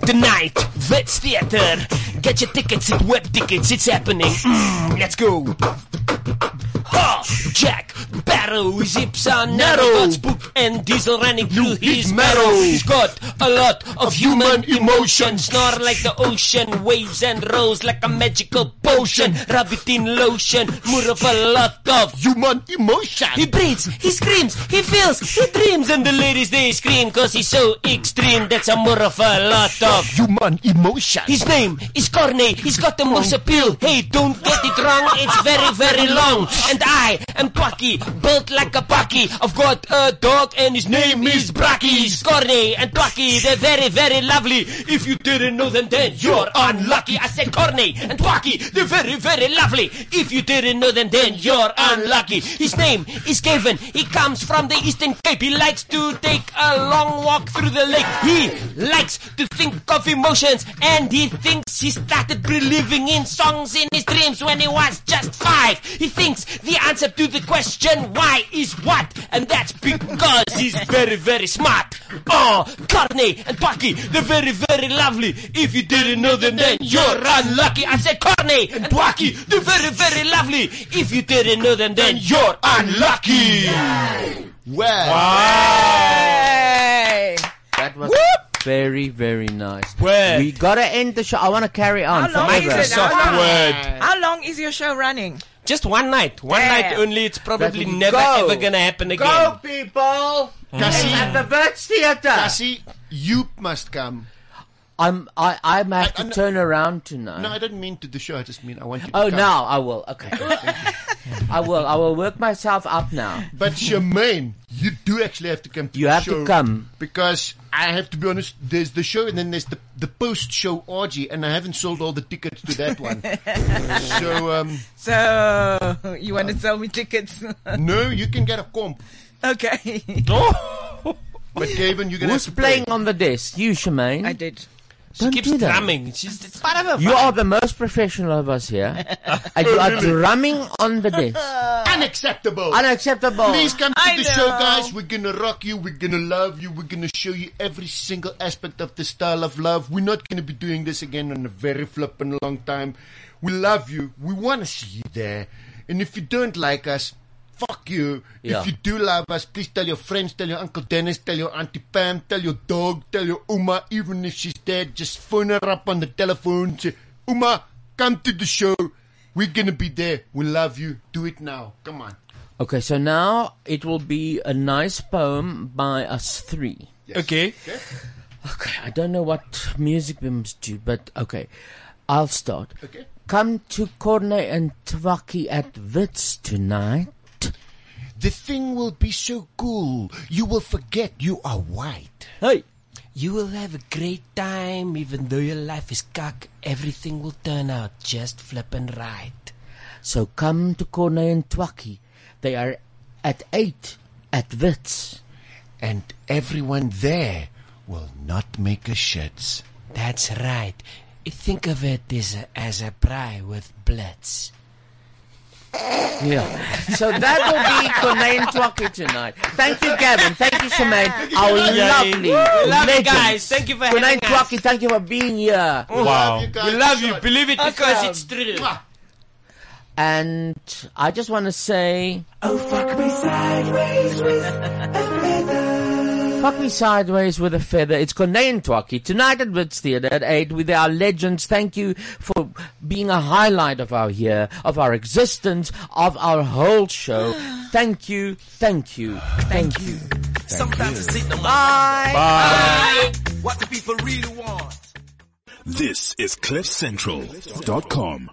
[SPEAKER 7] Tonight, Vets Theater. Get your tickets at Web Tickets. It's happening. Mm, let's go. Ha! Jack Barrow is hips on narrow. Spook and Diesel running through his marrow. He's got a lot of, human, emotion. Snarl like the ocean, waves and rolls like a magical potion. Rub it in lotion, more of a lot of
[SPEAKER 10] human emotion.
[SPEAKER 7] He breathes, he screams, he feels, he dreams, and the ladies they scream 'cause he's so extreme. That's a more of a lot of
[SPEAKER 10] human emotion.
[SPEAKER 7] His name is Corney. He's got the most appeal. Hey, don't get it wrong. It's very, very long. And I am Twaki, built like a Bucky. I've got a dog and his name is Bracky. He's Corney and Twaki. They're very, very lovely. If you didn't know them, then you're unlucky. I said Corney and Twaki. They're very, very lovely. If you didn't know them, then you're unlucky. His name is Gavin. He comes from the Eastern Cape. He likes to take a long walk through the lake. He likes to think of emotions and he thinks he started believing in songs in his dreams when he was just five. He thinks the answer to the question why is what, and that's because he's very, very smart. Oh, Corney and Bucky, they're very, very lovely. If you didn't know them, then you're unlucky. I said Corney and Bucky, they're very, very lovely. If you didn't know them, then you're unlucky.
[SPEAKER 10] Well.
[SPEAKER 1] That was
[SPEAKER 7] Whoop.
[SPEAKER 1] very, very nice.
[SPEAKER 7] Word.
[SPEAKER 1] We gotta end the show. I want to carry on
[SPEAKER 3] How long is
[SPEAKER 1] forever.
[SPEAKER 3] it? How long, how long is your show running?
[SPEAKER 7] Just one night. One
[SPEAKER 3] Damn.
[SPEAKER 7] night only. It's probably
[SPEAKER 3] That'll
[SPEAKER 7] never
[SPEAKER 3] go.
[SPEAKER 7] ever gonna happen again.
[SPEAKER 3] Go,
[SPEAKER 1] people!
[SPEAKER 10] Cassie.
[SPEAKER 1] It's at the Birch Theatre.
[SPEAKER 10] Cassie, you must come.
[SPEAKER 1] I'm, I, I have to turn around tonight.
[SPEAKER 10] No, I didn't mean to the show. I just mean I want you to
[SPEAKER 1] oh,
[SPEAKER 10] come.
[SPEAKER 1] now I will. Okay.
[SPEAKER 10] [LAUGHS]
[SPEAKER 1] I will. I will work myself up now.
[SPEAKER 10] But Charmaine, you do actually have to come to
[SPEAKER 1] You
[SPEAKER 10] the
[SPEAKER 1] have to
[SPEAKER 10] show.
[SPEAKER 1] come.
[SPEAKER 10] Because I have to be honest, there's the show and then there's the, the post show orgy, and I haven't sold all the tickets to that one.
[SPEAKER 1] [LAUGHS]
[SPEAKER 10] so, um.
[SPEAKER 3] So, you want to sell me tickets?
[SPEAKER 10] [LAUGHS] no, you can get a comp.
[SPEAKER 3] Okay.
[SPEAKER 10] But Gavin, you're gonna
[SPEAKER 1] Who's
[SPEAKER 10] have to
[SPEAKER 1] playing on the desk? You, Shemaine. I
[SPEAKER 3] did.
[SPEAKER 1] Don't do that.
[SPEAKER 7] She's it's part of
[SPEAKER 1] You are the most professional of us
[SPEAKER 10] [LAUGHS]
[SPEAKER 1] here, and you are
[SPEAKER 10] Oh, Really?
[SPEAKER 1] drumming on the desk.
[SPEAKER 10] Unacceptable.
[SPEAKER 1] Unacceptable.
[SPEAKER 10] Please come to
[SPEAKER 1] I
[SPEAKER 10] the show,
[SPEAKER 1] know.
[SPEAKER 10] guys. We're gonna rock you. We're gonna love you. We're gonna show you every single aspect of the style of love. We're not gonna be doing this again in a very flippin' long time. We love you. We want to see you there. And if you don't like us, fuck you.
[SPEAKER 1] Yeah.
[SPEAKER 10] If you do love us, please tell your friends, tell your uncle Dennis, tell your auntie Pam, tell your dog, tell your Uma. Even if she's dead, just phone her up on the telephone. Say, Uma, come to the show. We're gonna be there. We love you. Do it now. Come on.
[SPEAKER 1] Okay, so now it will be a nice poem by us three.
[SPEAKER 7] Okay.
[SPEAKER 1] Okay, I don't know what music we must do, but okay, I'll start.
[SPEAKER 10] Okay.
[SPEAKER 1] Come to Corne and Twaki at Wits tonight.
[SPEAKER 10] The thing will be so cool, you will forget you are white.
[SPEAKER 1] Hey!
[SPEAKER 8] You will have a great time, even though your life is cock. Everything will turn out just flippin' right.
[SPEAKER 1] So come to Corne and Twaki. They are at 8 at Wits.
[SPEAKER 10] And everyone there will not make a shits.
[SPEAKER 8] That's right. Think of it as a, as a pry with blitz.
[SPEAKER 1] Yeah.
[SPEAKER 8] [LAUGHS]
[SPEAKER 1] So that will be Corne and Twaki tonight. Thank
[SPEAKER 8] [LAUGHS]
[SPEAKER 1] you, Gavin. Thank you, Shemaine. Our lovely,
[SPEAKER 8] Love you
[SPEAKER 1] legends.
[SPEAKER 8] guys. Thank you for
[SPEAKER 1] Corne
[SPEAKER 8] having
[SPEAKER 1] and
[SPEAKER 8] us.
[SPEAKER 1] Twaki, thank you for being here.
[SPEAKER 8] We love you. Believe it because it's true.
[SPEAKER 1] And I just want to say, oh fuck me sideways with a feather. Fuck me sideways with a feather. It's Corne and Twaki tonight at Wits Theatre at eight with our legends. Thank you for being a highlight of our year, of our existence, of our whole [GASPS] show. Thank you, thank you, thank you.
[SPEAKER 9] Sometimes it's in the
[SPEAKER 1] Bye.
[SPEAKER 9] Bye. What the people really want.
[SPEAKER 23] This is CliffCentral.com.